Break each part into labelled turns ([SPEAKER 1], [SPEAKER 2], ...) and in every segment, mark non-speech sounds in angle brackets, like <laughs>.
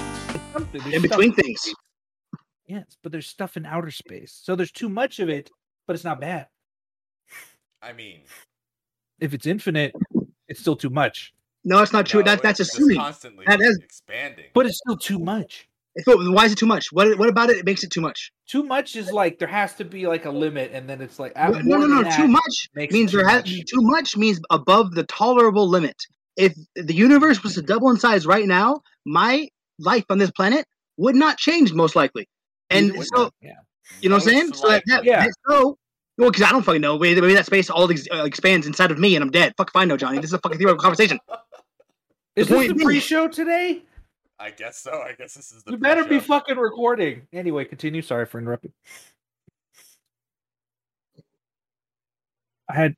[SPEAKER 1] something. There's
[SPEAKER 2] in
[SPEAKER 1] stuff-
[SPEAKER 2] between things.
[SPEAKER 1] Yes, but there's stuff in outer space. So there's too much of it, but it's not bad.
[SPEAKER 3] I mean,
[SPEAKER 1] If it's infinite, it's still too much.
[SPEAKER 2] No, it's not true.
[SPEAKER 3] no,
[SPEAKER 2] That, that's
[SPEAKER 3] it's just
[SPEAKER 2] assuming.
[SPEAKER 3] Constantly
[SPEAKER 2] That is-
[SPEAKER 3] expanding.
[SPEAKER 1] But it's still too much.
[SPEAKER 2] It's- but why is it too much? What what about it makes it too much?
[SPEAKER 1] Too much is like there has to be like a limit, and then it's like ah,
[SPEAKER 2] No,
[SPEAKER 1] more
[SPEAKER 2] no, no.
[SPEAKER 1] than
[SPEAKER 2] Too
[SPEAKER 1] that
[SPEAKER 2] much
[SPEAKER 1] makes
[SPEAKER 2] means
[SPEAKER 1] too
[SPEAKER 2] there has
[SPEAKER 1] much.
[SPEAKER 2] too much means above the tolerable limit. If the universe was to double in size right now, my life on this planet would not change most likely. And
[SPEAKER 1] Either way,
[SPEAKER 2] so
[SPEAKER 1] yeah,
[SPEAKER 2] you know what I'm saying?
[SPEAKER 3] Most
[SPEAKER 2] So that, that
[SPEAKER 3] likely.
[SPEAKER 1] Yeah.
[SPEAKER 2] that- so well, because I don't fucking know. Maybe maybe that space all ex- uh, expands inside of me, and I'm dead. Fuck if I know, Johnny. This is a fucking theoretical conversation.
[SPEAKER 1] is
[SPEAKER 2] the
[SPEAKER 1] this
[SPEAKER 2] point
[SPEAKER 1] the
[SPEAKER 2] being-
[SPEAKER 1] pre-show today?
[SPEAKER 3] I guess so. I guess this is the
[SPEAKER 1] You better be
[SPEAKER 3] pre-show.
[SPEAKER 1] fucking recording. Anyway, continue. Sorry for interrupting. I had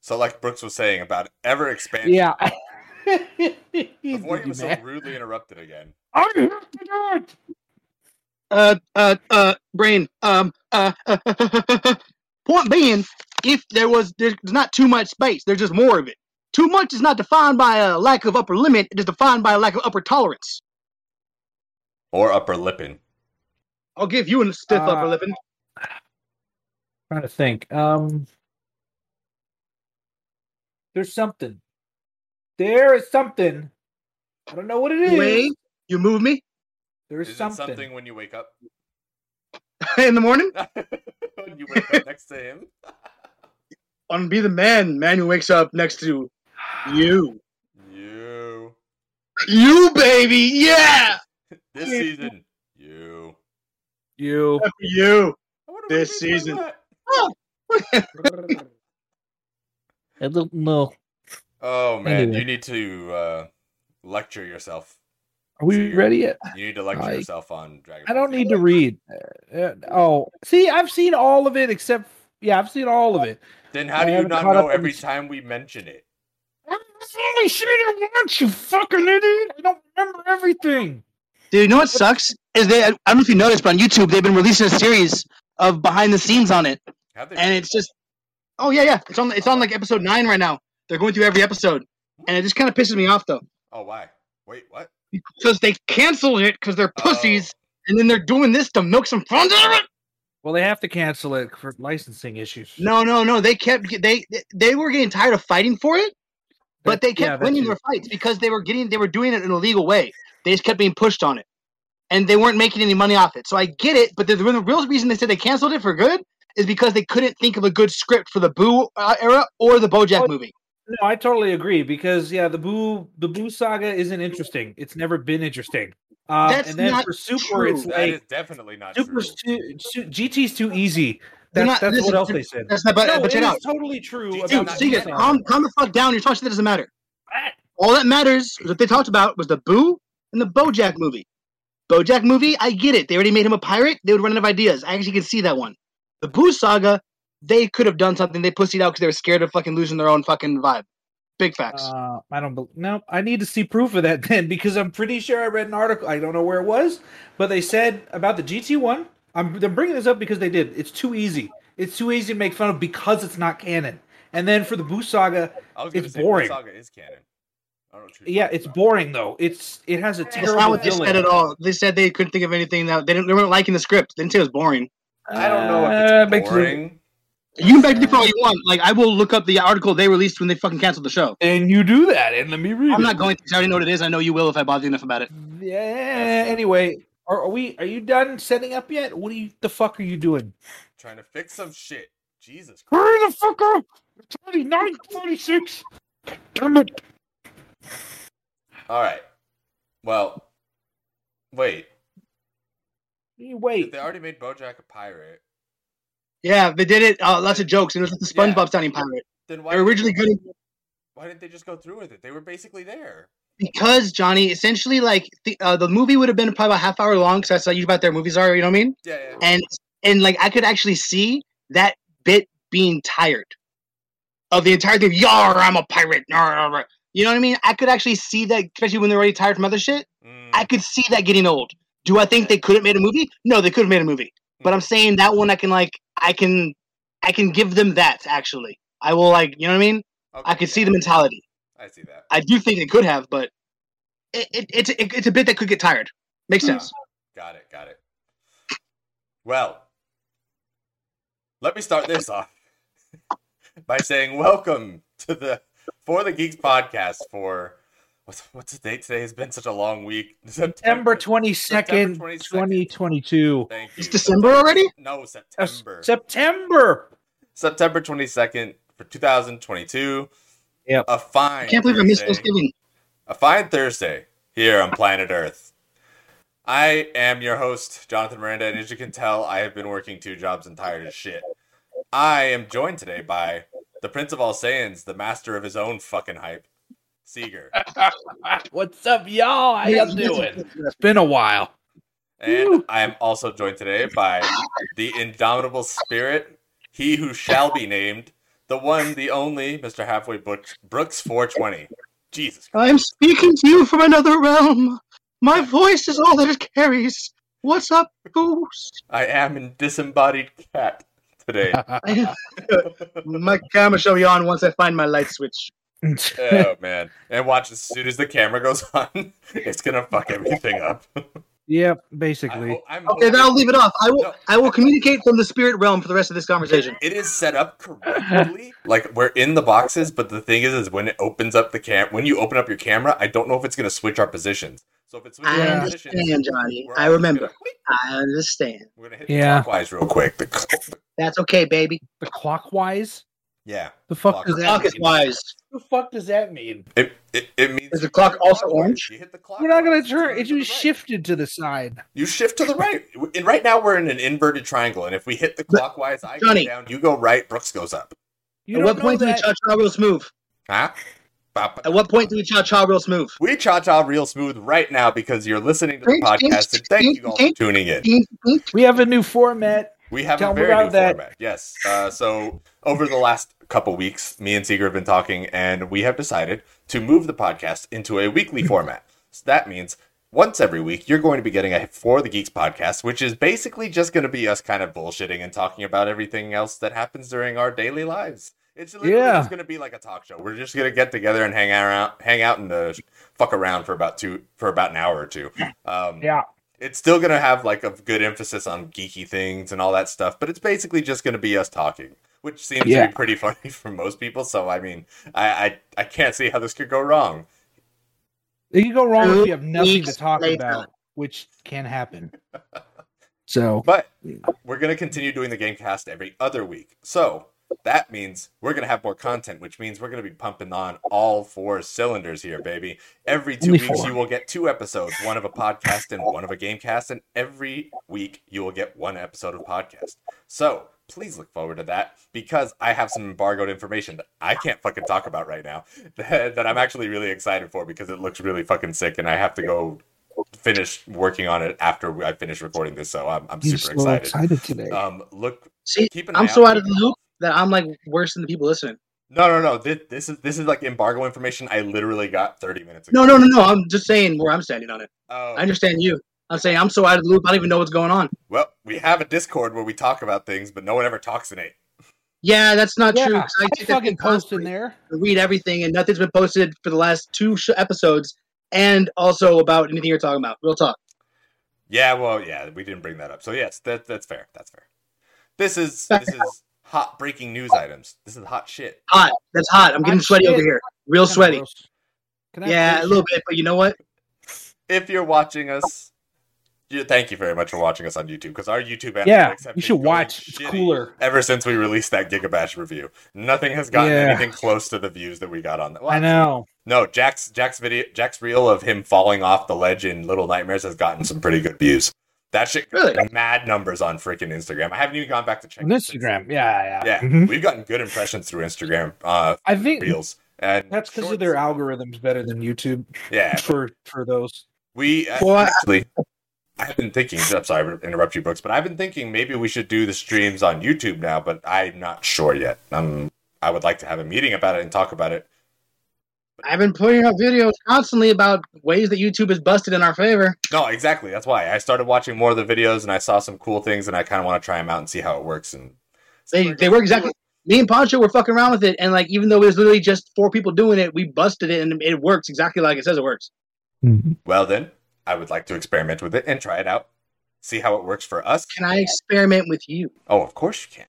[SPEAKER 3] So, like Brooks was saying about ever expanding.
[SPEAKER 1] yeah. <laughs> He's gonna
[SPEAKER 3] Before he
[SPEAKER 1] be
[SPEAKER 3] was so
[SPEAKER 1] mad.
[SPEAKER 3] rudely interrupted again.
[SPEAKER 1] I have to do it.
[SPEAKER 2] Uh, uh, uh, brain. Um, uh, <laughs> point being, if there was there's not too much space, there's just more of it. Too much is not defined by a lack of upper limit. It is defined by a lack of upper tolerance.
[SPEAKER 3] Or upper lipping.
[SPEAKER 2] I'll give you a stiff
[SPEAKER 1] Uh,
[SPEAKER 2] upper lipping.
[SPEAKER 1] trying to think. Um, there's something. There is something. I don't know what it is.
[SPEAKER 2] Way you move me <laughs>
[SPEAKER 1] there
[SPEAKER 3] Is
[SPEAKER 1] is
[SPEAKER 3] it
[SPEAKER 1] something.
[SPEAKER 3] something when you wake up? <laughs>
[SPEAKER 2] in the morning.
[SPEAKER 3] when you wake up next to him?
[SPEAKER 2] I'm gonna be the man, man who wakes up next to you.
[SPEAKER 3] You.
[SPEAKER 2] You baby, yeah.
[SPEAKER 3] This
[SPEAKER 2] Yeah.
[SPEAKER 3] season. You.
[SPEAKER 1] You.
[SPEAKER 2] F <laughs> you.
[SPEAKER 3] I wonder what
[SPEAKER 2] This
[SPEAKER 3] he means by
[SPEAKER 2] season.
[SPEAKER 3] that.
[SPEAKER 1] I don't know.
[SPEAKER 3] Oh man,
[SPEAKER 1] Anyway.
[SPEAKER 3] you need to uh, lecture yourself.
[SPEAKER 1] Are we ready yet?
[SPEAKER 3] You need to lecture
[SPEAKER 1] I-
[SPEAKER 3] yourself on Dragon.
[SPEAKER 1] I
[SPEAKER 3] Ball
[SPEAKER 1] don't
[SPEAKER 3] Z.
[SPEAKER 1] need to read. Uh, uh, oh, see, I've seen all of it except. Yeah, I've seen all of it.
[SPEAKER 3] Then how
[SPEAKER 1] I
[SPEAKER 3] do you
[SPEAKER 1] haven't
[SPEAKER 3] not
[SPEAKER 1] caught up
[SPEAKER 3] know
[SPEAKER 1] on
[SPEAKER 3] every
[SPEAKER 1] this-
[SPEAKER 3] time we mention it?
[SPEAKER 1] Holy shit! I want you, fucking idiot! I don't remember everything.
[SPEAKER 2] Dude, you know what sucks is they. I don't know if you noticed, but on YouTube they've been releasing a series of behind the scenes on it,
[SPEAKER 3] Have they?
[SPEAKER 2] and it's just, oh yeah, yeah, it's on. It's on like episode nine right now. They're going through every episode, and it just kind of pisses me off though,
[SPEAKER 3] oh why? Wait, what?
[SPEAKER 2] because they canceled it because
[SPEAKER 1] Oh.
[SPEAKER 2] they're pussies, and then they're doing this to milk some funds out of it.
[SPEAKER 1] Well, they have to cancel it for licensing issues.
[SPEAKER 2] No, no, no. They kept they they were getting tired of fighting for it, but they
[SPEAKER 1] That- yeah,
[SPEAKER 2] kept
[SPEAKER 1] that
[SPEAKER 2] winning
[SPEAKER 1] too.
[SPEAKER 2] their fights because they were getting they were doing it in a legal way. They just kept being pushed on it, and they weren't making any money off it. So I get it, but the, the real reason they said they canceled it for good is because they couldn't think of a good script for the Boo uh, era or the BoJack
[SPEAKER 1] Well,
[SPEAKER 2] movie.
[SPEAKER 1] No, I totally agree because yeah, the Boo the Boo saga isn't interesting. It's never been interesting. Um,
[SPEAKER 2] That's
[SPEAKER 1] and then
[SPEAKER 2] not
[SPEAKER 1] for Super,
[SPEAKER 2] true.
[SPEAKER 1] it's
[SPEAKER 3] That is
[SPEAKER 1] like
[SPEAKER 3] definitely not
[SPEAKER 1] Super's
[SPEAKER 3] true.
[SPEAKER 1] too, su- GT's too easy.
[SPEAKER 2] They're
[SPEAKER 1] That's,
[SPEAKER 2] not-
[SPEAKER 1] that's
[SPEAKER 2] listen,
[SPEAKER 1] what else they said.
[SPEAKER 2] That's not. But,
[SPEAKER 1] no,
[SPEAKER 2] but
[SPEAKER 1] it
[SPEAKER 2] check it out,
[SPEAKER 1] is totally true.
[SPEAKER 3] Dude,
[SPEAKER 1] About
[SPEAKER 2] dude.
[SPEAKER 3] not
[SPEAKER 2] See um,
[SPEAKER 1] the
[SPEAKER 2] this?
[SPEAKER 3] yet.
[SPEAKER 1] Boo
[SPEAKER 2] Calm,
[SPEAKER 1] saga.
[SPEAKER 2] calm the fuck down. You're talking shit that doesn't matter.
[SPEAKER 1] Ah,
[SPEAKER 2] All that matters is what they talked about was the Boo and the BoJack movie. BoJack movie, I get it. They already made him a pirate. They would run out of ideas. I actually can see that one. The Boo saga, they could have done something. They pussied out because they were scared of fucking losing their own fucking vibe. Big facts.
[SPEAKER 1] Uh, I don't. Be- no, I need to see proof of that <laughs> then because I'm pretty sure I read an article. I don't know where it was, but they said about the GT one. I'm, I'm bringing this up because they did. It's too easy. It's too easy to make fun of because it's not canon. And then for the Boo saga,
[SPEAKER 3] I was gonna
[SPEAKER 1] It's
[SPEAKER 3] say
[SPEAKER 1] boring.
[SPEAKER 3] boring. Saga is canon. I don't know.
[SPEAKER 1] Yeah, it's boring though. It's it has a
[SPEAKER 2] That's
[SPEAKER 1] terrible
[SPEAKER 2] not what they
[SPEAKER 1] villain.
[SPEAKER 2] said at all. They said they couldn't think of anything that they didn't. They weren't liking the script. They didn't say it was boring.
[SPEAKER 3] I don't know
[SPEAKER 1] Uh,
[SPEAKER 3] if
[SPEAKER 1] makes it-
[SPEAKER 3] it's boring.
[SPEAKER 2] You can back it all you want. Like I will look up the article they released when they fucking canceled the show.
[SPEAKER 1] And you do that, and let me read.
[SPEAKER 2] I'm
[SPEAKER 1] it.
[SPEAKER 2] not going to. 'cause I already know what it is. I know you will if I bother you enough about it.
[SPEAKER 1] Yeah. Anyway, are, are we? Are you done setting up yet? What do you? The fuck are you doing?
[SPEAKER 3] Trying to fix some shit. Jesus Christ.
[SPEAKER 1] Hurry the fuck up! It's already nine forty-six. Damn it!
[SPEAKER 3] All right. Well, wait.
[SPEAKER 1] You
[SPEAKER 3] Did
[SPEAKER 1] wait.
[SPEAKER 3] they already made BoJack a pirate?
[SPEAKER 2] Yeah, they did it. Uh, lots of jokes, and it was like the
[SPEAKER 3] Yeah.
[SPEAKER 2] SpongeBob sounding pirate.
[SPEAKER 3] Then why?
[SPEAKER 2] They were originally good.
[SPEAKER 3] Why didn't they just go through with it? They were basically there.
[SPEAKER 2] because Johnny, essentially, like the uh, the movie would have been probably about half hour long. So that's how usually about their movies are. You know what I mean?
[SPEAKER 3] Yeah. yeah.
[SPEAKER 2] And and like I could actually see that bit being tired of the entire thing. Yar, I'm a pirate. Yar, yar, yar." You know what I mean? I could actually see that, especially when they're already tired from other shit.
[SPEAKER 3] Mm,
[SPEAKER 2] I could see that getting old. Do I think they could have made a movie? No, they could have made a movie. But I'm saying that one, I can like, I can, I can give them that. Actually, I will like, you know what I mean?
[SPEAKER 3] okay,
[SPEAKER 2] I could see
[SPEAKER 3] yeah,
[SPEAKER 2] the mentality.
[SPEAKER 3] I see that.
[SPEAKER 2] I do think it could have, but it, it, it's it, it's a bit that could get tired. Makes sense.
[SPEAKER 3] Got it. Got it. Well, let me start this off <laughs> by saying welcome to the For the Geeks podcast for what's what's the date today? It's been such a long week.
[SPEAKER 1] September 22nd,
[SPEAKER 3] September 22nd.
[SPEAKER 1] 2022.
[SPEAKER 3] <laughs> Thank you.
[SPEAKER 2] It's December already?
[SPEAKER 3] No,
[SPEAKER 1] Uh,
[SPEAKER 3] September.
[SPEAKER 1] September.
[SPEAKER 3] September 22nd for 2022.
[SPEAKER 1] Yep.
[SPEAKER 3] A fine.
[SPEAKER 2] Can't believe I missed
[SPEAKER 3] Thursday.
[SPEAKER 2] Thanksgiving.
[SPEAKER 3] a fine Thursday here on planet Earth. I am your host, Jonathan Miranda, and as you can tell, I have been working two jobs and tired as shit. I am joined today by the Prince of All Saiyans, the master of his own fucking hype, Seeger.
[SPEAKER 1] Ah, What's up, y'all? How y'all doing? It's been a while.
[SPEAKER 3] And I am also joined today by the indomitable spirit, he who shall be named, the one, the only, Mr. Halfway Brooks, Brooks 420. Jesus
[SPEAKER 2] I am speaking to you from another realm. My voice is all that it carries. What's up,
[SPEAKER 1] <laughs>
[SPEAKER 2] Goose?
[SPEAKER 3] I am a disembodied cat today.
[SPEAKER 2] I- my camera shall be on once I find my light switch.
[SPEAKER 1] <laughs>
[SPEAKER 3] oh man! And watch as soon as the camera goes <laughs> on, it's gonna fuck everything up.
[SPEAKER 1] yep,
[SPEAKER 3] I
[SPEAKER 1] basically.
[SPEAKER 3] ho- I'm
[SPEAKER 2] Okay, then I'll leave it off. I will.
[SPEAKER 3] No.
[SPEAKER 2] I will communicate from the spirit realm for the rest of this conversation.
[SPEAKER 3] It is set up correctly. <laughs> like we're in the boxes, but the thing is, is when it opens up the cam, when you open up your camera, I don't know if it's gonna switch our positions. So if it switches
[SPEAKER 2] I
[SPEAKER 3] our
[SPEAKER 1] Yeah.
[SPEAKER 2] understand,
[SPEAKER 3] positions,
[SPEAKER 2] Johnny.
[SPEAKER 3] we're all
[SPEAKER 2] I
[SPEAKER 3] just
[SPEAKER 2] remember.
[SPEAKER 3] Gonna,
[SPEAKER 2] I understand.
[SPEAKER 3] we're gonna hit
[SPEAKER 1] Yeah.
[SPEAKER 3] yeah. clockwise real quick.
[SPEAKER 2] That's okay, baby.
[SPEAKER 1] The clockwise?
[SPEAKER 3] yeah.
[SPEAKER 1] The fuck does that
[SPEAKER 2] Clock is wise.
[SPEAKER 1] The fuck does that mean?
[SPEAKER 3] It, it, it means
[SPEAKER 2] Is the clock also
[SPEAKER 3] Clockwise.
[SPEAKER 2] orange?
[SPEAKER 3] You hit the clock.
[SPEAKER 1] We're not gonna turn. It
[SPEAKER 3] you
[SPEAKER 1] just shifted to the side.
[SPEAKER 3] You shift to the right. And right now we're in an inverted triangle, and if we hit the
[SPEAKER 2] But-
[SPEAKER 3] clockwise, I
[SPEAKER 2] Johnny.
[SPEAKER 3] go down, you go right, Brooks goes up.
[SPEAKER 1] You
[SPEAKER 2] At
[SPEAKER 1] don't
[SPEAKER 2] what
[SPEAKER 1] know
[SPEAKER 2] point do we
[SPEAKER 1] that.
[SPEAKER 2] cha cha real smooth?
[SPEAKER 3] Huh? Ba- ba-
[SPEAKER 2] At what point do we cha cha real smooth?
[SPEAKER 3] We cha cha real smooth right now because you're listening to the podcast, and thank you all for tuning in.
[SPEAKER 1] we have a new format.
[SPEAKER 3] We have
[SPEAKER 1] Tell
[SPEAKER 3] a
[SPEAKER 1] me
[SPEAKER 3] very
[SPEAKER 1] about
[SPEAKER 3] new
[SPEAKER 1] that.
[SPEAKER 3] format. Yes. Uh, so over the last couple weeks, me and Seeger have been talking, and we have decided to move the podcast into
[SPEAKER 1] <laughs>
[SPEAKER 3] a weekly format. So that means once every week, you're going to be getting a For the Geeks podcast, which is basically just going to be us kind of bullshitting and talking about everything else that happens during our daily lives. It's literally
[SPEAKER 1] Yeah.
[SPEAKER 3] just going to be like a talk show. We're just going to get together and hang around, hang out, and uh, fuck around for about two for about an hour or two. Um,
[SPEAKER 1] Yeah.
[SPEAKER 3] it's still gonna have like a good emphasis on geeky things and all that stuff, but it's basically just gonna be us talking, which seems
[SPEAKER 1] Yeah.
[SPEAKER 3] to be pretty <laughs> funny for most people. So I mean, I, I I can't see how this could go wrong.
[SPEAKER 1] It can go wrong
[SPEAKER 2] Two
[SPEAKER 1] if you have nothing to
[SPEAKER 2] weeks
[SPEAKER 1] talk
[SPEAKER 2] later.
[SPEAKER 1] about, which can
[SPEAKER 3] <laughs>
[SPEAKER 1] happen. So
[SPEAKER 3] But we're gonna continue doing the GameCast every other week, so that means we're gonna have more content, which means we're gonna be pumping on all four cylinders here, baby. Every two
[SPEAKER 1] Only
[SPEAKER 3] weeks,
[SPEAKER 1] four.
[SPEAKER 3] you will get two episodes, one of a podcast and one of a GameCast, and every week you will get one episode of podcast. So please look forward to that because I have some embargoed information that I can't fucking talk about right now that, that I'm actually really excited for because it looks really fucking sick and I have to go finish working on it after I finish recording this. So I'm, I'm
[SPEAKER 1] I'm
[SPEAKER 3] super excited.
[SPEAKER 1] today.
[SPEAKER 3] Um, look,
[SPEAKER 2] See,
[SPEAKER 3] keep an eye
[SPEAKER 2] I'm so
[SPEAKER 3] out.
[SPEAKER 2] out of the loop that I'm like worse than the people listening.
[SPEAKER 3] No, no, no. This, this is this is like embargo information I literally got 30 minutes ago.
[SPEAKER 2] No, no, no, no. I'm just saying where I'm standing on it.
[SPEAKER 3] Oh,
[SPEAKER 2] I understand you. I'm saying I'm so out of the loop. I don't even know what's going on.
[SPEAKER 3] well, we have a Discord where we talk about things, but no one ever talks in it.
[SPEAKER 2] Yeah, that's not true.
[SPEAKER 1] yeah,
[SPEAKER 2] 'cause
[SPEAKER 1] I
[SPEAKER 2] take that
[SPEAKER 1] fucking
[SPEAKER 2] thing
[SPEAKER 1] post in
[SPEAKER 2] constantly.
[SPEAKER 1] there.
[SPEAKER 2] I read everything, and nothing's been posted for the last two sh- episodes, and also about anything you're talking about. Real talk.
[SPEAKER 3] Yeah, well, yeah, we didn't bring that up. So yes, that that's fair. That's fair. This is this is hot breaking news items. This is hot shit.
[SPEAKER 2] Hot. That's hot. I'm getting
[SPEAKER 1] Hot
[SPEAKER 2] sweaty over
[SPEAKER 1] shit.
[SPEAKER 2] here. Real
[SPEAKER 1] Kinda
[SPEAKER 2] sweaty.
[SPEAKER 1] gross. Can I
[SPEAKER 2] Yeah,
[SPEAKER 1] please-
[SPEAKER 2] a little bit, but you know what?
[SPEAKER 3] If you're watching us, you, thank you very much for watching us on YouTube because our YouTube analytics
[SPEAKER 1] Yeah,
[SPEAKER 3] have
[SPEAKER 1] you
[SPEAKER 3] been
[SPEAKER 1] should
[SPEAKER 3] going
[SPEAKER 1] watch. It's
[SPEAKER 3] shitty
[SPEAKER 1] cooler.
[SPEAKER 3] Ever since we released that Gigabash review, nothing has gotten
[SPEAKER 1] Yeah.
[SPEAKER 3] anything close to the views that we got on that. Well,
[SPEAKER 1] I know.
[SPEAKER 3] No, Jack's Jack's video, Jack's reel of him falling off the ledge in Little Nightmares has gotten some pretty good views. That shit
[SPEAKER 2] Really?
[SPEAKER 3] mad numbers on freaking Instagram. I haven't even gone back to check
[SPEAKER 1] On
[SPEAKER 3] it since-
[SPEAKER 1] Instagram. Yeah, yeah.
[SPEAKER 3] Yeah,
[SPEAKER 1] Mhm.
[SPEAKER 3] we've gotten good impressions through Instagram uh,
[SPEAKER 1] I think
[SPEAKER 3] reels. And
[SPEAKER 1] that's because
[SPEAKER 3] shorts.
[SPEAKER 1] of their algorithms better than YouTube <laughs>
[SPEAKER 3] Yeah,
[SPEAKER 1] for for those.
[SPEAKER 3] we uh,
[SPEAKER 2] Well, I-
[SPEAKER 3] actually. I've been thinking. I'm sorry to interrupt you, Brooks, but I've been thinking maybe we should do the streams on YouTube now. But I'm not sure yet. Um, I would like to have a meeting about it and talk about it.
[SPEAKER 2] I've been putting out videos constantly about ways that YouTube is busted in our favor.
[SPEAKER 3] No, exactly. That's why I started watching more of the videos and I saw some cool things and I kind of want to try them out and see how it works. And
[SPEAKER 2] They they work exactly. Me and Poncho were fucking around with it, and like even though it was literally
[SPEAKER 1] Mm-hmm.
[SPEAKER 2] just four people doing it, we busted it, and it works exactly like it says it works.
[SPEAKER 3] Well, then I would like to experiment with it and try it out, see how it works for us.
[SPEAKER 2] Can I experiment with you?
[SPEAKER 3] Oh, of course you can.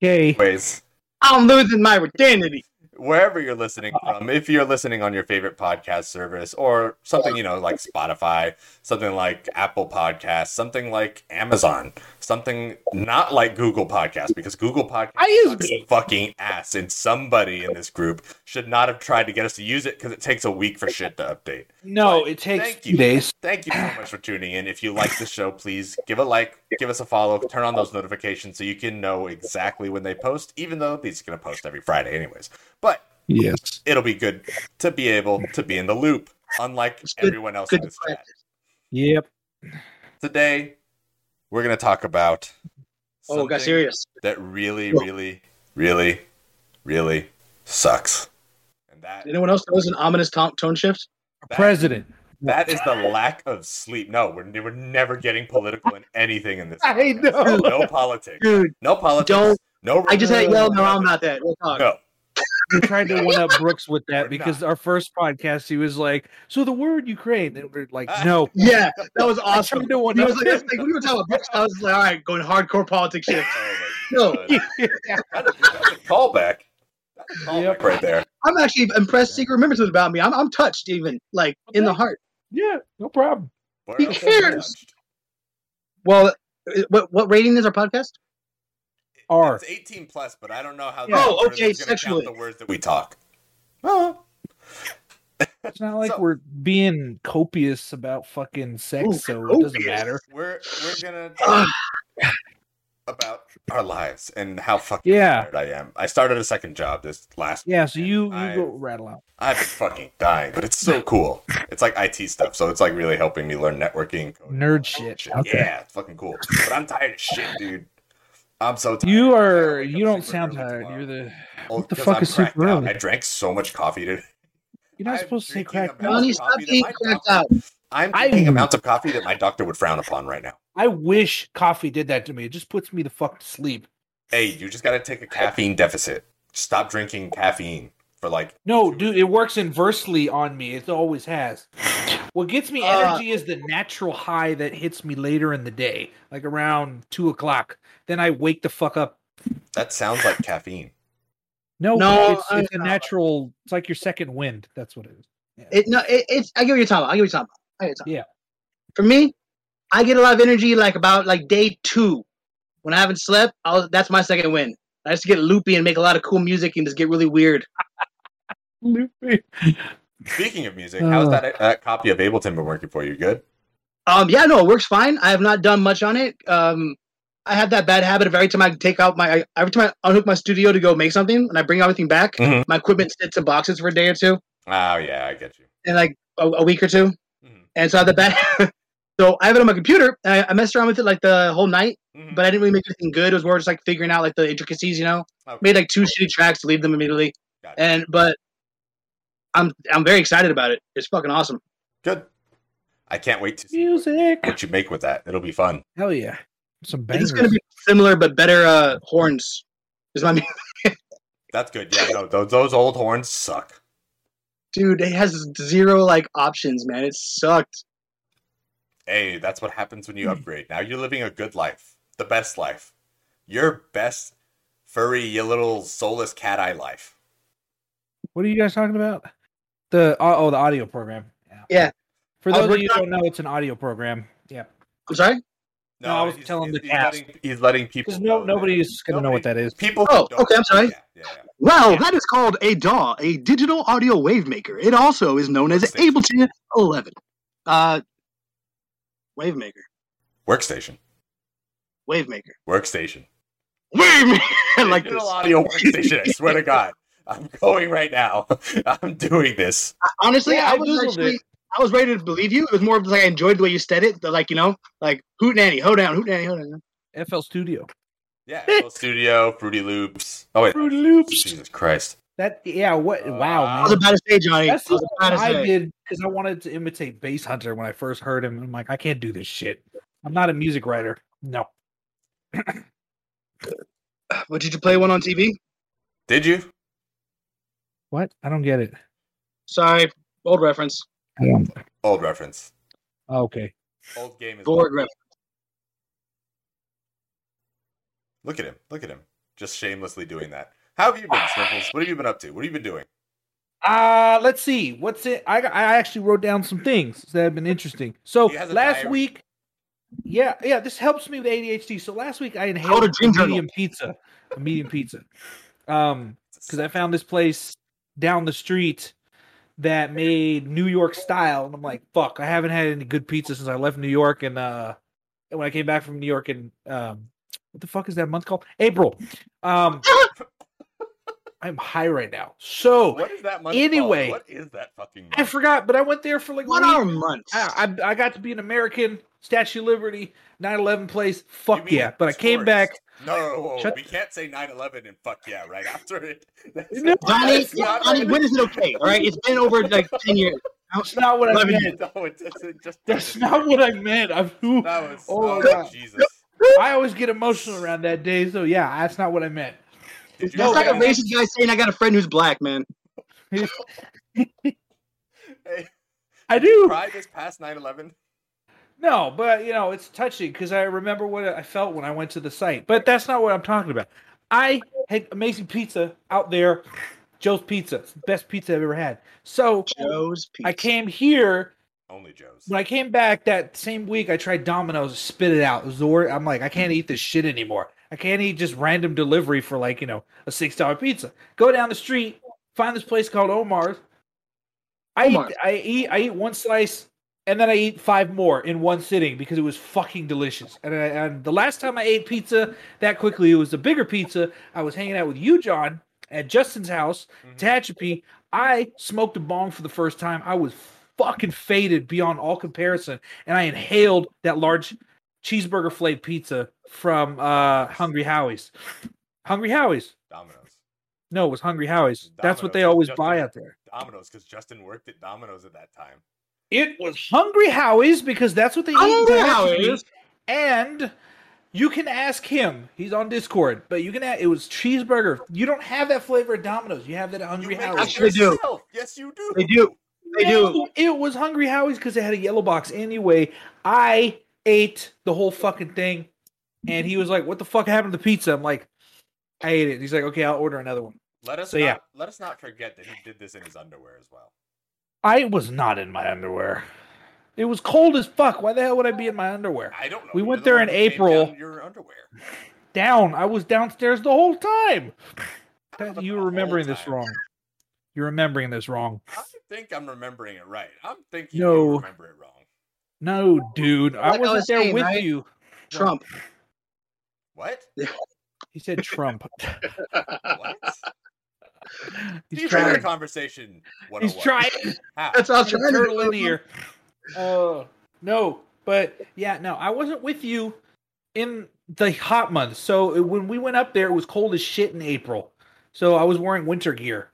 [SPEAKER 1] Yay.
[SPEAKER 3] Anyways,
[SPEAKER 2] I'm losing my virginity.
[SPEAKER 3] wherever you're listening
[SPEAKER 1] Uh-huh.
[SPEAKER 3] from, if you're listening on your favorite podcast service or something, you know, like Spotify, something like Apple Podcasts, something like Amazon, something not like Google Podcasts, because Google Podcasts
[SPEAKER 1] I use
[SPEAKER 3] sucks
[SPEAKER 1] Google.
[SPEAKER 3] fucking ass, and somebody in this group should not have tried to get us to use it because it takes a week for shit to update.
[SPEAKER 1] No,
[SPEAKER 3] But
[SPEAKER 1] it takes
[SPEAKER 3] thank
[SPEAKER 1] two
[SPEAKER 3] you.
[SPEAKER 1] days.
[SPEAKER 3] Thank you so much for tuning in. If you like the show, please give a like, give us a follow, turn on those notifications so you can know exactly when they post, even though these are going to post every Friday, anyways. But
[SPEAKER 1] Yes.
[SPEAKER 3] it'll be good to be able to be in the loop, unlike
[SPEAKER 2] It's good-
[SPEAKER 3] everyone else
[SPEAKER 2] Good
[SPEAKER 3] in
[SPEAKER 2] to
[SPEAKER 3] this chat.
[SPEAKER 2] practice.
[SPEAKER 1] Yep.
[SPEAKER 3] Today, we're going to talk about
[SPEAKER 2] Oh, it got
[SPEAKER 3] something
[SPEAKER 2] serious.
[SPEAKER 3] that really,
[SPEAKER 2] Whoa.
[SPEAKER 3] really, really, really sucks. And that,
[SPEAKER 2] Anyone else knows an ominous to- tone shift?
[SPEAKER 1] President.
[SPEAKER 3] that is the lack of sleep. No, we're, ne- we're never getting political in
[SPEAKER 2] <laughs>
[SPEAKER 3] anything in this.
[SPEAKER 1] I
[SPEAKER 3] podcast.
[SPEAKER 1] know.
[SPEAKER 3] No politics.
[SPEAKER 2] Dude,
[SPEAKER 3] No politics.
[SPEAKER 2] Don't-
[SPEAKER 3] No.
[SPEAKER 2] I just had to yell. No, I'm not that. We'll talk.
[SPEAKER 3] No.
[SPEAKER 1] We're trying to one up Brooks with that
[SPEAKER 3] We're
[SPEAKER 1] because our first podcast, he was like, So the word Ukraine. And we're like,
[SPEAKER 3] <laughs>
[SPEAKER 1] No.
[SPEAKER 2] Yeah, that was awesome.
[SPEAKER 1] Trying to one
[SPEAKER 2] He
[SPEAKER 1] up.
[SPEAKER 2] was like, that's like, we were talking about books. I was like, all right, going hardcore politics shift.
[SPEAKER 3] Oh my
[SPEAKER 2] <laughs> No.
[SPEAKER 3] God. That's a- that's a callback. That's a callback
[SPEAKER 1] Yep.
[SPEAKER 3] right there.
[SPEAKER 2] I'm actually impressed. Seeker remembers something about me. I'm, I'm touched, even like in the heart.
[SPEAKER 1] yeah, no problem.
[SPEAKER 3] Where
[SPEAKER 2] He
[SPEAKER 3] else have we
[SPEAKER 2] cares.
[SPEAKER 3] touched?
[SPEAKER 2] Well, uh, what what rating is our podcast?
[SPEAKER 1] R.
[SPEAKER 3] It's 18 plus, but I don't know how.
[SPEAKER 1] Yeah.
[SPEAKER 2] Oh,
[SPEAKER 3] algorithm's
[SPEAKER 2] okay,
[SPEAKER 3] gonna count
[SPEAKER 2] sexually.
[SPEAKER 3] The words that we talk. Oh,
[SPEAKER 1] It's not like
[SPEAKER 3] So-
[SPEAKER 1] we're being copious about fucking sex,
[SPEAKER 2] Ooh,
[SPEAKER 1] so it doesn't
[SPEAKER 2] copious.
[SPEAKER 1] matter.
[SPEAKER 3] we're we're
[SPEAKER 1] <sighs>
[SPEAKER 3] gonna talk about our lives and how fucking
[SPEAKER 1] Yeah.
[SPEAKER 3] tired I am. I started a second job this last.
[SPEAKER 1] Yeah, so you, you
[SPEAKER 3] I-
[SPEAKER 1] go rattle out.
[SPEAKER 3] I've been fucking dying, but it's so cool. It's like IT stuff, so it's like really helping me learn networking. coding,
[SPEAKER 1] Nerd
[SPEAKER 3] all that
[SPEAKER 1] shit.
[SPEAKER 3] Oh, shit.
[SPEAKER 1] Okay.
[SPEAKER 3] Yeah, it's fucking cool. But I'm tired as shit, dude. I'm so tired.
[SPEAKER 1] You
[SPEAKER 3] I gotta
[SPEAKER 1] are
[SPEAKER 3] wake
[SPEAKER 1] you
[SPEAKER 3] up
[SPEAKER 1] don't
[SPEAKER 3] super
[SPEAKER 1] sound
[SPEAKER 3] early
[SPEAKER 1] tired.
[SPEAKER 3] tomorrow.
[SPEAKER 1] You're the
[SPEAKER 3] Oh,
[SPEAKER 1] What the
[SPEAKER 3] 'cause
[SPEAKER 1] fuck
[SPEAKER 3] I'm
[SPEAKER 1] is super
[SPEAKER 3] cracked out.
[SPEAKER 1] early?
[SPEAKER 3] I drank so much coffee today.
[SPEAKER 1] you're not
[SPEAKER 3] I'm
[SPEAKER 1] supposed to say
[SPEAKER 3] drinking
[SPEAKER 1] crack.
[SPEAKER 3] a
[SPEAKER 1] now.
[SPEAKER 2] Johnny,
[SPEAKER 3] Copy
[SPEAKER 2] stop
[SPEAKER 3] that
[SPEAKER 2] being
[SPEAKER 3] my
[SPEAKER 2] cracked
[SPEAKER 3] doctor-
[SPEAKER 2] out.
[SPEAKER 3] I'm
[SPEAKER 1] I-
[SPEAKER 3] drinking amounts of coffee that my doctor would frown upon right now.
[SPEAKER 1] I wish coffee did that to me. It just puts me the fuck to sleep.
[SPEAKER 3] Hey, you just got to take a caffeine deficit. Stop drinking caffeine for like.
[SPEAKER 1] No, dude, it works inversely on me. It always has. What gets me
[SPEAKER 2] Uh,
[SPEAKER 1] energy is the natural high that hits me later in the day, like around two o'clock. Then I wake the fuck up.
[SPEAKER 3] That sounds like caffeine.
[SPEAKER 1] No,
[SPEAKER 2] No,
[SPEAKER 1] it's,
[SPEAKER 2] I-
[SPEAKER 1] it's a natural. It's like your second wind. That's what it is.
[SPEAKER 2] It, no, it, it's I get what you're talking about. I get what you're talking about. I get what you're
[SPEAKER 1] Yeah.
[SPEAKER 2] talking about. For me, I get a lot of energy like about like day two, when I haven't slept. I'll, that's my second win. I just get loopy and make a lot of cool music and just get really weird.
[SPEAKER 1] Loopy.
[SPEAKER 3] Speaking of music, how's
[SPEAKER 1] Uh.
[SPEAKER 3] that, that copy of Ableton been working for you? Good.
[SPEAKER 2] Um, yeah, no, it works fine. I have not done much on it. Um, I have that bad habit of every time I take out my, every time I unhook my studio to go make something and I bring everything back,
[SPEAKER 3] Mhm.
[SPEAKER 2] my equipment sits in boxes for a day or two
[SPEAKER 3] Oh yeah, I get you.
[SPEAKER 2] and like a, a week or two.
[SPEAKER 3] Mhm.
[SPEAKER 2] And so I have the bad, <laughs> so I have it on my computer and I, I messed around with it like the whole night,
[SPEAKER 3] Mhm.
[SPEAKER 2] but I didn't really make anything good. It was more just like figuring out like the intricacies, you know,
[SPEAKER 3] Okay.
[SPEAKER 2] made like two shitty tracks, leave them immediately.
[SPEAKER 3] Gotcha.
[SPEAKER 1] eh.
[SPEAKER 2] And, but I'm, I'm very excited about it. It's fucking awesome.
[SPEAKER 3] Good. I can't wait to see what-
[SPEAKER 1] Music.
[SPEAKER 3] what you make with that. It'll be fun.
[SPEAKER 1] Hell yeah. Some
[SPEAKER 2] It's
[SPEAKER 1] bangers.
[SPEAKER 2] going to be similar, but better, uh, horns is my <laughs>
[SPEAKER 3] That's good. Yeah, no, those, those old horns suck.
[SPEAKER 2] dude it has zero like options man it sucked
[SPEAKER 3] Hey, that's what happens
[SPEAKER 1] Hmm.
[SPEAKER 3] when you upgrade. Now you're living a good life, the best life, your best furry your little soulless cat eye life.
[SPEAKER 1] What are you guys talking about? The oh, oh the audio program. Yeah. Uh,
[SPEAKER 2] Yeah.
[SPEAKER 1] For
[SPEAKER 2] I was
[SPEAKER 1] those of
[SPEAKER 2] working
[SPEAKER 1] you who don't know, it's an audio program. Yeah.
[SPEAKER 2] i'm sorry
[SPEAKER 1] No, I was telling the cast.
[SPEAKER 3] Letting, he's letting people.
[SPEAKER 1] Because
[SPEAKER 3] know
[SPEAKER 1] no
[SPEAKER 3] that-
[SPEAKER 1] nobody is gonna know what that is.
[SPEAKER 3] People.
[SPEAKER 2] Oh,
[SPEAKER 3] don't-
[SPEAKER 2] okay, I'm sorry.
[SPEAKER 3] Yeah, yeah, yeah.
[SPEAKER 2] wow that is called a daw a digital audio wave maker it also is known as ableton 11 uh wave maker
[SPEAKER 3] Workstation.
[SPEAKER 2] wave maker
[SPEAKER 3] Workstation.
[SPEAKER 2] wave maker <laughs> i like
[SPEAKER 3] Digital
[SPEAKER 2] this
[SPEAKER 3] audio workstation. I swear to God, I'm going right now. <laughs> I'm doing this.
[SPEAKER 2] honestly
[SPEAKER 1] Yeah, I
[SPEAKER 2] i was
[SPEAKER 1] Googled
[SPEAKER 2] actually
[SPEAKER 1] it.
[SPEAKER 2] i was ready to believe you it was more of like i enjoyed the way you said it the, like you know like hoot nanny ho down hoot nanny ho down
[SPEAKER 1] FL Studio.
[SPEAKER 3] Yeah.
[SPEAKER 1] <laughs>
[SPEAKER 3] Apple Studio, Fruity Loops. Oh wait.
[SPEAKER 1] Fruity Loops.
[SPEAKER 3] Jesus Christ.
[SPEAKER 1] That yeah,
[SPEAKER 3] Uh,
[SPEAKER 1] what
[SPEAKER 2] i
[SPEAKER 1] wow,
[SPEAKER 2] was
[SPEAKER 1] man.
[SPEAKER 2] about to say johnny
[SPEAKER 1] That's
[SPEAKER 2] i was
[SPEAKER 1] just
[SPEAKER 2] about
[SPEAKER 1] what
[SPEAKER 2] to
[SPEAKER 1] I
[SPEAKER 2] say
[SPEAKER 1] did because I wanted to imitate Bass Hunter when I first heard him. I'm like, I can't do this shit. I'm not a music writer. No.
[SPEAKER 2] but did you play one on tv
[SPEAKER 3] Did you?
[SPEAKER 1] What? I don't get it.
[SPEAKER 2] sorry old reference
[SPEAKER 3] Old reference.
[SPEAKER 1] Oh, okay.
[SPEAKER 3] Old game is
[SPEAKER 2] Borg reference.
[SPEAKER 3] Look at him. Look at him. Just shamelessly doing that. How have you been, Sniffles? What have you been up to? What have you been doing?
[SPEAKER 1] Uh, let's see. What's it? I I actually wrote down some things that have been interesting. So
[SPEAKER 3] He has
[SPEAKER 1] last
[SPEAKER 3] a diary.
[SPEAKER 1] week, yeah, yeah, this helps me with ADHD. So last week I
[SPEAKER 2] Call
[SPEAKER 1] inhaled
[SPEAKER 2] it a dream
[SPEAKER 1] a
[SPEAKER 2] journal.
[SPEAKER 1] medium pizza, a medium pizza, um, because I found this place down the street that made New York style, and I'm like, fuck, I haven't had any good pizza since I left New York, and uh, and when I came back from New York, in um, what the fuck is that month called? April. Um, I'm high right now, so.
[SPEAKER 3] What is that money? called?
[SPEAKER 1] Oh, Anyway.
[SPEAKER 3] what is that fucking?
[SPEAKER 1] I
[SPEAKER 3] money?
[SPEAKER 1] forgot, but I went there for like a
[SPEAKER 2] What
[SPEAKER 1] week.
[SPEAKER 2] are months?
[SPEAKER 1] I, I I got to be an American, Statue of Liberty, 9/11 place.
[SPEAKER 3] You
[SPEAKER 1] Fuck
[SPEAKER 3] mean
[SPEAKER 1] yeah! But I came
[SPEAKER 3] tourists.
[SPEAKER 1] back.
[SPEAKER 3] No, no, no, no,
[SPEAKER 1] Shut-
[SPEAKER 3] we can't say 9/11 and fuck yeah right after it. <laughs> That's-
[SPEAKER 1] No,
[SPEAKER 2] Johnny,
[SPEAKER 3] that's not-
[SPEAKER 2] Johnny, when is it okay? All right, it's been over like
[SPEAKER 1] <laughs>
[SPEAKER 2] ten years.
[SPEAKER 1] That's not what I <laughs>
[SPEAKER 2] Let me-
[SPEAKER 1] meant.
[SPEAKER 3] No, it doesn't. Just
[SPEAKER 1] That's not what I meant. I'm <laughs> who
[SPEAKER 3] That was.
[SPEAKER 1] Oh,
[SPEAKER 3] Oh,
[SPEAKER 1] God.
[SPEAKER 3] Jesus.
[SPEAKER 1] I always get emotional around that day. So yeah, that's not what I meant.
[SPEAKER 3] Did you
[SPEAKER 2] That's like a
[SPEAKER 3] guys-
[SPEAKER 2] racist guy saying I got a friend who's black, man.
[SPEAKER 3] <laughs> Hey,
[SPEAKER 1] I do.
[SPEAKER 3] Cry this past 9/11.
[SPEAKER 1] No, but you know, it's touching because I remember what I felt when I went to the site. But that's not what I'm talking about. I had amazing pizza out there, Joe's Pizza, It's the best pizza I've ever had. So
[SPEAKER 2] Joe's pizza.
[SPEAKER 1] I came here
[SPEAKER 3] Only Joe's.
[SPEAKER 1] when I came back that same week, I tried Domino's, spit it out. It was the wor- I'm like, I can't eat this shit anymore. I can't eat just random delivery for like you know a six dollar pizza. Go down the street, find this place called Omar's. I
[SPEAKER 2] Omar's.
[SPEAKER 1] eat, I eat I eat one slice and then I eat five more in one sitting because it was fucking delicious. And, I, and the last time I ate pizza that quickly, it was a bigger pizza. I was hanging out with you, John, at Justin's house,
[SPEAKER 3] Mhm.
[SPEAKER 1] Tehachapi. I smoked a bong for the first time. I was fucking faded beyond all comparison, and I inhaled that large cheeseburger flavored pizza from uh, Hungry Howie's. Hungry Howie's?
[SPEAKER 3] Domino's.
[SPEAKER 1] No, it was Hungry Howie's. That's what
[SPEAKER 3] Domino's,
[SPEAKER 1] they always
[SPEAKER 3] Justin.
[SPEAKER 1] buy out there.
[SPEAKER 3] Domino's, because Justin worked at Domino's at that time.
[SPEAKER 1] It was Hungry Howie's because that's what they eat. in
[SPEAKER 2] Hungry
[SPEAKER 1] Tehachapi,
[SPEAKER 2] Howie's.
[SPEAKER 1] And you can ask him. He's on Discord, but you can ask. It was cheeseburger. You don't have that flavor at Domino's. You have that at Hungry
[SPEAKER 3] You make it
[SPEAKER 1] Howie's.
[SPEAKER 2] Actually, they do.
[SPEAKER 3] yourself. Yes, you do.
[SPEAKER 2] They do. They do.
[SPEAKER 1] No, It was Hungry Howie's because it had a yellow box. Anyway, I ate the whole fucking thing, and he was like, "What the fuck happened to the pizza?" I'm like, "I ate it." He's like, "Okay, I'll order another one."
[SPEAKER 3] Let us
[SPEAKER 1] So,
[SPEAKER 3] not,
[SPEAKER 1] yeah.
[SPEAKER 3] let us not forget that he did this in his underwear as well.
[SPEAKER 1] I was not in my underwear. It was cold as fuck. Why the hell would I be in my underwear?
[SPEAKER 3] I don't know.
[SPEAKER 1] We
[SPEAKER 3] You're
[SPEAKER 1] went
[SPEAKER 3] the
[SPEAKER 1] there
[SPEAKER 3] one
[SPEAKER 1] in
[SPEAKER 3] who came
[SPEAKER 1] April.
[SPEAKER 3] down in Your underwear.
[SPEAKER 1] Down. I was downstairs the whole <laughs> time.
[SPEAKER 3] I don't know
[SPEAKER 1] you're
[SPEAKER 3] about the
[SPEAKER 1] remembering
[SPEAKER 3] whole
[SPEAKER 1] this
[SPEAKER 3] time.
[SPEAKER 1] wrong. You're remembering this wrong.
[SPEAKER 3] I think I'm remembering it right. I'm thinking
[SPEAKER 1] No.
[SPEAKER 3] you remember it wrong.
[SPEAKER 1] No, dude, I
[SPEAKER 2] Like I
[SPEAKER 1] wasn't
[SPEAKER 2] was
[SPEAKER 1] there
[SPEAKER 2] saying,
[SPEAKER 1] with
[SPEAKER 2] right?
[SPEAKER 1] you. <laughs>
[SPEAKER 2] Trump.
[SPEAKER 3] What?
[SPEAKER 1] He said
[SPEAKER 2] <laughs>
[SPEAKER 1] Trump.
[SPEAKER 3] What?
[SPEAKER 1] <laughs> he's
[SPEAKER 3] These
[SPEAKER 2] trying.
[SPEAKER 3] are
[SPEAKER 1] trying.
[SPEAKER 3] conversation.
[SPEAKER 1] He's
[SPEAKER 3] 101.
[SPEAKER 1] trying.
[SPEAKER 3] How?
[SPEAKER 2] That's all. I'm trying to
[SPEAKER 1] Turn
[SPEAKER 2] do.
[SPEAKER 1] linear. Oh no, but yeah, no, I wasn't with you in the hot months. So it- when we went up there, it was cold as shit in April. So I was wearing winter gear.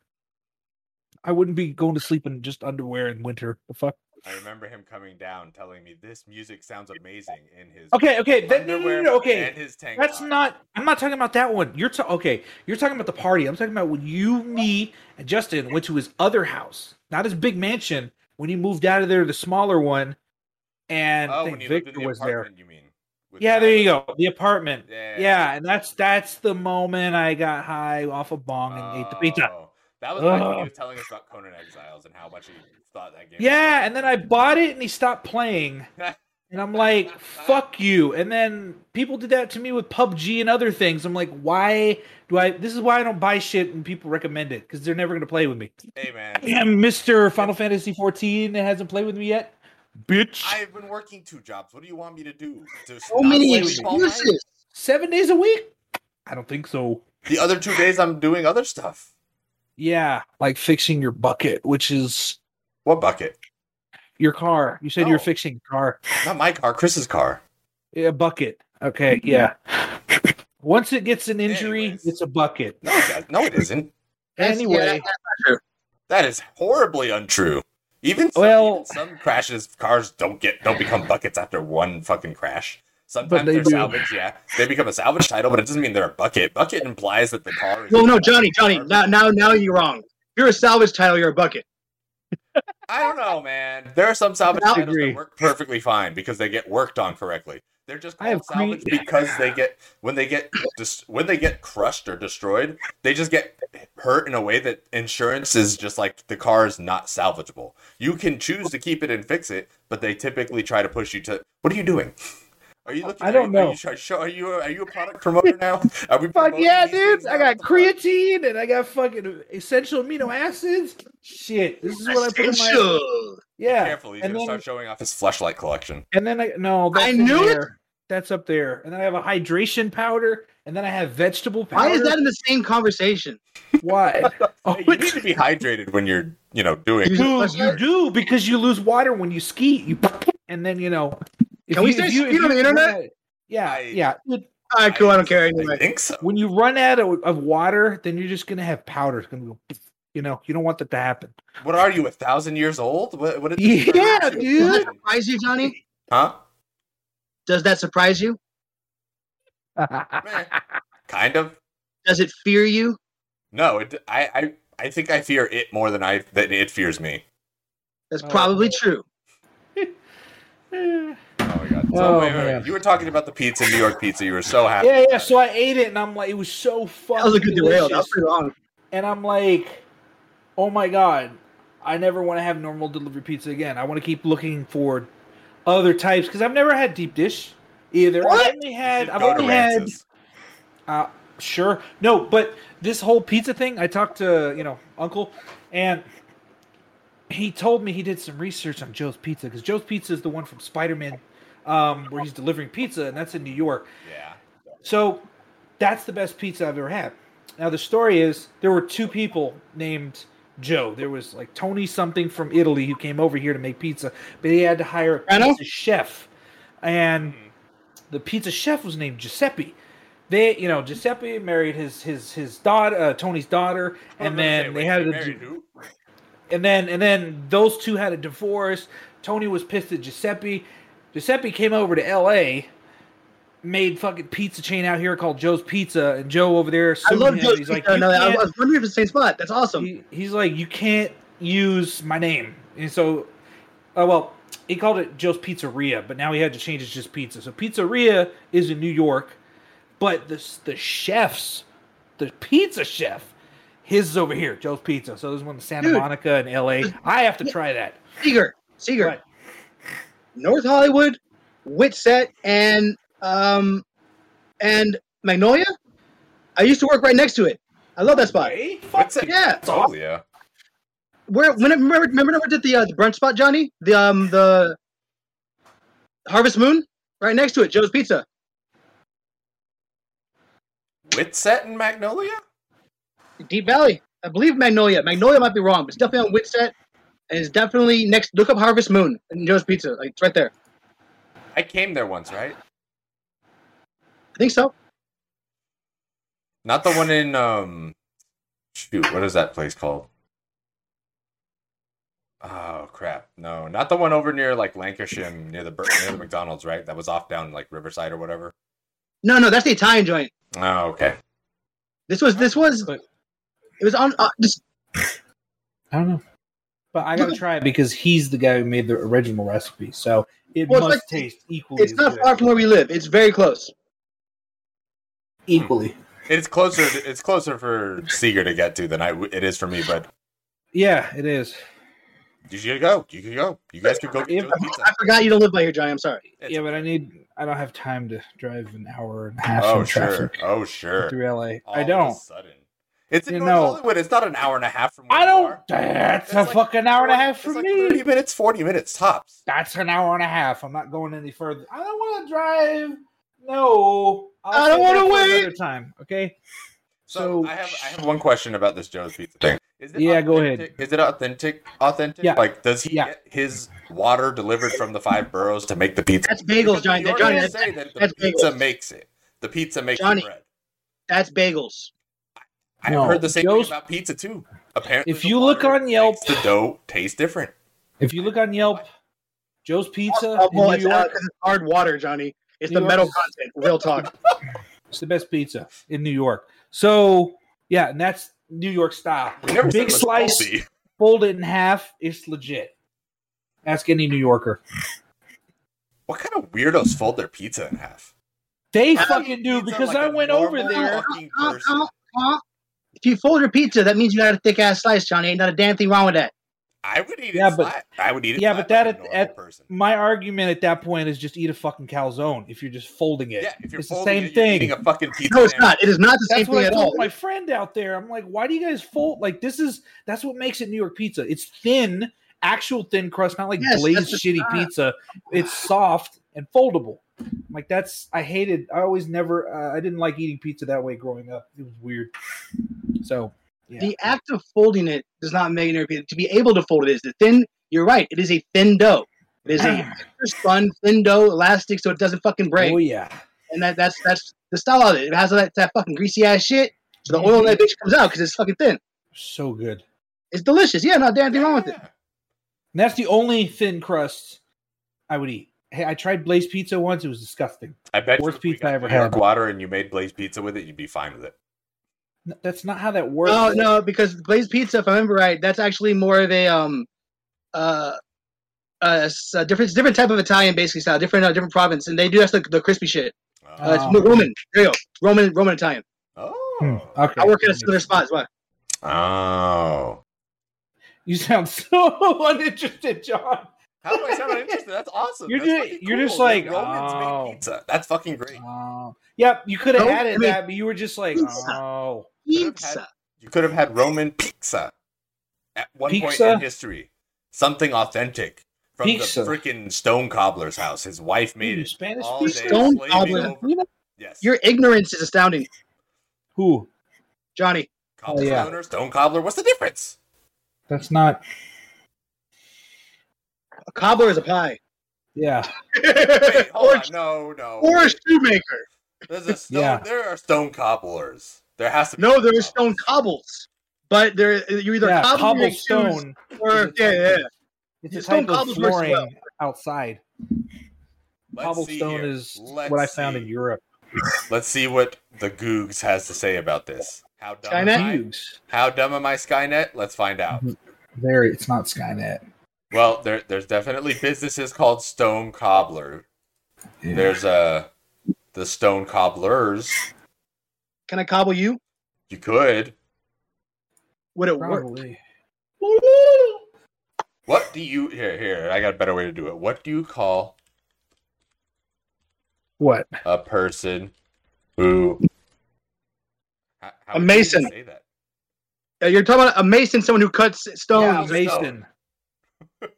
[SPEAKER 1] I wouldn't be going to sleep in just underwear in winter. The fuck.
[SPEAKER 3] I remember him coming down, telling me this music sounds amazing in his
[SPEAKER 1] Okay, okay, then, no, no, no,
[SPEAKER 3] underwear
[SPEAKER 1] no, okay.
[SPEAKER 3] and his tank.
[SPEAKER 1] That's
[SPEAKER 3] top.
[SPEAKER 1] not. I'm not talking about that one. You're ta- okay. You're talking about the party. I'm talking about when you, me, and Justin went to his other house, not his big mansion. When he moved out of there, the smaller one, and I
[SPEAKER 3] Oh,
[SPEAKER 1] think
[SPEAKER 3] when you lived in
[SPEAKER 1] Victor
[SPEAKER 3] the
[SPEAKER 1] was there.
[SPEAKER 3] apartment, you mean? with
[SPEAKER 1] Yeah, there you
[SPEAKER 3] Tyler.
[SPEAKER 1] go. The apartment.
[SPEAKER 3] Yeah.
[SPEAKER 1] Yeah, and that's that's the moment I got high off a bong and ate the pizza.
[SPEAKER 3] Oh, That was back when he
[SPEAKER 1] Ugh.
[SPEAKER 3] was telling us about Conan Exiles and how much he thought that game. was
[SPEAKER 1] Yeah,
[SPEAKER 3] fucking
[SPEAKER 1] and then I
[SPEAKER 3] cool.
[SPEAKER 1] bought it and he stopped playing. And I'm like, fuck you. And then people did that to me with PUBG and other things. I'm like, why do I? This is why I don't buy shit and people recommend it because they're never going to play with me.
[SPEAKER 3] Hey
[SPEAKER 1] <laughs>
[SPEAKER 3] man,
[SPEAKER 1] Damn, Mr. Final Fantasy 14 that hasn't played with me yet. Bitch.
[SPEAKER 3] I've been working two jobs. What do you want me to do? To
[SPEAKER 2] So
[SPEAKER 3] not
[SPEAKER 2] many
[SPEAKER 3] play with you all night?
[SPEAKER 2] excuses.
[SPEAKER 1] Seven days a week? I don't think so.
[SPEAKER 3] The other two days I'm doing other stuff.
[SPEAKER 1] Yeah, like fixing your bucket, which is
[SPEAKER 3] What bucket?
[SPEAKER 1] your car. You said you were
[SPEAKER 3] Oh.
[SPEAKER 1] fixing your car.
[SPEAKER 3] Not my car, Chris's car.
[SPEAKER 1] Yeah, bucket. Okay, yeah. Once it gets an injury,
[SPEAKER 3] Anyways.
[SPEAKER 1] it's a bucket.
[SPEAKER 3] No, it does- no, it isn't.
[SPEAKER 2] That's- yeah,
[SPEAKER 1] Anyway,
[SPEAKER 2] that-
[SPEAKER 3] That is horribly untrue. Even some,
[SPEAKER 1] Well-
[SPEAKER 3] even some crashes, cars don't get don't become buckets after one fucking crash. Sometimes
[SPEAKER 1] they
[SPEAKER 3] they are
[SPEAKER 1] do.
[SPEAKER 3] salvage. Yeah, they become a salvage title, but it doesn't mean they're a bucket. Bucket implies that the car. Is
[SPEAKER 2] well, no, Johnny, Johnny. Now, now, now you're wrong. If you're a salvage title. You're a bucket.
[SPEAKER 3] I don't know, man. There are some salvage
[SPEAKER 1] I'll
[SPEAKER 3] channels
[SPEAKER 1] agree.
[SPEAKER 3] that work perfectly fine because they get worked on correctly. They're just
[SPEAKER 1] I have
[SPEAKER 3] called salvage
[SPEAKER 1] green-
[SPEAKER 3] because they get when they get dis- when they get crushed or destroyed, they just get hurt in a way that insurance is just like the car is not salvageable. You can choose to keep it and fix it, but they typically try to push you to. What are you doing? Are you looking?
[SPEAKER 1] I don't
[SPEAKER 3] are you,
[SPEAKER 1] know.
[SPEAKER 3] Are you, try- are you are you a product promoter now? Are we?
[SPEAKER 1] Fuck
[SPEAKER 3] promoting
[SPEAKER 1] yeah,
[SPEAKER 3] these
[SPEAKER 1] dude!
[SPEAKER 3] things
[SPEAKER 1] I
[SPEAKER 3] now?
[SPEAKER 1] got creatine and I got fucking essential amino acids. Shit, this is what I put in my
[SPEAKER 2] Essential.
[SPEAKER 1] yeah.
[SPEAKER 3] Careful, he's
[SPEAKER 1] And
[SPEAKER 3] gonna
[SPEAKER 1] then,
[SPEAKER 3] start showing off his flashlight collection.
[SPEAKER 1] and then I no, that's
[SPEAKER 2] I
[SPEAKER 1] in
[SPEAKER 2] knew it!
[SPEAKER 1] there. That's up there. And then I have a hydration powder, and then I have vegetable powder.
[SPEAKER 2] Why is that in the same conversation? <laughs>
[SPEAKER 1] Why? oh,
[SPEAKER 3] Hey, you need to be hydrated when you're, you know, doing.
[SPEAKER 2] Use a
[SPEAKER 1] Dude, you
[SPEAKER 2] flashlight.
[SPEAKER 1] do because you lose water when you ski. You <laughs> and then you know. If
[SPEAKER 2] Can we start skiing on the internet?
[SPEAKER 1] Yeah,
[SPEAKER 3] I-
[SPEAKER 1] yeah. dude,
[SPEAKER 2] All right, cool. I don't care anyway.
[SPEAKER 3] I think so.
[SPEAKER 1] When you run out of, of water, then you're just gonna have powder. It's gonna go. You know, you don't want that to happen.
[SPEAKER 3] What are you, a thousand years old? What? What?
[SPEAKER 1] Yeah,
[SPEAKER 2] Does that
[SPEAKER 1] dude.
[SPEAKER 2] surprise you, Johnny?
[SPEAKER 3] Huh?
[SPEAKER 2] Does that surprise you?
[SPEAKER 1] <laughs>
[SPEAKER 3] Kind of.
[SPEAKER 2] Does it fear you?
[SPEAKER 3] No, it, I, I, I think I fear it more than I than it fears me.
[SPEAKER 2] That's
[SPEAKER 1] Oh.
[SPEAKER 2] probably true.
[SPEAKER 1] yeah,
[SPEAKER 3] Oh my god! So,
[SPEAKER 1] Oh,
[SPEAKER 3] wait, wait,
[SPEAKER 1] man.
[SPEAKER 3] wait. You were talking about the pizza, New York pizza. You were so happy.
[SPEAKER 1] yeah. So I ate it, and I'm like, it was so fucking.
[SPEAKER 2] That was a good derail. That was
[SPEAKER 1] delicious.
[SPEAKER 2] pretty long.
[SPEAKER 1] and I'm like, oh my god, I never want to have normal delivery pizza again. I want to keep looking for other types because I've never had deep dish either.
[SPEAKER 2] What?
[SPEAKER 1] I've only
[SPEAKER 3] You should
[SPEAKER 1] had, I've
[SPEAKER 3] go to
[SPEAKER 1] only had,
[SPEAKER 3] Rance's.
[SPEAKER 1] uh, sure, no, but this whole pizza thing, I talked to you know Uncle, and he told me he did some research on Joe's Pizza because Joe's Pizza is the one from Spider Man, um, where he's delivering pizza, and that's in New York.
[SPEAKER 3] Yeah.
[SPEAKER 1] So that's the best pizza I've ever had. Now the story is there were two people named Joe. There was like Tony something from Italy who came over here to make pizza, but he had to hire a
[SPEAKER 2] Reno?
[SPEAKER 1] pizza chef.
[SPEAKER 3] Hmm.
[SPEAKER 1] And the pizza chef was named Giuseppe. They, you know, Giuseppe married his his his daughter, uh, Tony's daughter,
[SPEAKER 3] Oh, I was
[SPEAKER 1] and
[SPEAKER 3] gonna
[SPEAKER 1] then
[SPEAKER 3] say,
[SPEAKER 1] they
[SPEAKER 3] wait,
[SPEAKER 1] had
[SPEAKER 3] you
[SPEAKER 1] a
[SPEAKER 3] married who?
[SPEAKER 1] and then and then those two had a divorce. Tony was pissed at Giuseppe. Giuseppe came over to L.A. Made fucking pizza chain out here called Joe's Pizza, and Joe over there.
[SPEAKER 2] I
[SPEAKER 1] sued
[SPEAKER 2] love
[SPEAKER 1] him.
[SPEAKER 2] Joe's
[SPEAKER 1] He's
[SPEAKER 2] pizza.
[SPEAKER 1] like,
[SPEAKER 2] I
[SPEAKER 1] "You
[SPEAKER 2] know that. I
[SPEAKER 1] can't-
[SPEAKER 2] was wondering if it's the same spot. That's awesome.
[SPEAKER 1] he- he's like, you can't use my name, and so, uh, well, he called it Joe's Pizzeria, but now he had to change it to just pizza. So Pizzeria is in New York, but the the chefs, the pizza chef, his is over here, Joe's Pizza. So there's one in Santa
[SPEAKER 2] Dude.
[SPEAKER 1] Monica and L.A. I have to try that.
[SPEAKER 2] Seeger, Seeger,
[SPEAKER 1] Right.
[SPEAKER 2] North Hollywood, Witset, and um, and Magnolia. I used to work right next to it. I love that spot.
[SPEAKER 1] Hey, fuck
[SPEAKER 3] What's it?
[SPEAKER 2] Yeah.
[SPEAKER 3] Oh yeah.
[SPEAKER 2] Where when I remember remember over at the uh, the brunch spot, Johnny, the um the Harvest Moon, right next to it, Joe's Pizza.
[SPEAKER 3] Witset and Magnolia.
[SPEAKER 2] Deep Valley. I believe Magnolia. Magnolia might be wrong, but it's definitely on Witset. And it's definitely next. Look up Harvest Moon and Joe's Pizza. Like it's right there.
[SPEAKER 3] I came there once, right?
[SPEAKER 2] I think so.
[SPEAKER 3] Not the one in um shoot, what is that place called? Oh crap. No, not the one over near like Lancashire near the Bur- near the McDonald's, right? That was off down like Riverside or whatever.
[SPEAKER 2] No, no, that's the Italian joint.
[SPEAKER 3] Oh, okay.
[SPEAKER 2] This was this was.
[SPEAKER 1] But-
[SPEAKER 2] It was on. Uh, this,
[SPEAKER 1] I don't know. But I gotta try it because he's the guy who made the original recipe, so it
[SPEAKER 2] Well, it's
[SPEAKER 1] must
[SPEAKER 2] like-
[SPEAKER 1] taste equally.
[SPEAKER 2] it's
[SPEAKER 1] as
[SPEAKER 2] not
[SPEAKER 1] good.
[SPEAKER 2] far from where we live. It's very close.
[SPEAKER 1] equally.
[SPEAKER 3] It's closer it's closer for Seeger to get to than I it is for me, but
[SPEAKER 1] Yeah, it is.
[SPEAKER 3] you should go. You could go. You guys could go get
[SPEAKER 1] If-
[SPEAKER 3] Joe's pizza.
[SPEAKER 2] I forgot you don't live by here, Johnny. I'm sorry.
[SPEAKER 1] <laughs>
[SPEAKER 3] It's-
[SPEAKER 1] yeah, but I need. I don't have time to drive an hour and a half
[SPEAKER 3] Oh
[SPEAKER 1] in
[SPEAKER 3] sure.
[SPEAKER 1] traffic
[SPEAKER 3] Oh sure.
[SPEAKER 1] through LA.
[SPEAKER 3] All
[SPEAKER 1] I
[SPEAKER 3] of a
[SPEAKER 1] don't.
[SPEAKER 3] sudden. It's in
[SPEAKER 1] You
[SPEAKER 3] North
[SPEAKER 1] know.
[SPEAKER 3] Hollywood. It's not an hour and a half from where
[SPEAKER 1] I
[SPEAKER 3] you
[SPEAKER 1] don't.
[SPEAKER 3] are.
[SPEAKER 1] That's
[SPEAKER 3] It's
[SPEAKER 1] a
[SPEAKER 3] like-
[SPEAKER 1] fucking hour and a half for
[SPEAKER 3] It's like
[SPEAKER 1] me.
[SPEAKER 3] 30 minutes, 40 minutes tops.
[SPEAKER 1] That's an hour and a half. I'm not going any further. I don't want to drive. No, I'll
[SPEAKER 2] I don't
[SPEAKER 1] save that
[SPEAKER 2] wanna
[SPEAKER 1] for
[SPEAKER 2] wait.
[SPEAKER 1] Another time, okay?
[SPEAKER 3] So,
[SPEAKER 1] So-
[SPEAKER 3] I have I have one question about this Joe's Pizza thing. Is
[SPEAKER 1] Yeah, go
[SPEAKER 3] authentic-
[SPEAKER 1] ahead.
[SPEAKER 3] Is it authentic? Authentic?
[SPEAKER 1] Yeah.
[SPEAKER 3] Like, does he
[SPEAKER 1] Yeah.
[SPEAKER 3] get his water delivered from the five boroughs to make the pizza?
[SPEAKER 2] That's bagels,
[SPEAKER 3] Because
[SPEAKER 2] Johnny.
[SPEAKER 3] you
[SPEAKER 2] That,
[SPEAKER 3] already
[SPEAKER 2] Johnny that,
[SPEAKER 3] say that the
[SPEAKER 2] that's
[SPEAKER 3] pizza
[SPEAKER 2] bagels.
[SPEAKER 3] makes it. The pizza makes
[SPEAKER 2] Johnny.
[SPEAKER 3] the bread.
[SPEAKER 2] that's bagels.
[SPEAKER 3] I
[SPEAKER 1] No.
[SPEAKER 3] heard the same
[SPEAKER 1] Joe's-
[SPEAKER 3] thing about pizza too. Apparently,
[SPEAKER 1] If
[SPEAKER 3] the
[SPEAKER 1] you
[SPEAKER 3] water
[SPEAKER 1] look on Yelp-
[SPEAKER 3] makes the dough tastes different.
[SPEAKER 1] If you look on Yelp, Joe's Pizza
[SPEAKER 2] Oh,
[SPEAKER 1] in
[SPEAKER 2] well,
[SPEAKER 1] New
[SPEAKER 2] it's,
[SPEAKER 1] York.
[SPEAKER 2] uh, 'cause it's hard water, Johnny. It's
[SPEAKER 1] New
[SPEAKER 2] the
[SPEAKER 1] York
[SPEAKER 2] metal
[SPEAKER 1] is-
[SPEAKER 2] content. Real talk.
[SPEAKER 1] It's the best pizza in New York. So yeah, and that's New York style.
[SPEAKER 3] We never said
[SPEAKER 1] Big
[SPEAKER 3] it was
[SPEAKER 1] slice.
[SPEAKER 3] healthy.
[SPEAKER 1] fold it in half. It's legit. Ask any New Yorker.
[SPEAKER 3] What kind of weirdos fold their pizza in half?
[SPEAKER 1] They
[SPEAKER 2] How do you
[SPEAKER 1] fucking do
[SPEAKER 3] Pizza
[SPEAKER 1] because
[SPEAKER 3] like
[SPEAKER 1] I
[SPEAKER 3] a
[SPEAKER 1] went over
[SPEAKER 3] normal
[SPEAKER 1] there.
[SPEAKER 3] fucking
[SPEAKER 2] Uh,
[SPEAKER 3] person.
[SPEAKER 2] uh, uh. If you fold your pizza, that means you got a thick ass slice, Johnny. Ain't not a damn thing wrong with that.
[SPEAKER 3] I would eat it
[SPEAKER 1] Yeah, but-
[SPEAKER 3] flat. I would eat it.
[SPEAKER 1] yeah,
[SPEAKER 3] flat
[SPEAKER 1] but that
[SPEAKER 3] like
[SPEAKER 1] at-
[SPEAKER 3] a normal
[SPEAKER 1] at-
[SPEAKER 3] person.
[SPEAKER 1] My argument at that point is just eat a fucking calzone if you're just folding it.
[SPEAKER 3] Yeah, if you're
[SPEAKER 1] it's the
[SPEAKER 3] folding
[SPEAKER 1] same
[SPEAKER 3] it, you're
[SPEAKER 1] thing.
[SPEAKER 3] eating a fucking pizza.
[SPEAKER 2] No, it's
[SPEAKER 3] sandwich.
[SPEAKER 2] not. It is not the same
[SPEAKER 1] That's what
[SPEAKER 2] thing
[SPEAKER 1] I
[SPEAKER 2] at
[SPEAKER 1] told
[SPEAKER 2] all.
[SPEAKER 1] my friend out there. I'm like, why do you guys fold like this? Is that's what makes it New York pizza? It's thin, actual thin crust, not like
[SPEAKER 2] Yes,
[SPEAKER 1] glazed
[SPEAKER 2] that's the
[SPEAKER 1] shitty
[SPEAKER 2] style.
[SPEAKER 1] pizza. It's soft and foldable. I'm like that's I hated. I always never. Uh, I didn't like eating pizza that way growing up. It was weird. So yeah.
[SPEAKER 2] The act of folding it does not make an pizza. To be able to fold it is the thin. You're right. It is a thin dough. It is a spun thin dough, elastic, so it doesn't fucking break.
[SPEAKER 1] oh yeah,
[SPEAKER 2] And that that's that's the style of it. It has all that, that fucking greasy ass shit. So the oil in that bitch comes out because it's fucking thin.
[SPEAKER 1] so good.
[SPEAKER 2] It's delicious. Yeah, not damn thing wrong with it.
[SPEAKER 3] Yeah.
[SPEAKER 1] And that's the only thin crust I would eat. Hey, I tried Blaze pizza once. It was disgusting.
[SPEAKER 3] I bet
[SPEAKER 1] Worst
[SPEAKER 3] you if we
[SPEAKER 1] pizza I
[SPEAKER 3] got
[SPEAKER 1] ever
[SPEAKER 3] New York
[SPEAKER 1] had.
[SPEAKER 3] Water and you made Blaze pizza with it, you'd be fine with it.
[SPEAKER 1] N- That's not how that works.
[SPEAKER 2] Oh, No, no, because glazed pizza, if I remember right, that's actually more of a um, uh, uh, s- a different different type of Italian basically style, different uh, different province, and they do that's the, the crispy shit. Uh,
[SPEAKER 1] Oh.
[SPEAKER 2] it's Roman, there you go. Roman Roman Italian.
[SPEAKER 3] oh.
[SPEAKER 1] Hmm, okay.
[SPEAKER 2] I work at a similar spot. What?
[SPEAKER 3] Oh.
[SPEAKER 1] You sound <laughs> so uninterested, John.
[SPEAKER 3] How do I sound uninterested? That's awesome.
[SPEAKER 1] You're
[SPEAKER 3] That's
[SPEAKER 1] ju-
[SPEAKER 3] fucking
[SPEAKER 1] you're just
[SPEAKER 3] cool.
[SPEAKER 1] like,
[SPEAKER 3] The Romans make
[SPEAKER 1] oh.
[SPEAKER 3] pizza. That's fucking great.
[SPEAKER 1] Oh. Yep, you could have
[SPEAKER 2] No,
[SPEAKER 1] added
[SPEAKER 2] I mean-
[SPEAKER 1] that, but you were just like,
[SPEAKER 2] Pizza.
[SPEAKER 1] oh.
[SPEAKER 2] Pizza.
[SPEAKER 3] You could have had Roman pizza at one
[SPEAKER 1] Pizza?
[SPEAKER 3] point in history. Something authentic from
[SPEAKER 1] Pizza.
[SPEAKER 3] the freaking stone cobbler's house. His wife made
[SPEAKER 1] Ooh,
[SPEAKER 3] it.
[SPEAKER 1] Spanish
[SPEAKER 3] all
[SPEAKER 1] pizza?
[SPEAKER 3] day
[SPEAKER 2] Stone
[SPEAKER 3] slaving
[SPEAKER 2] cobbler.
[SPEAKER 3] over-
[SPEAKER 1] You know-
[SPEAKER 3] Yes.
[SPEAKER 2] Your ignorance is astounding,
[SPEAKER 1] Who?
[SPEAKER 2] Johnny.
[SPEAKER 3] cobbler
[SPEAKER 1] Oh, yeah.
[SPEAKER 3] owner, stone cobbler. What's
[SPEAKER 1] <laughs>
[SPEAKER 3] the difference?
[SPEAKER 1] That's not.
[SPEAKER 2] A cobbler is a <laughs> pie,
[SPEAKER 1] Yeah.
[SPEAKER 3] Wait, hold
[SPEAKER 2] or,
[SPEAKER 3] on. No, no.
[SPEAKER 2] or a shoemaker.
[SPEAKER 1] <laughs>
[SPEAKER 3] There's a stone.
[SPEAKER 1] Yeah.
[SPEAKER 3] There are stone cobblers. There has to be.
[SPEAKER 2] No,
[SPEAKER 3] stone
[SPEAKER 2] there are stone
[SPEAKER 3] cobblers.
[SPEAKER 2] cobbles, but there you either
[SPEAKER 1] yeah.
[SPEAKER 2] cobble your shoes
[SPEAKER 1] Cobblestone.
[SPEAKER 2] or
[SPEAKER 1] is a
[SPEAKER 2] yeah,
[SPEAKER 1] type
[SPEAKER 2] yeah.
[SPEAKER 1] of- It's a
[SPEAKER 2] Stone
[SPEAKER 1] type of
[SPEAKER 2] cobbles works
[SPEAKER 1] flooring
[SPEAKER 2] well.
[SPEAKER 1] outside.
[SPEAKER 3] Let's see
[SPEAKER 1] Cobblestone
[SPEAKER 3] here.
[SPEAKER 1] is
[SPEAKER 3] Let's
[SPEAKER 1] what I found in
[SPEAKER 3] see.
[SPEAKER 1] Europe.
[SPEAKER 3] Let's see what the Googs has to say about this. How dumb
[SPEAKER 2] Skynet?
[SPEAKER 3] am
[SPEAKER 1] Hughes.
[SPEAKER 3] I? How dumb am I, Skynet? Let's find out.
[SPEAKER 1] Very. It's not Skynet.
[SPEAKER 3] Well, there, there's definitely businesses called Stone Cobbler.
[SPEAKER 1] Yeah.
[SPEAKER 3] There's uh, the Stone Cobblers.
[SPEAKER 2] Can I cobble you?
[SPEAKER 3] You could.
[SPEAKER 2] Would it work?
[SPEAKER 1] Probably.
[SPEAKER 3] What do you here? Here, I got a better way to do it. What do you call
[SPEAKER 1] What?
[SPEAKER 3] a person who? How, how
[SPEAKER 2] A
[SPEAKER 3] would you even
[SPEAKER 2] mason.
[SPEAKER 3] Say that.
[SPEAKER 2] Uh, You're talking about a mason, someone who cuts stone.
[SPEAKER 1] Yeah,
[SPEAKER 3] Stone.
[SPEAKER 1] Mason.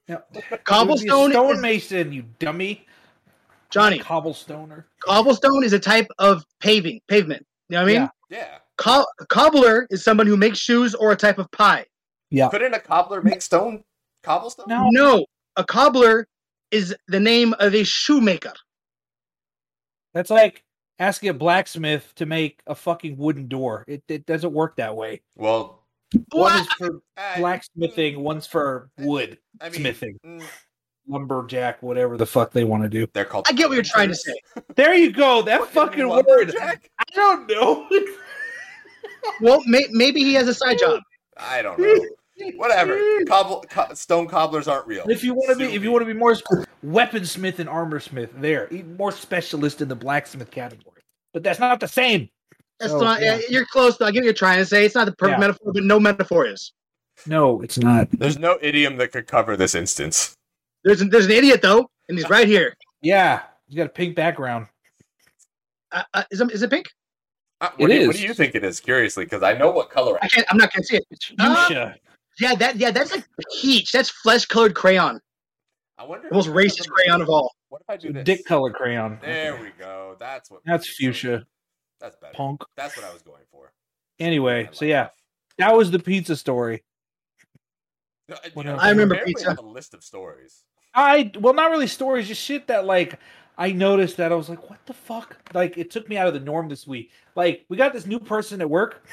[SPEAKER 1] No, it would be a
[SPEAKER 2] Cobblestone
[SPEAKER 1] Stone
[SPEAKER 2] is-
[SPEAKER 1] Mason, you dummy.
[SPEAKER 2] Johnny,
[SPEAKER 1] Cobblestoner.
[SPEAKER 2] cobblestone is a type of paving, pavement. You know what I mean?
[SPEAKER 1] Yeah.
[SPEAKER 3] Yeah.
[SPEAKER 2] Co- cobbler is someone who makes shoes or a type of pie. Uh,
[SPEAKER 3] Couldn't a cobbler make stone cobblestone?
[SPEAKER 1] No.
[SPEAKER 2] No, a cobbler is the name of a shoemaker.
[SPEAKER 1] That's like asking a blacksmith to make a fucking wooden door. It, it doesn't work that way.
[SPEAKER 3] Well,
[SPEAKER 1] One
[SPEAKER 2] Bla-
[SPEAKER 1] is for
[SPEAKER 3] I-
[SPEAKER 1] blacksmithing, one's for wood
[SPEAKER 3] I mean,
[SPEAKER 1] smithing,
[SPEAKER 3] mm,
[SPEAKER 1] lumberjack, whatever the fuck they want to do.
[SPEAKER 3] they're called.
[SPEAKER 2] I get what you're trying to
[SPEAKER 3] <laughs>
[SPEAKER 2] say.
[SPEAKER 1] There you go. That fucking word. I
[SPEAKER 3] lumberjack?
[SPEAKER 1] don't know. <laughs>
[SPEAKER 2] Well, may- maybe he has a side job.
[SPEAKER 3] I don't know. Whatever. Cobble, co- stone cobblers aren't real.
[SPEAKER 1] If you want to be, if you want to be <laughs> more sp- weaponsmith and armorsmith, there Even more specialist in the blacksmith category. But that's not the same.
[SPEAKER 2] That's
[SPEAKER 1] Oh,
[SPEAKER 2] not.
[SPEAKER 1] yeah.
[SPEAKER 2] yeah, You're close. Though. I get what you're trying to say. It's not the perfect
[SPEAKER 1] Yeah.
[SPEAKER 2] metaphor, but no metaphor is.
[SPEAKER 1] No, it's not.
[SPEAKER 3] There's no idiom that could cover this instance.
[SPEAKER 2] There's an, there's an idiot though, and he's right here.
[SPEAKER 1] Yeah, you got a pink background.
[SPEAKER 2] Uh, uh, is, it, is it pink?
[SPEAKER 3] Uh, what,
[SPEAKER 1] It
[SPEAKER 3] do you, what
[SPEAKER 1] is.
[SPEAKER 3] do you think it is? Curiously, because I know what color.
[SPEAKER 2] I can't. I'm not gonna see it.
[SPEAKER 1] It's
[SPEAKER 2] Ah.
[SPEAKER 1] fuchsia.
[SPEAKER 2] Yeah, that. Yeah, that's like peach. That's flesh colored crayon.
[SPEAKER 3] I wonder.
[SPEAKER 2] The most
[SPEAKER 3] if it's
[SPEAKER 2] racist crayon of all.
[SPEAKER 3] What if I do this?
[SPEAKER 1] Dick color crayon.
[SPEAKER 3] There we go. That's what.
[SPEAKER 1] That's fuchsia,
[SPEAKER 3] That's better.
[SPEAKER 1] punk.
[SPEAKER 3] That's what I was going for.
[SPEAKER 1] Anyway,
[SPEAKER 3] I
[SPEAKER 1] so
[SPEAKER 3] like
[SPEAKER 1] yeah, that was the pizza story.
[SPEAKER 3] that. No,
[SPEAKER 1] What
[SPEAKER 3] you know,
[SPEAKER 1] else?
[SPEAKER 2] I remember
[SPEAKER 3] apparently
[SPEAKER 2] pizza.
[SPEAKER 3] have A list of stories.
[SPEAKER 1] I well, not really stories, just shit that like I noticed that I was like, what the fuck? Like it took me out of the norm this week. Like we got this new person at work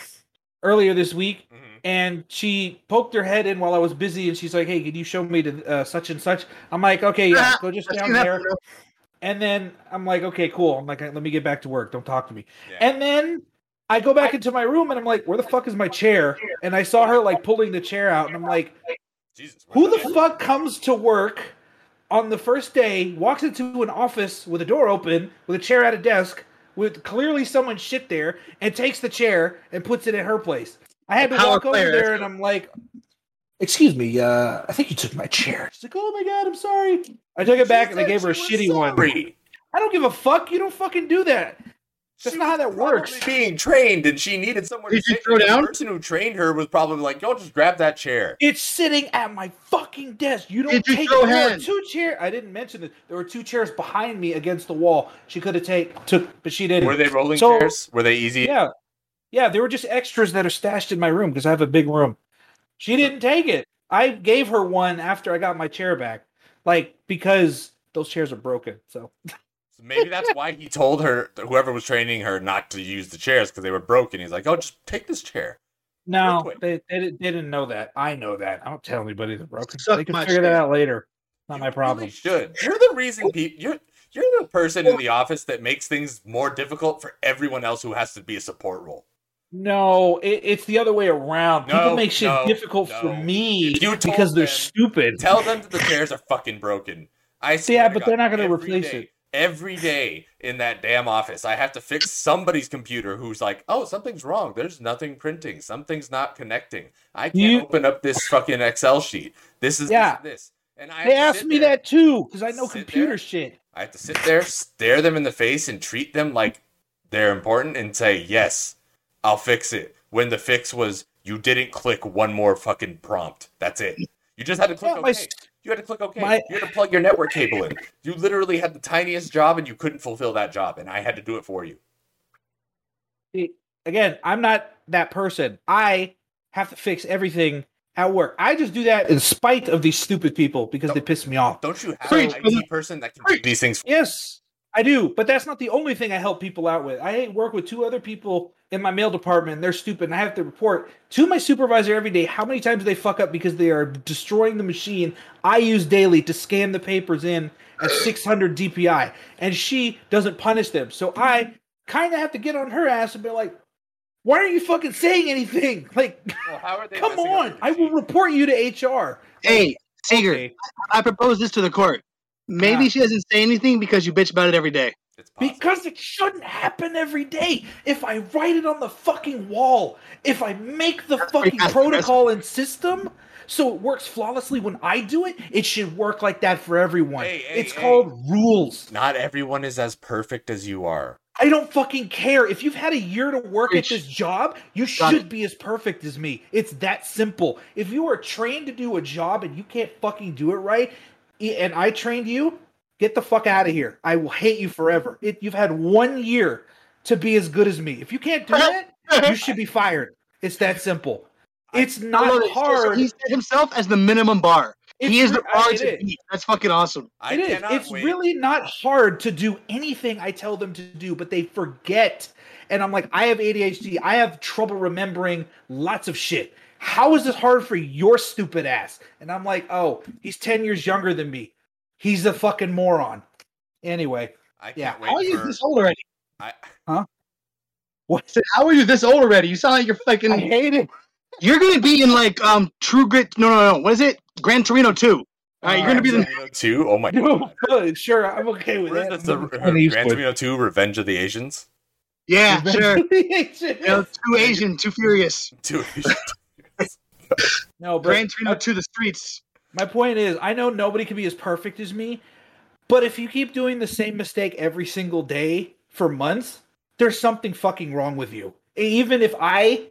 [SPEAKER 1] earlier this week,
[SPEAKER 3] Mhm.
[SPEAKER 1] and she poked her head in while I was busy, and she's like, "Hey, could you show me to uh, such and such?" I'm like, "Okay, yeah,
[SPEAKER 2] Ah,
[SPEAKER 1] go
[SPEAKER 2] <laughs>
[SPEAKER 1] just
[SPEAKER 2] I've
[SPEAKER 1] down
[SPEAKER 2] seen that
[SPEAKER 1] there."
[SPEAKER 2] photo.
[SPEAKER 1] And then I'm like, "Okay, cool." I'm like, "Let me get back to work. Don't talk to me."
[SPEAKER 3] Yeah.
[SPEAKER 1] And then I go back into my room and I'm like, where the fuck is my chair? And I saw her like pulling the chair out and I'm like,
[SPEAKER 3] Jesus.
[SPEAKER 1] Who the fuck comes to work on the first day, walks into an office with a door open, with a chair at a desk, with clearly someone shit there, and takes the chair and puts it at her place? I had to
[SPEAKER 2] Power
[SPEAKER 1] walk over
[SPEAKER 2] player.
[SPEAKER 1] there and I'm like, excuse me, uh, I think you took my chair. She's like, oh my god, I'm sorry. I took it back and I gave her a shitty one.
[SPEAKER 3] Free.
[SPEAKER 1] I don't give a fuck. You don't fucking do that. That's
[SPEAKER 3] She
[SPEAKER 1] not how that
[SPEAKER 3] was
[SPEAKER 1] works.
[SPEAKER 3] probably Being trained, and she needed someone.
[SPEAKER 2] Did
[SPEAKER 3] to
[SPEAKER 2] you
[SPEAKER 3] sit
[SPEAKER 2] throw
[SPEAKER 3] with.
[SPEAKER 2] down?
[SPEAKER 3] The person who trained her was probably like, "Y'all just grab that chair."
[SPEAKER 1] It's sitting at my fucking desk. You don't
[SPEAKER 2] Did you
[SPEAKER 1] take
[SPEAKER 2] throw
[SPEAKER 1] it. There were
[SPEAKER 2] hands?
[SPEAKER 1] two chair. I didn't mention it. There were two chairs behind me against the wall. She could have take took, but she didn't.
[SPEAKER 3] Were they rolling
[SPEAKER 1] So-
[SPEAKER 3] chairs? Were they easy?
[SPEAKER 1] Yeah, yeah. There were just extras that are stashed in my room because I have a big room. She didn't take it. I gave her one after I got my chair back, like because those chairs are broken. So
[SPEAKER 3] So maybe that's why he told her, whoever was training her, not to use the chairs because they were broken. He's like, "Oh, just take this chair."
[SPEAKER 1] no,
[SPEAKER 3] Quick.
[SPEAKER 1] they, they didn't- they didn't know that. I know that. I don't tell anybody they're broken.
[SPEAKER 2] Suck
[SPEAKER 1] they can
[SPEAKER 2] my
[SPEAKER 1] figure that
[SPEAKER 2] shit.
[SPEAKER 1] out later. Not
[SPEAKER 3] You
[SPEAKER 1] my problem.
[SPEAKER 3] really should. You're the reason people. You're you're the person in the office that makes things more difficult for everyone else who has to be a support role.
[SPEAKER 1] No, it, it's the other way around.
[SPEAKER 3] No,
[SPEAKER 1] People make shit
[SPEAKER 3] no,
[SPEAKER 1] difficult for
[SPEAKER 3] no.
[SPEAKER 1] me
[SPEAKER 3] If you told
[SPEAKER 1] because they're
[SPEAKER 3] them-
[SPEAKER 1] stupid.
[SPEAKER 3] Tell them that the chairs are fucking broken. I swear
[SPEAKER 1] Yeah,
[SPEAKER 3] to
[SPEAKER 1] but
[SPEAKER 3] God,
[SPEAKER 1] they're not gonna
[SPEAKER 3] every
[SPEAKER 1] replace
[SPEAKER 3] day-
[SPEAKER 1] it.
[SPEAKER 3] Every day in that damn office, I have to fix somebody's computer who's like, "Oh, something's wrong. There's nothing printing. Something's not connecting. I can't
[SPEAKER 1] You-
[SPEAKER 3] open up this fucking Excel sheet. This is
[SPEAKER 1] Yeah.
[SPEAKER 3] this, and this." And I
[SPEAKER 1] They
[SPEAKER 3] have to
[SPEAKER 1] asked
[SPEAKER 3] sit
[SPEAKER 1] me
[SPEAKER 3] there.
[SPEAKER 1] that too because I know
[SPEAKER 3] Sit
[SPEAKER 1] computer
[SPEAKER 3] there.
[SPEAKER 1] shit.
[SPEAKER 3] I have to sit there, stare them in the face, and treat them like they're important and say, Yes, I'll fix it. When the fix was, you didn't click one more fucking prompt. That's it. You just had to click
[SPEAKER 1] Yeah, my
[SPEAKER 3] OK.
[SPEAKER 1] s-
[SPEAKER 3] You had to click OK.
[SPEAKER 1] my-
[SPEAKER 3] You had to plug your network cable in. You literally had the tiniest job and you couldn't fulfill that job, and I had to do it for you.
[SPEAKER 1] Again, I'm not that person. I have to fix everything at work. I just do that in spite of these stupid people because they piss me off.
[SPEAKER 3] Don't you have
[SPEAKER 2] Preach,
[SPEAKER 3] an
[SPEAKER 2] brother.
[SPEAKER 3] IT person that can do these things?
[SPEAKER 1] Yes, I do, but that's not the only thing I help people out with. I work with two other people in my mail department. And they're stupid, and I have to report to my supervisor every day how many times they fuck up because they are destroying the machine I use daily to scan the papers in at 600 DPI, and she doesn't punish them. So I kind of have to get on her ass and be like, "Why aren't you fucking saying anything? <laughs> Like,
[SPEAKER 3] Well, how are they
[SPEAKER 1] come
[SPEAKER 3] messing up
[SPEAKER 1] on!
[SPEAKER 3] your
[SPEAKER 1] I will
[SPEAKER 3] machine?
[SPEAKER 1] report you to HR."
[SPEAKER 2] Hey, Seeger,
[SPEAKER 1] Okay.
[SPEAKER 2] I propose this to the court. Maybe
[SPEAKER 1] Yeah.
[SPEAKER 2] she doesn't say anything because you bitch about it every day.
[SPEAKER 3] It's possible.
[SPEAKER 1] Because it shouldn't happen every day. If I write it on the fucking wall, if I make the fucking
[SPEAKER 2] fantastic.
[SPEAKER 1] protocol and system so it works flawlessly when I do it, it should work like that for everyone.
[SPEAKER 3] Hey, hey,
[SPEAKER 1] it's
[SPEAKER 3] hey.
[SPEAKER 1] called rules.
[SPEAKER 3] not everyone is as perfect as you are.
[SPEAKER 1] I don't fucking care. If you've had a year to work
[SPEAKER 2] Preach.
[SPEAKER 1] at this job, you
[SPEAKER 2] Got
[SPEAKER 1] should be as perfect as me. It's that simple. If you are trained to do a job and you can't fucking do it right, i- and I trained you, get the fuck out of here. I will hate you forever. It, you've had one year to be as good as me. If you can't do that, you should be fired. It's that
[SPEAKER 2] <laughs>
[SPEAKER 1] simple. It's not hard.
[SPEAKER 2] He set himself as the minimum bar.
[SPEAKER 1] It's
[SPEAKER 2] he is the
[SPEAKER 1] re- I-
[SPEAKER 2] bar
[SPEAKER 1] it
[SPEAKER 2] to
[SPEAKER 1] is.
[SPEAKER 2] beat. That's fucking awesome.
[SPEAKER 3] I
[SPEAKER 1] It is.
[SPEAKER 3] cannot
[SPEAKER 1] It's
[SPEAKER 3] wait.
[SPEAKER 1] really not hard to do anything I tell them to do, but they forget. And I'm like, I have ADHD. I have trouble remembering lots of shit. How is this hard for your stupid ass? And I'm like, oh, he's 10 years younger than me. He's a fucking moron. Anyway, <laughs>
[SPEAKER 3] I can't
[SPEAKER 1] Yeah.
[SPEAKER 3] wait. for-
[SPEAKER 2] old already?
[SPEAKER 3] I-
[SPEAKER 1] what?
[SPEAKER 2] said, How are you this old already? You sound like you're fucking.
[SPEAKER 1] I hate <laughs> it.
[SPEAKER 2] You're gonna be in like um True Grit. No, no, no. What is it? Grand Torino Two. All right, you're gonna be the.
[SPEAKER 3] Torino 2? Oh my god.
[SPEAKER 1] Dude, sure, I'm okay with
[SPEAKER 3] Where's
[SPEAKER 1] that.
[SPEAKER 3] this, the,
[SPEAKER 1] I'm
[SPEAKER 3] uh,
[SPEAKER 1] Chinese
[SPEAKER 3] Gran
[SPEAKER 1] food.
[SPEAKER 3] Torino 2 Revenge of the Asians?
[SPEAKER 2] <laughs>
[SPEAKER 3] <laughs>
[SPEAKER 2] Yeah, <laughs> sure.
[SPEAKER 1] <laughs>
[SPEAKER 2] You know,
[SPEAKER 1] Sure.
[SPEAKER 2] too Asian, too furious.
[SPEAKER 3] Two
[SPEAKER 1] <laughs> no, but
[SPEAKER 2] Grand Torino Two, the streets.
[SPEAKER 1] My point is, I know nobody can be as perfect as me, but if you keep doing the same mistake every single day for months, there's something fucking wrong with you. E, Even if I,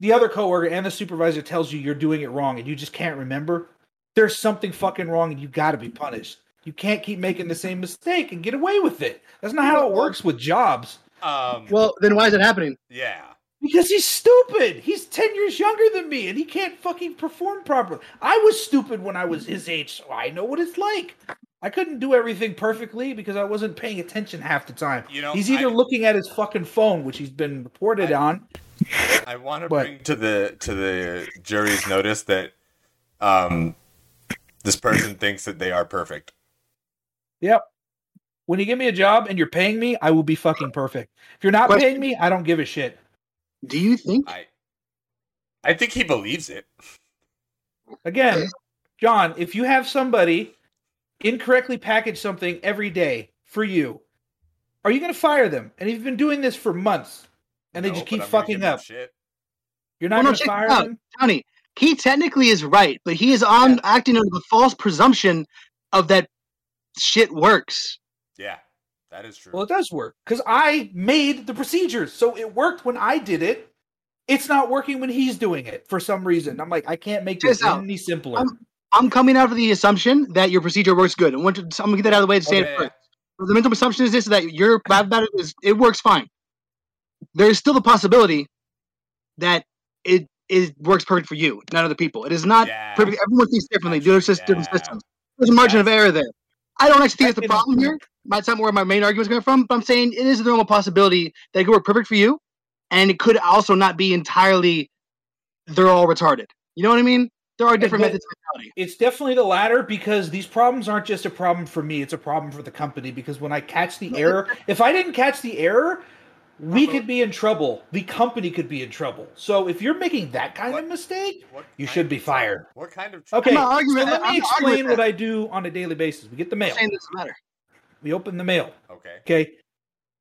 [SPEAKER 1] the other coworker and the supervisor tells you you're doing it wrong and you just can't remember, there's something fucking wrong and you got to be punished. You can't keep making the same mistake and get away with it. That's not how it works with jobs.
[SPEAKER 3] um,
[SPEAKER 2] Well, then why is it happening?
[SPEAKER 3] yeah.
[SPEAKER 1] Because he's stupid. He's 10 years younger than me and he can't fucking perform properly. I was stupid when I was his age, so I know what it's like. I couldn't do everything perfectly because I wasn't paying attention half the time.
[SPEAKER 3] You know,
[SPEAKER 1] he's either
[SPEAKER 3] I-
[SPEAKER 1] looking at his fucking phone, which he's been reported on.
[SPEAKER 3] I want to
[SPEAKER 1] What?
[SPEAKER 3] bring to the to the jury's notice that um, this person thinks that they are perfect.
[SPEAKER 1] Yep. When you give me a job and you're paying me, I will be fucking perfect. If you're not
[SPEAKER 2] Question.
[SPEAKER 1] paying me, I don't give a shit.
[SPEAKER 2] Do you think?
[SPEAKER 3] I I think he believes it.
[SPEAKER 1] Again, John, if you have somebody incorrectly package something every day for you, are you going to fire them? And you've been doing this for months, and they
[SPEAKER 3] No,
[SPEAKER 1] just
[SPEAKER 3] but
[SPEAKER 1] keep
[SPEAKER 3] I'm gonna
[SPEAKER 1] fucking
[SPEAKER 3] give them
[SPEAKER 1] up.
[SPEAKER 3] Shit.
[SPEAKER 1] You're not
[SPEAKER 2] Well, no,
[SPEAKER 1] going to
[SPEAKER 2] check
[SPEAKER 1] fire
[SPEAKER 2] this out.
[SPEAKER 1] them.
[SPEAKER 2] Tony, he technically is right, but he is on
[SPEAKER 1] Yeah.
[SPEAKER 2] acting under the false presumption of that shit works.
[SPEAKER 3] Yeah, that is true.
[SPEAKER 1] Well, it does work because I made the procedures, so it worked when I did it. It's not working when he's doing it for some reason. I'm like, I can't make
[SPEAKER 2] Check
[SPEAKER 1] this
[SPEAKER 2] this out. Um,
[SPEAKER 1] any simpler.
[SPEAKER 2] I'm- I'm coming out of the assumption that your procedure works good. I'm going to, I'm gonna get that out of the way to say
[SPEAKER 3] Okay.
[SPEAKER 2] it first. The mental assumption is this: that your mathematics is it works fine. There is still the possibility that it it works perfect for you, not other people. It is not
[SPEAKER 3] yeah.
[SPEAKER 2] perfect. Everyone thinks differently.
[SPEAKER 3] That's true,
[SPEAKER 2] There are sys- different
[SPEAKER 3] yeah.
[SPEAKER 2] systems. There's a margin of error there. I don't actually
[SPEAKER 1] That
[SPEAKER 2] think that's the
[SPEAKER 1] didn't-
[SPEAKER 2] problem here. That's not where my main argument is coming from. But I'm saying it is a normal possibility that it could work perfect for you, and it could also not be entirely. They're all retarded. You know what I mean? There are different
[SPEAKER 1] but-
[SPEAKER 2] methods. of mentality.
[SPEAKER 1] It's definitely the latter because these problems aren't just a problem for me, it's a problem for the company because when I catch the error, if I didn't catch the error, we
[SPEAKER 2] Uh-huh.
[SPEAKER 1] could be in trouble. The company could be in trouble. So if you're making that kind
[SPEAKER 3] What?
[SPEAKER 1] of mistake,
[SPEAKER 3] What
[SPEAKER 1] you
[SPEAKER 3] kind
[SPEAKER 1] should
[SPEAKER 3] of
[SPEAKER 1] be
[SPEAKER 3] trouble?
[SPEAKER 1] fired.
[SPEAKER 3] What kind of
[SPEAKER 1] Okay,
[SPEAKER 2] I'm not
[SPEAKER 3] trouble?
[SPEAKER 1] so
[SPEAKER 2] arguing. that-
[SPEAKER 1] let
[SPEAKER 2] I'm
[SPEAKER 1] me
[SPEAKER 2] not arguing
[SPEAKER 1] explain
[SPEAKER 2] that.
[SPEAKER 1] what I do on a daily basis. We get the mail.
[SPEAKER 2] I'm saying this matter.
[SPEAKER 1] We open the mail.
[SPEAKER 3] Okay.
[SPEAKER 1] Okay.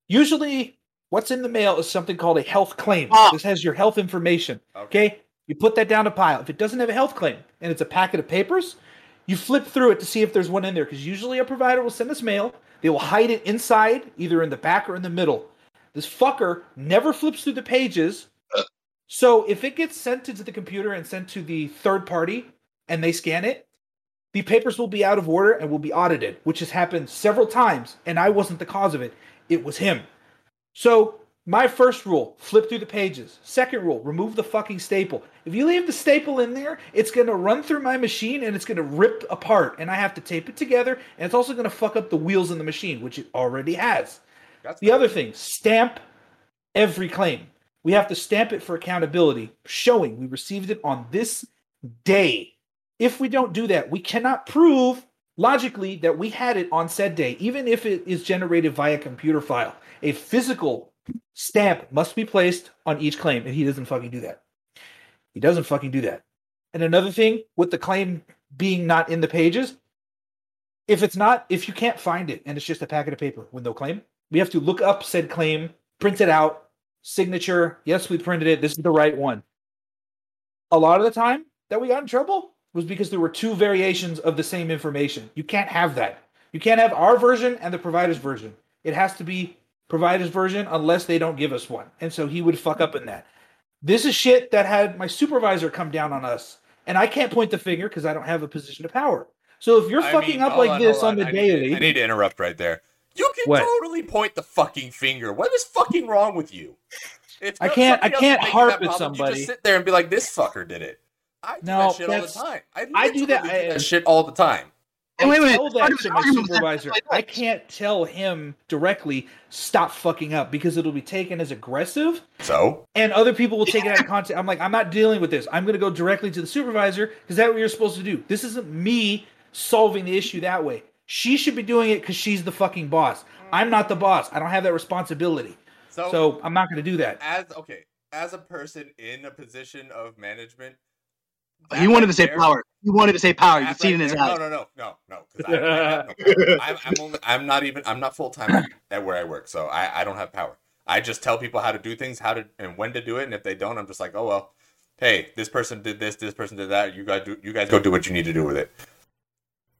[SPEAKER 1] Usually, what's in the mail is something called a health claim.
[SPEAKER 2] Ah.
[SPEAKER 1] This has your health information.
[SPEAKER 3] Okay.
[SPEAKER 1] Okay. You put that down a pile. If it doesn't have a health claim and it's a packet of papers, you flip through it to see if there's one in there because usually a provider will send us mail. They will hide it inside, either in the back or in the middle. This fucker never flips through the pages. So if it gets sent into the computer and sent to the third party and they scan it, the papers will be out of order and will be audited, which has happened several times. And I wasn't the cause of it, it was him. So, my first rule flip through the pages. Second rule remove the fucking staple. If you leave the staple in there, it's going to run through my machine and it's going to rip apart. And I have to tape it together. And it's also going to fuck up the wheels in the machine, which it already has.
[SPEAKER 3] That's
[SPEAKER 1] The other thing, stamp every claim. We have to stamp it for accountability, showing we received it on this day. If we don't do that, we cannot prove logically that we had it on said day, even if it is generated via computer file. A physical stamp must be placed on each claim, and he doesn't fucking do that. He doesn't fucking do that. And another thing with the claim being not in the pages, if it's not, if you can't find it and it's just a packet of paper with no claim, we have to look up said claim, print it out, signature. Yes, we printed it. This is the right one. A lot of the time that we got in trouble was because there were two variations of the same information. You can't have that. You can't have our version and the provider's version. It has to be provider's version unless they don't give us one. And so he would fuck up in that. This is shit that had my supervisor come down on us. And I can't point the finger because I don't have a position of power. So if you're
[SPEAKER 3] I
[SPEAKER 1] fucking
[SPEAKER 3] mean,
[SPEAKER 1] up
[SPEAKER 3] hold
[SPEAKER 1] like
[SPEAKER 3] on,
[SPEAKER 1] this
[SPEAKER 3] hold
[SPEAKER 1] on the
[SPEAKER 3] I need to-
[SPEAKER 1] daily,
[SPEAKER 3] I need to interrupt right there. You can
[SPEAKER 1] What?
[SPEAKER 3] totally point the fucking finger. What is fucking wrong with you? It's
[SPEAKER 1] I
[SPEAKER 3] not
[SPEAKER 1] can't- I
[SPEAKER 3] somebody else
[SPEAKER 1] can't
[SPEAKER 3] making
[SPEAKER 1] harp
[SPEAKER 3] that
[SPEAKER 1] with
[SPEAKER 3] problem. You
[SPEAKER 1] somebody.
[SPEAKER 3] just sit there and be like, "This fucker did it." I do
[SPEAKER 1] No,
[SPEAKER 3] that shit all the
[SPEAKER 1] that's-
[SPEAKER 3] time. I,
[SPEAKER 1] I do that-
[SPEAKER 3] literally
[SPEAKER 1] I-
[SPEAKER 3] shit all the time.
[SPEAKER 2] And wait a
[SPEAKER 1] I
[SPEAKER 2] minute.
[SPEAKER 1] tell
[SPEAKER 2] part
[SPEAKER 1] that
[SPEAKER 2] of
[SPEAKER 1] to
[SPEAKER 2] the
[SPEAKER 1] my
[SPEAKER 2] argument was that-
[SPEAKER 1] supervisor. I can't tell him directly, stop fucking up, because it'll be taken as aggressive
[SPEAKER 3] So
[SPEAKER 1] and other people will take it out of context. I'm like, I'm not dealing with this. I'm going to go directly to the supervisor because that's what you're supposed to do. This isn't me solving the issue that way. She should be doing it because she's the fucking boss. I'm not the boss. I don't have that responsibility.
[SPEAKER 2] Oh.
[SPEAKER 3] so
[SPEAKER 1] So I'm not going to do that.
[SPEAKER 3] as okay as a person in a position of management.
[SPEAKER 2] He wanted to say power. He wanted to say power. You can see it in his
[SPEAKER 3] No,
[SPEAKER 2] eyes.
[SPEAKER 3] no, no, no, no.
[SPEAKER 1] <laughs>
[SPEAKER 3] 'cause I- I have no I'm, I'm, only, I'm not even I'm not full time at where I work, so I, I don't have power. I just tell people how to do things, how to and when to do it, and if they don't, I'm just like, oh well, hey, this person did this, this person did that. You guys do you guys go do what you need to do with it.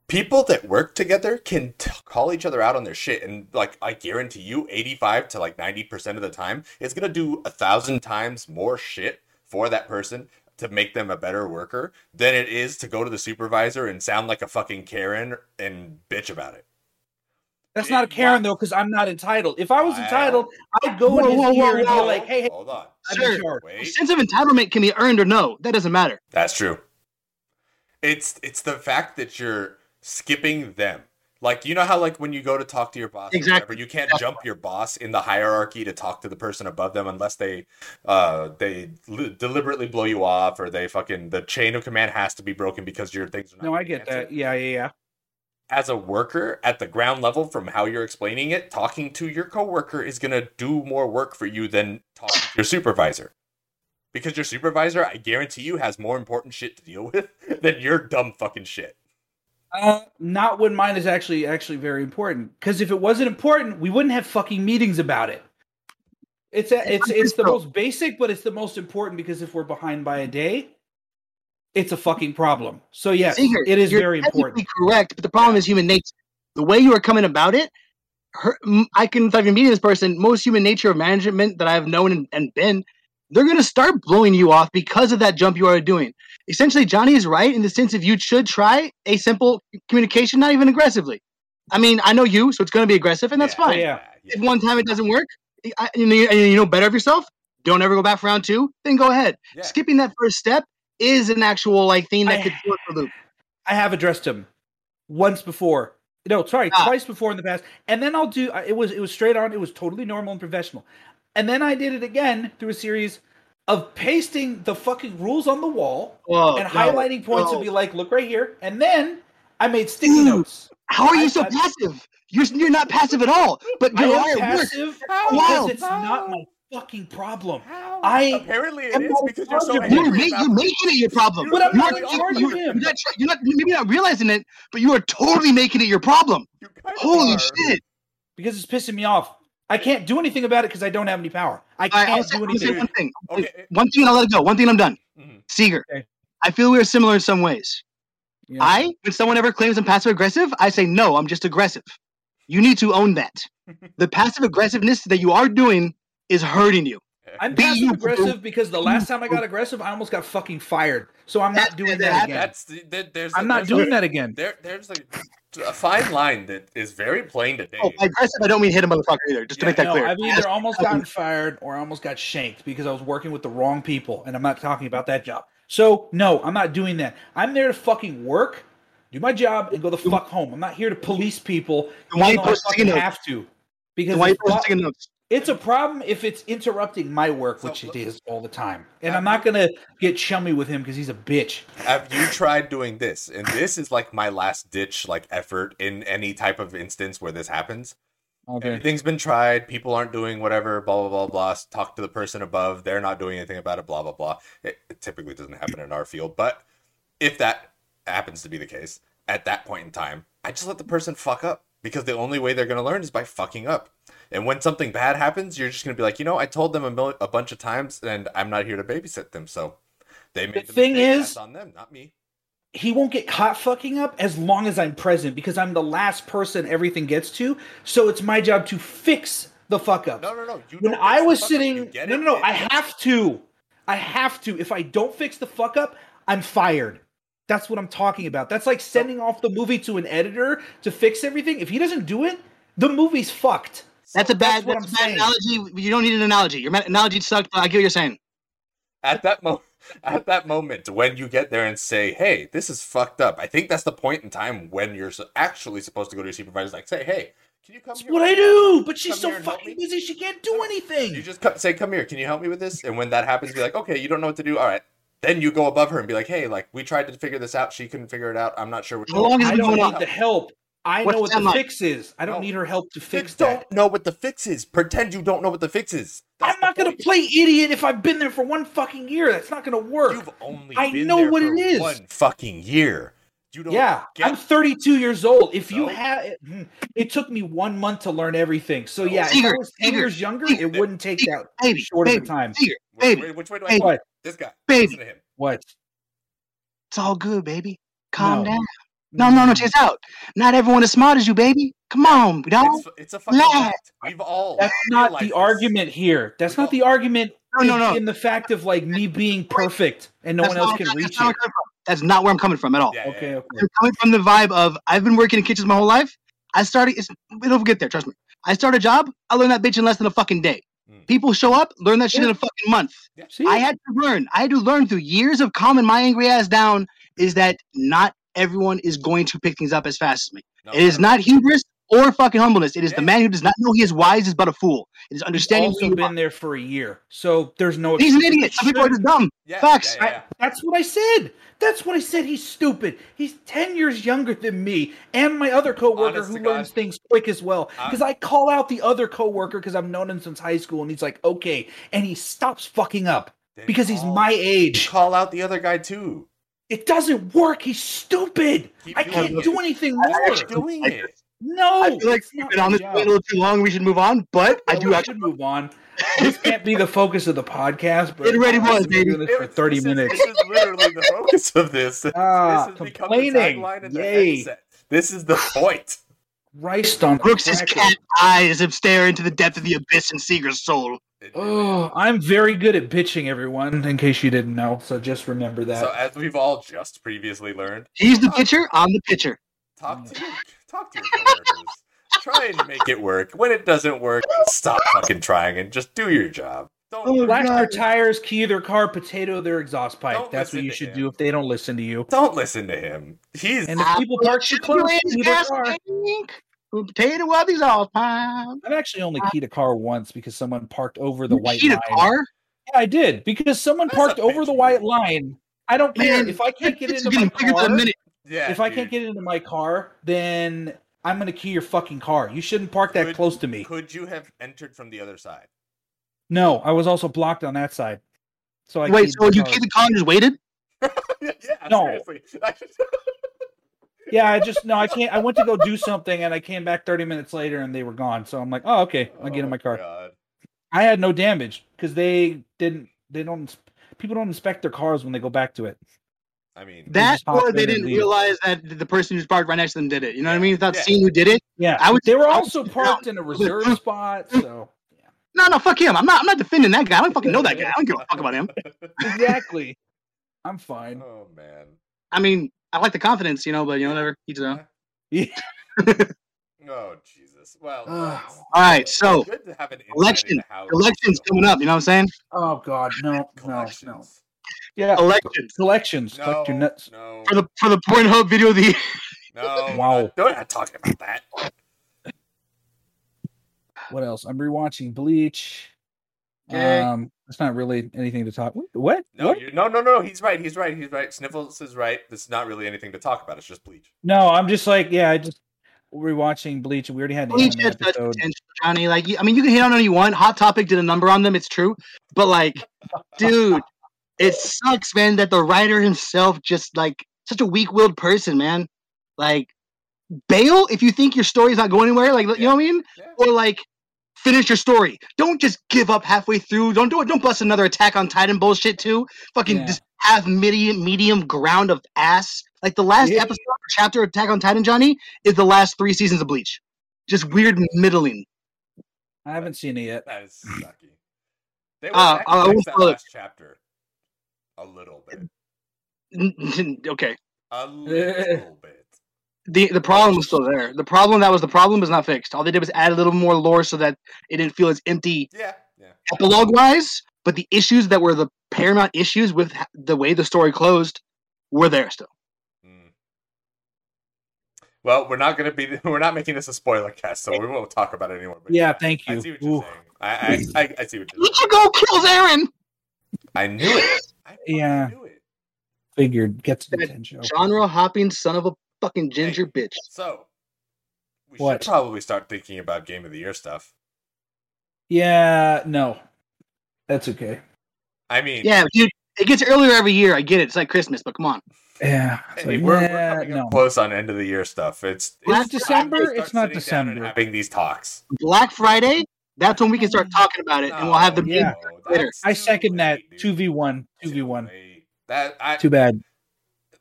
[SPEAKER 3] People that work together can t- call each other out on their shit, and like I guarantee you, 85 to like 90 percent of the time, it's gonna do a thousand times more shit for that person to make them a better worker than it is to go to the supervisor and sound like a fucking Karen and bitch about it.
[SPEAKER 1] That's not a Karen, though, because I'm not entitled. If I was
[SPEAKER 3] Wow.
[SPEAKER 1] entitled, I'd go in
[SPEAKER 2] Whoa,
[SPEAKER 1] his
[SPEAKER 2] whoa, whoa,
[SPEAKER 1] ear and be
[SPEAKER 2] whoa.
[SPEAKER 1] like, hey, hey,
[SPEAKER 3] hold on.
[SPEAKER 1] I'm in
[SPEAKER 2] Sure.
[SPEAKER 1] charge.
[SPEAKER 2] A
[SPEAKER 3] Wait.
[SPEAKER 2] sense of entitlement can be earned or no. That doesn't matter.
[SPEAKER 3] That's true. It's it's the fact that you're skipping them. Like you know how like when you go to talk to your boss, or
[SPEAKER 2] Exactly.
[SPEAKER 3] whatever, you can't jump your boss in the hierarchy to talk to the person above them unless they uh they l- deliberately blow you off or they fucking the chain of command has to be broken because your things are not
[SPEAKER 1] No, I
[SPEAKER 3] getting
[SPEAKER 1] get
[SPEAKER 3] answered.
[SPEAKER 1] that. Yeah, yeah, yeah.
[SPEAKER 3] as a worker at the ground level from how you're explaining it talking to your coworker is going to do more work for you than talking to your supervisor Because your supervisor, I guarantee you, has more important shit to deal with <laughs> than your dumb fucking shit.
[SPEAKER 1] Uh, not when mine is actually actually very important. Because if it wasn't important, we wouldn't have fucking meetings about it. It's a, it's it's the most basic, but it's the most important because if we're behind by a day, it's a fucking problem. So yes,
[SPEAKER 2] Singer,
[SPEAKER 1] it is
[SPEAKER 2] you're
[SPEAKER 1] very important.
[SPEAKER 2] technically Correct, but the problem is human nature. The way you are coming about it, her, m- I can. If I've been meeting this person, most human nature of management that I've known and, and been, they're going to start blowing you off because of that jump you are doing. Essentially, Johnny is right in the sense of you should try a simple communication, not even aggressively. I mean, I know you, so it's going to be aggressive, and that's
[SPEAKER 3] Yeah,
[SPEAKER 2] fine.
[SPEAKER 1] yeah.
[SPEAKER 3] yeah.
[SPEAKER 2] If one time it doesn't work, I, and you, and you know better of yourself, don't ever go back for round two. Then go ahead.
[SPEAKER 3] Yeah.
[SPEAKER 2] Skipping that first step is an actual like thing that
[SPEAKER 1] I-
[SPEAKER 2] could throw us for a loop.
[SPEAKER 1] I have addressed him once before. No, sorry,
[SPEAKER 2] Ah.
[SPEAKER 1] twice before in the past. And then I'll do I- it was it was straight on, it was totally normal and professional. And then I did it again through a series of pasting the fucking rules on the wall
[SPEAKER 2] Whoa,
[SPEAKER 1] and
[SPEAKER 2] no.
[SPEAKER 1] highlighting points and
[SPEAKER 2] no.
[SPEAKER 1] be like, look right here. And then I made sticky
[SPEAKER 2] Dude,
[SPEAKER 1] notes.
[SPEAKER 2] How are you
[SPEAKER 1] I-
[SPEAKER 2] so
[SPEAKER 1] I-
[SPEAKER 2] passive? You're you're not passive at all. But
[SPEAKER 1] I
[SPEAKER 2] you
[SPEAKER 1] am
[SPEAKER 2] are at work.
[SPEAKER 1] passive
[SPEAKER 3] How?
[SPEAKER 1] because
[SPEAKER 2] Wow.
[SPEAKER 1] it's not my fucking problem.
[SPEAKER 3] How?
[SPEAKER 1] I-
[SPEAKER 3] apparently it
[SPEAKER 1] I'm
[SPEAKER 3] is
[SPEAKER 1] not
[SPEAKER 3] because you're so
[SPEAKER 1] positive.
[SPEAKER 3] angry
[SPEAKER 2] You're, ma-
[SPEAKER 3] about
[SPEAKER 2] you're making it your problem.
[SPEAKER 1] But I'm
[SPEAKER 2] You
[SPEAKER 1] not
[SPEAKER 2] are
[SPEAKER 1] in
[SPEAKER 2] taking-
[SPEAKER 1] charge of
[SPEAKER 2] you're,
[SPEAKER 1] him.
[SPEAKER 2] You're not, try- you're not maybe not realizing it, but you are totally making it your problem.
[SPEAKER 3] You kind of
[SPEAKER 2] Holy
[SPEAKER 3] are.
[SPEAKER 2] shit!
[SPEAKER 1] Because it's pissing me off. I can't do anything about it because I don't have any power. I
[SPEAKER 2] All right,
[SPEAKER 1] can't
[SPEAKER 2] I'll say,
[SPEAKER 1] do
[SPEAKER 2] I'll say
[SPEAKER 1] anything.
[SPEAKER 2] one thing.
[SPEAKER 3] Okay.
[SPEAKER 2] One thing, and I'll let it go. One thing, and I'm done.
[SPEAKER 3] mhm.
[SPEAKER 2] Seeger,
[SPEAKER 1] Okay.
[SPEAKER 2] I feel we are similar in some ways.
[SPEAKER 1] Yeah.
[SPEAKER 2] I, when someone ever claims I'm passive aggressive, I say no. I'm just aggressive. You need to
[SPEAKER 1] <laughs>
[SPEAKER 2] own that. the passive aggressiveness that you are doing is hurting you.
[SPEAKER 1] I'm
[SPEAKER 2] Be you,
[SPEAKER 1] passive
[SPEAKER 2] bro.
[SPEAKER 1] aggressive because the last time I got aggressive, I almost got fucking fired. So I'm not
[SPEAKER 2] That-
[SPEAKER 1] doing
[SPEAKER 2] that
[SPEAKER 1] that
[SPEAKER 2] happened.
[SPEAKER 1] again.
[SPEAKER 3] That's the, there, there's.
[SPEAKER 1] I'm not
[SPEAKER 3] there's
[SPEAKER 1] doing
[SPEAKER 3] a,
[SPEAKER 1] that again.
[SPEAKER 3] There, there's a, a fine line that is very plain today.
[SPEAKER 2] Oh, by aggressive, I don't mean hit a motherfucker either. Just to
[SPEAKER 3] Yeah,
[SPEAKER 2] make that
[SPEAKER 1] No,
[SPEAKER 2] clear.
[SPEAKER 1] I've either almost gotten fired or I almost got shanked because I was working with the wrong people, and I'm not talking about that job. So no, I'm not doing that. I'm there to fucking work, do my job, and go the fuck home. I'm not here to police people.
[SPEAKER 2] Why
[SPEAKER 1] even
[SPEAKER 2] you
[SPEAKER 1] though I
[SPEAKER 2] posting
[SPEAKER 1] fucking
[SPEAKER 2] notes?
[SPEAKER 1] have to? Because
[SPEAKER 2] Then why are you
[SPEAKER 1] it's, fu-
[SPEAKER 2] posting notes?
[SPEAKER 1] it's a problem if it's interrupting my work,
[SPEAKER 3] So-
[SPEAKER 1] which it is all the time. And I'm not gonna get chummy with him because he's a bitch.
[SPEAKER 3] Have you tried doing this? And this is like my last ditch like effort in any type of instance where this happens. Everything's been tried. People aren't doing whatever. Blah blah blah blah. Talk to the person above. They're not doing anything about it. Blah blah blah. It, it typically doesn't happen in our field, but if that happens to be the case at that point in time, I just let the person fuck up because the only way they're going to learn is by fucking up. And when something bad happens, you're just going to be like, you know, I told them a, mil- a bunch of times, and I'm not here to babysit them. So they made the,
[SPEAKER 1] thing
[SPEAKER 3] mistake.
[SPEAKER 1] is-
[SPEAKER 3] That's on them, not me.
[SPEAKER 1] he won't get caught fucking up as long as I'm present because I'm the last person everything gets to. So it's my job to fix the fuck up.
[SPEAKER 3] No, no, no. You
[SPEAKER 1] when
[SPEAKER 3] don't
[SPEAKER 1] I
[SPEAKER 3] fix the
[SPEAKER 1] was
[SPEAKER 3] fuck up. You
[SPEAKER 1] sitting,
[SPEAKER 3] get
[SPEAKER 1] no,
[SPEAKER 3] it?
[SPEAKER 1] no, no,
[SPEAKER 3] It-
[SPEAKER 1] I have to. I have to. If I don't fix the fuck up, I'm fired. That's what I'm talking about. That's like sending off the movie to an editor to fix everything. If he doesn't do it, the movie's fucked.
[SPEAKER 2] That's a bad,
[SPEAKER 1] that's what
[SPEAKER 2] that's
[SPEAKER 1] I'm
[SPEAKER 2] a bad
[SPEAKER 1] saying.
[SPEAKER 2] analogy. You don't need an analogy. Your ma- analogy sucked, but I get what you're saying.
[SPEAKER 3] at that moment at that moment when you get there and say hey this is fucked up i think that's the point in time when you're su- actually supposed to go to your supervisor like say hey can you come
[SPEAKER 1] That's
[SPEAKER 3] here
[SPEAKER 1] what I
[SPEAKER 3] right
[SPEAKER 1] do. But she's
[SPEAKER 3] Come
[SPEAKER 1] so
[SPEAKER 3] here and help
[SPEAKER 1] fucking
[SPEAKER 3] me.
[SPEAKER 1] busy, she can't do
[SPEAKER 3] now?" you
[SPEAKER 1] anything.
[SPEAKER 3] just co- say come here can you help me with this and when that happens be like okay you don't know what to do all right then you go above her and be like hey like we tried to figure this out she couldn't figure it out i'm not sure what
[SPEAKER 2] How long has
[SPEAKER 1] I
[SPEAKER 2] it been
[SPEAKER 1] don't
[SPEAKER 2] going
[SPEAKER 1] need
[SPEAKER 2] on?
[SPEAKER 1] the help. I
[SPEAKER 2] What's
[SPEAKER 1] know what
[SPEAKER 2] that
[SPEAKER 1] the
[SPEAKER 2] like?
[SPEAKER 1] fix is. I don't
[SPEAKER 3] No.
[SPEAKER 1] need her help to fix
[SPEAKER 3] fix
[SPEAKER 1] that.
[SPEAKER 3] don't know what the fix is pretend you don't know what the fix is That's
[SPEAKER 1] I'm
[SPEAKER 3] the
[SPEAKER 1] not going
[SPEAKER 3] point.
[SPEAKER 1] to play idiot if I've been there for one fucking year. That's not going to work.
[SPEAKER 3] you've only
[SPEAKER 1] I
[SPEAKER 3] been
[SPEAKER 1] know
[SPEAKER 3] there
[SPEAKER 1] what
[SPEAKER 3] for
[SPEAKER 1] it is.
[SPEAKER 3] one fucking year you don't
[SPEAKER 1] yeah,
[SPEAKER 3] get-
[SPEAKER 1] I'm 32 years old. If you
[SPEAKER 3] So?
[SPEAKER 1] had, it, hmm, it took me one month to learn everything. So yeah, if I
[SPEAKER 2] Seeger,
[SPEAKER 1] was 10
[SPEAKER 2] Seeger,
[SPEAKER 1] years younger,
[SPEAKER 2] Seeger,
[SPEAKER 1] it wouldn't take that
[SPEAKER 2] Baby,
[SPEAKER 1] short of a
[SPEAKER 2] baby,
[SPEAKER 1] time.
[SPEAKER 2] Seeger,
[SPEAKER 3] Wait,
[SPEAKER 2] baby,
[SPEAKER 3] wait, which way do i
[SPEAKER 2] baby.
[SPEAKER 3] go? this guy
[SPEAKER 2] Baby.
[SPEAKER 3] listen to him
[SPEAKER 1] What?
[SPEAKER 2] it's all good, baby. Calm
[SPEAKER 1] No.
[SPEAKER 2] down. No, no, no, chase out. Not everyone as smart as you, baby. Come on, we don't.
[SPEAKER 3] It's, it's a fucking
[SPEAKER 2] Nah.
[SPEAKER 3] fact. We've all.
[SPEAKER 1] That's not
[SPEAKER 3] realized
[SPEAKER 1] the
[SPEAKER 3] this.
[SPEAKER 1] argument here. That's not the argument.
[SPEAKER 2] No, no,
[SPEAKER 1] in-
[SPEAKER 2] no.
[SPEAKER 1] In the fact of like me being perfect and no
[SPEAKER 2] That's
[SPEAKER 1] one
[SPEAKER 2] not
[SPEAKER 1] else
[SPEAKER 2] where-
[SPEAKER 1] can
[SPEAKER 2] that's
[SPEAKER 1] reach
[SPEAKER 2] not
[SPEAKER 1] it.
[SPEAKER 2] where I'm coming from. That's not where I'm coming from at all.
[SPEAKER 3] Yeah, yeah,
[SPEAKER 1] Okay,
[SPEAKER 3] yeah.
[SPEAKER 1] okay.
[SPEAKER 2] I'm coming from the vibe of I've been working in kitchens my whole life. I started. It's, it'll get there. Trust me. I start a job. I learn that bitch in less than a fucking day.
[SPEAKER 1] Hmm.
[SPEAKER 3] Mm.
[SPEAKER 2] People show up, learn that shit
[SPEAKER 1] Yeah.
[SPEAKER 2] in a fucking month.
[SPEAKER 1] See,
[SPEAKER 2] I had to learn. I had to learn through years of calming my angry ass down. Is that not everyone is going to pick things up as fast as me?
[SPEAKER 3] No,
[SPEAKER 2] It is not hubris or fucking humbleness. It is the
[SPEAKER 3] Yeah.
[SPEAKER 2] man who does not know he is wise is but a fool. It is
[SPEAKER 1] he's
[SPEAKER 2] understanding.
[SPEAKER 1] also
[SPEAKER 2] who you are.
[SPEAKER 1] been there for a year, so there's no.
[SPEAKER 2] He's an
[SPEAKER 1] excuse.
[SPEAKER 2] idiot. Some people are
[SPEAKER 1] Should-
[SPEAKER 2] just dumb.
[SPEAKER 3] Yeah,
[SPEAKER 2] Facts.
[SPEAKER 3] Yeah, yeah,
[SPEAKER 1] I, that's what I said. That's what I said. He's stupid. He's 10 years younger than me and my other coworker
[SPEAKER 3] Honest
[SPEAKER 1] who
[SPEAKER 3] to God. Uh,
[SPEAKER 1] learns things quick as well. Because I call out the other coworker because I've known him since high school and he's like, okay. And he stops fucking up.
[SPEAKER 3] Then
[SPEAKER 1] because he's
[SPEAKER 3] call-
[SPEAKER 1] my age.
[SPEAKER 3] Call out the other guy too.
[SPEAKER 1] It doesn't work. He's stupid.
[SPEAKER 3] Keep
[SPEAKER 1] I
[SPEAKER 3] doing
[SPEAKER 1] can't
[SPEAKER 3] it.
[SPEAKER 1] do anything
[SPEAKER 2] I
[SPEAKER 1] more.
[SPEAKER 2] actually-
[SPEAKER 3] doing
[SPEAKER 2] I-
[SPEAKER 3] it.
[SPEAKER 1] No,
[SPEAKER 2] I feel like
[SPEAKER 1] it's
[SPEAKER 2] we've
[SPEAKER 1] not
[SPEAKER 2] been
[SPEAKER 1] my
[SPEAKER 2] on this
[SPEAKER 1] job.
[SPEAKER 2] point a little too long. We should move on, but I
[SPEAKER 1] Well,
[SPEAKER 2] do
[SPEAKER 1] we <laughs>
[SPEAKER 2] actually.
[SPEAKER 1] should move on. This can't be the focus of the podcast. But
[SPEAKER 2] It already was,
[SPEAKER 1] We've been doing this for
[SPEAKER 3] It's-
[SPEAKER 1] thirty
[SPEAKER 3] this is-
[SPEAKER 1] minutes.
[SPEAKER 3] This is literally the focus of
[SPEAKER 1] <laughs>
[SPEAKER 3] this.
[SPEAKER 1] Ah,
[SPEAKER 3] this has become the
[SPEAKER 1] complaining.
[SPEAKER 3] tagline and the
[SPEAKER 1] Yay!
[SPEAKER 3] headset. This is the point.
[SPEAKER 1] Christ on
[SPEAKER 2] Brooks's
[SPEAKER 1] crackers.
[SPEAKER 2] cat eyes have stare into the depth of the abyss in Seeger's soul.
[SPEAKER 1] <laughs> Oh, I'm very good at bitching, everyone. In case you didn't know, so just remember that.
[SPEAKER 3] So as we've all just previously learned,
[SPEAKER 2] He's the pitcher. I'm the pitcher.
[SPEAKER 3] talk to your, talk to your coworkers. Try and make it work. When it doesn't work, stop fucking trying and just do your job. Don't
[SPEAKER 2] Oh,
[SPEAKER 3] worry.
[SPEAKER 1] Black their
[SPEAKER 2] God.
[SPEAKER 1] tires, key their car, potato their exhaust pipe.
[SPEAKER 3] Don't
[SPEAKER 1] That's what
[SPEAKER 3] listen
[SPEAKER 1] you
[SPEAKER 3] to
[SPEAKER 1] should
[SPEAKER 3] him.
[SPEAKER 1] do if they don't listen to you.
[SPEAKER 3] Don't listen to him. He's
[SPEAKER 1] And if people park too close, key their
[SPEAKER 2] Gas
[SPEAKER 1] car.
[SPEAKER 2] tank. Potato Wubbies all time.
[SPEAKER 1] I've actually only keyed a car once because someone parked over the white
[SPEAKER 2] Need
[SPEAKER 1] line.
[SPEAKER 2] a car?
[SPEAKER 1] Yeah, I did because someone
[SPEAKER 3] That's
[SPEAKER 1] parked
[SPEAKER 3] a
[SPEAKER 1] over the
[SPEAKER 3] bitch
[SPEAKER 1] white
[SPEAKER 3] move.
[SPEAKER 1] line. I don't care
[SPEAKER 2] Man,
[SPEAKER 1] if I can't get
[SPEAKER 2] It's
[SPEAKER 1] into my
[SPEAKER 2] getting bigger by the
[SPEAKER 1] car.
[SPEAKER 2] minute.
[SPEAKER 3] yeah.
[SPEAKER 1] If I can't
[SPEAKER 3] dude.
[SPEAKER 1] get into my car, then I'm gonna key your fucking car. You shouldn't park that
[SPEAKER 3] Could-
[SPEAKER 1] close to me.
[SPEAKER 3] could you have entered from the other side? <laughs>
[SPEAKER 1] No, I was also blocked on that side. So I
[SPEAKER 2] Wait,
[SPEAKER 1] keyed
[SPEAKER 2] so
[SPEAKER 1] the
[SPEAKER 2] you
[SPEAKER 1] car.
[SPEAKER 2] keep the car and just waited?
[SPEAKER 3] yeah,
[SPEAKER 1] No.
[SPEAKER 3] seriously. <laughs>
[SPEAKER 1] Yeah, I just no, I can't. I went to go do something and I came back 30 minutes later and they were gone. So I'm like, oh okay, I get in my car.
[SPEAKER 3] God.
[SPEAKER 1] I had no damage because they didn't. They don't. ins- People don't inspect their cars when they go back to it.
[SPEAKER 3] I mean,
[SPEAKER 2] That
[SPEAKER 1] just hop
[SPEAKER 2] or they
[SPEAKER 1] in and
[SPEAKER 2] didn't
[SPEAKER 1] leave.
[SPEAKER 2] realize that the person who's parked right next to them did it. You know what I mean? Without
[SPEAKER 3] Yeah.
[SPEAKER 2] seeing who did it.
[SPEAKER 1] Yeah,
[SPEAKER 2] I would-
[SPEAKER 1] they were
[SPEAKER 2] I would
[SPEAKER 1] also
[SPEAKER 2] sit
[SPEAKER 1] parked in a reserve spot. So
[SPEAKER 2] No, no, fuck him. I'm not. I'm not defending that guy. I don't fucking know that guy. I don't give a fuck about him.
[SPEAKER 1] exactly, I'm fine.
[SPEAKER 3] oh man.
[SPEAKER 2] I mean, I like the confidence, you know, but you know, whatever. Each his own.
[SPEAKER 1] <laughs> Yeah.
[SPEAKER 3] Oh Jesus. Well,
[SPEAKER 1] Oh.
[SPEAKER 3] that's-
[SPEAKER 2] All right, so,
[SPEAKER 3] good to have an insight
[SPEAKER 2] election-
[SPEAKER 3] into how-
[SPEAKER 2] Elections coming up. You know what I'm saying?
[SPEAKER 1] Oh God, no, no, no.
[SPEAKER 3] Collections.
[SPEAKER 1] Yeah,
[SPEAKER 2] Elections
[SPEAKER 1] Oh, collections.
[SPEAKER 3] No,
[SPEAKER 1] Collect your nuts.
[SPEAKER 3] No,
[SPEAKER 2] for the for the Pornhub video of the year.
[SPEAKER 3] no.
[SPEAKER 1] Wow.
[SPEAKER 3] no, Don't not talking about that.
[SPEAKER 1] What else? I'm rewatching Bleach.
[SPEAKER 2] Okay.
[SPEAKER 1] Um, it's not really anything to talk. What?
[SPEAKER 3] No,
[SPEAKER 1] what?
[SPEAKER 3] you no, no, no. He's right. He's right. He's right. Sniffles is right. This is not really anything to talk about. It's just bleach.
[SPEAKER 1] No, I'm just like, yeah, I just rewatching Bleach. We already had the
[SPEAKER 2] Bleach
[SPEAKER 1] anime
[SPEAKER 2] has such
[SPEAKER 1] episode.
[SPEAKER 2] potential, Johnny. Like, you- I mean, you can hit on any one. Hot Topic did a number on them. It's true, but like, dude, it sucks, man, that the writer himself just like such a weak-willed person, man. Like, bail if you think your story's not going anywhere. Like, you know what I mean?
[SPEAKER 3] Yeah.
[SPEAKER 2] Or like, finish your story. Don't just give up halfway through. Don't do it. Don't bust another Attack on Titan bullshit too. Fucking
[SPEAKER 1] Yeah.
[SPEAKER 2] just have medium medium ground of ass. Like the last
[SPEAKER 1] Yeah.
[SPEAKER 2] episode or chapter of Attack on Titan, Johnny, is the last three seasons of Bleach. Just weird middling. <laughs>
[SPEAKER 1] I haven't seen it yet.
[SPEAKER 3] That is sucky. They went
[SPEAKER 2] Uh,
[SPEAKER 3] back
[SPEAKER 2] I
[SPEAKER 3] and
[SPEAKER 2] won't
[SPEAKER 3] fixed that
[SPEAKER 2] spoil it.
[SPEAKER 3] last chapter. A little bit.
[SPEAKER 2] okay.
[SPEAKER 3] A
[SPEAKER 1] <laughs>
[SPEAKER 3] little bit.
[SPEAKER 2] The the problem was still there. The problem that was the problem was not fixed. All they did was add a little more lore so that it didn't feel as empty
[SPEAKER 3] Yeah. Yeah.
[SPEAKER 2] epilogue wise, but the issues that were the paramount issues with h- the way the story closed were there still.
[SPEAKER 3] Mm. Well, we're not gonna be. <laughs> We're not making this a spoiler cast, so we won't talk about it anymore. but
[SPEAKER 1] Yeah, thank
[SPEAKER 3] I
[SPEAKER 1] you.
[SPEAKER 3] see what you're
[SPEAKER 1] Ooh.
[SPEAKER 3] saying. I, I, I, I see what you're saying.
[SPEAKER 2] Ichigo kills Aaron.
[SPEAKER 3] I knew it. I fucking
[SPEAKER 1] Yeah.
[SPEAKER 3] knew it.
[SPEAKER 1] Figured gets the
[SPEAKER 2] That
[SPEAKER 1] attention.
[SPEAKER 2] Genre hopping son of a fucking ginger bitch.
[SPEAKER 3] So we
[SPEAKER 1] What?
[SPEAKER 3] should probably start thinking about game of the year stuff.
[SPEAKER 1] Yeah, no, that's okay.
[SPEAKER 3] I mean,
[SPEAKER 2] Yeah, dude. It gets earlier every year. I get it. It's like Christmas, but come on.
[SPEAKER 1] Yeah,
[SPEAKER 3] hey,
[SPEAKER 1] it's like,
[SPEAKER 3] we're, we're
[SPEAKER 1] yeah,
[SPEAKER 3] coming up
[SPEAKER 1] no.
[SPEAKER 3] close on end of the year stuff. It's,
[SPEAKER 1] It's
[SPEAKER 3] time to
[SPEAKER 1] December,
[SPEAKER 3] start
[SPEAKER 1] it's not
[SPEAKER 3] sitting down and
[SPEAKER 1] December.
[SPEAKER 3] Having these talks,
[SPEAKER 2] Black Friday. That's when we can start talking about it, and we'll have the
[SPEAKER 1] Yeah.
[SPEAKER 2] big later.
[SPEAKER 1] I second that. Two v one, two v one.
[SPEAKER 3] That I,
[SPEAKER 1] Too bad.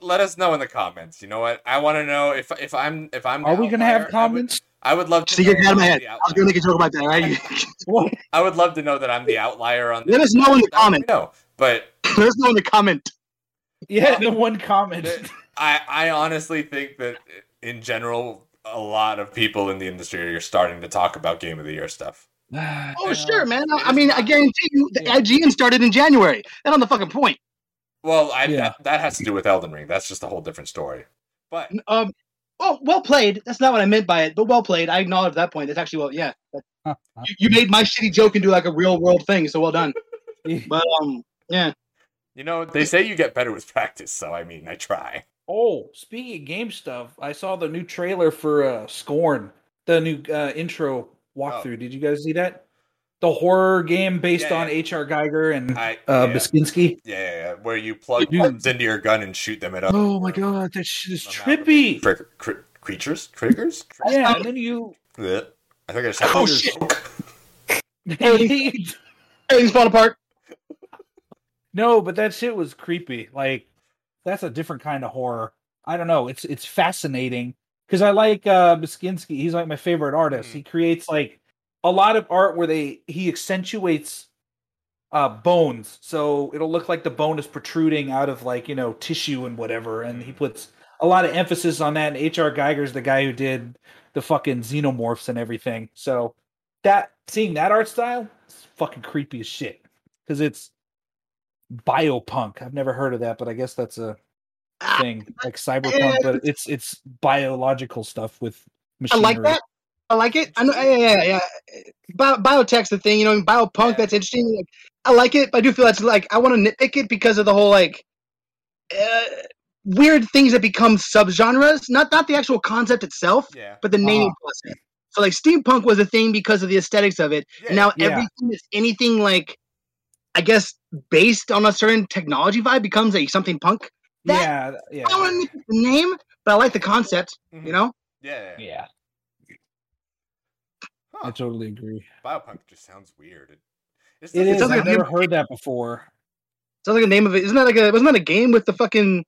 [SPEAKER 3] let us know in the comments. You know what? I want to know if if I'm if I'm.
[SPEAKER 1] Are
[SPEAKER 3] the
[SPEAKER 1] we gonna have
[SPEAKER 3] outlier, I would-
[SPEAKER 1] comments? <laughs>
[SPEAKER 3] I would love to.
[SPEAKER 2] See, you're
[SPEAKER 3] know
[SPEAKER 2] out of my
[SPEAKER 3] I'm
[SPEAKER 2] head.
[SPEAKER 3] the
[SPEAKER 2] I was gonna make a joke about that, right?
[SPEAKER 1] What?
[SPEAKER 3] I would love to know that I'm the outlier on.
[SPEAKER 2] <laughs> Let us know in the comment. <laughs>
[SPEAKER 3] No, but
[SPEAKER 2] Let us know in the comment.
[SPEAKER 1] Yeah, the one
[SPEAKER 3] <laughs>
[SPEAKER 1] comment. <sighs>
[SPEAKER 3] Th- I I honestly think that in general, a lot of people in the industry are starting to talk about game of the year stuff.
[SPEAKER 2] Oh, sure, man. I,
[SPEAKER 3] it
[SPEAKER 2] I
[SPEAKER 3] is
[SPEAKER 2] mean,
[SPEAKER 3] not-
[SPEAKER 2] I guarantee you, the
[SPEAKER 1] Yeah.
[SPEAKER 2] IGN started in January. That on the fucking point.
[SPEAKER 3] Well, I
[SPEAKER 1] Yeah.
[SPEAKER 3] that, that has to do with Elden Ring. That's just a whole different story. But
[SPEAKER 2] Um, oh, well played. That's not what I meant by it, but well played. I acknowledge that point. That's actually well, <laughs> yeah. That-
[SPEAKER 1] Huh, huh.
[SPEAKER 2] you, you made my shitty joke into like a real world thing, so well done. But um, yeah,
[SPEAKER 3] you know, they say you get better with practice, so I mean, I try.
[SPEAKER 1] Oh, speaking of game stuff, I saw the new trailer for uh, Scorn, the new uh, intro walkthrough. Did you guys see that? the horror game based
[SPEAKER 3] Oh. Yeah,
[SPEAKER 1] on
[SPEAKER 3] yeah.
[SPEAKER 1] H.R. Geiger and
[SPEAKER 3] I,
[SPEAKER 1] uh,
[SPEAKER 3] yeah,
[SPEAKER 1] Basinski.
[SPEAKER 3] yeah, yeah, yeah, where you plug
[SPEAKER 1] Dude.
[SPEAKER 3] buttons into your gun and shoot them at other
[SPEAKER 1] Oh my god, that shit is
[SPEAKER 3] amount of
[SPEAKER 1] trippy.
[SPEAKER 3] cri- cri- creatures, triggers.
[SPEAKER 1] Yeah, and then you. <laughs>
[SPEAKER 3] Blech. I think I just
[SPEAKER 2] Oh, shit. Hey. Everything's falling apart.
[SPEAKER 1] no, but that shit was creepy. Like that's a different kind of horror. I don't know. It's it's fascinating because I like uh Basinski. He's like my favorite artist.
[SPEAKER 3] Mhm.
[SPEAKER 1] He creates like a lot of art where they he accentuates uh bones. So it'll look like the bone is protruding out of like, you know, tissue and whatever and he puts a lot of emphasis on that. And H.R. Geiger's the guy who did the fucking xenomorphs and everything. So that seeing that art style is fucking creepy as shit because it's biopunk. I've never heard of that, but I guess that's a
[SPEAKER 2] Ah,
[SPEAKER 1] thing like cyberpunk, but it's it's biological stuff with
[SPEAKER 2] I
[SPEAKER 1] machinery.
[SPEAKER 2] like that. I like it. I know. Yeah, yeah, yeah. yeah. Bio, biotech's the thing, you know. Biopunk.
[SPEAKER 3] Yeah.
[SPEAKER 2] That's interesting. Like, I like it, but I do feel that's like I want to nitpick it because of the whole like uh, weird things that become subgenres. Not not the actual concept itself,
[SPEAKER 3] Yeah.
[SPEAKER 2] but the naming
[SPEAKER 1] Uh-huh.
[SPEAKER 2] process. So like steampunk was a thing because of the aesthetics of it.
[SPEAKER 3] yeah.
[SPEAKER 2] And now
[SPEAKER 1] Yeah.
[SPEAKER 2] everything is anything like I guess based on a certain technology vibe becomes a something punk. That-
[SPEAKER 1] yeah, th-
[SPEAKER 2] I don't
[SPEAKER 1] yeah,
[SPEAKER 2] want to nitpick the name, but I like the concept.
[SPEAKER 3] Mhm.
[SPEAKER 2] You know,
[SPEAKER 3] Yeah. yeah.
[SPEAKER 1] yeah.
[SPEAKER 3] Huh.
[SPEAKER 1] I totally agree.
[SPEAKER 3] Biopunk just sounds weird. It, it's
[SPEAKER 1] It
[SPEAKER 3] like-
[SPEAKER 1] is.
[SPEAKER 2] sounds
[SPEAKER 1] I've
[SPEAKER 2] like a
[SPEAKER 1] never
[SPEAKER 2] hip-
[SPEAKER 1] heard that before.
[SPEAKER 2] <laughs> sounds like the name of it. Isn't that like a wasn't that a game with the fucking?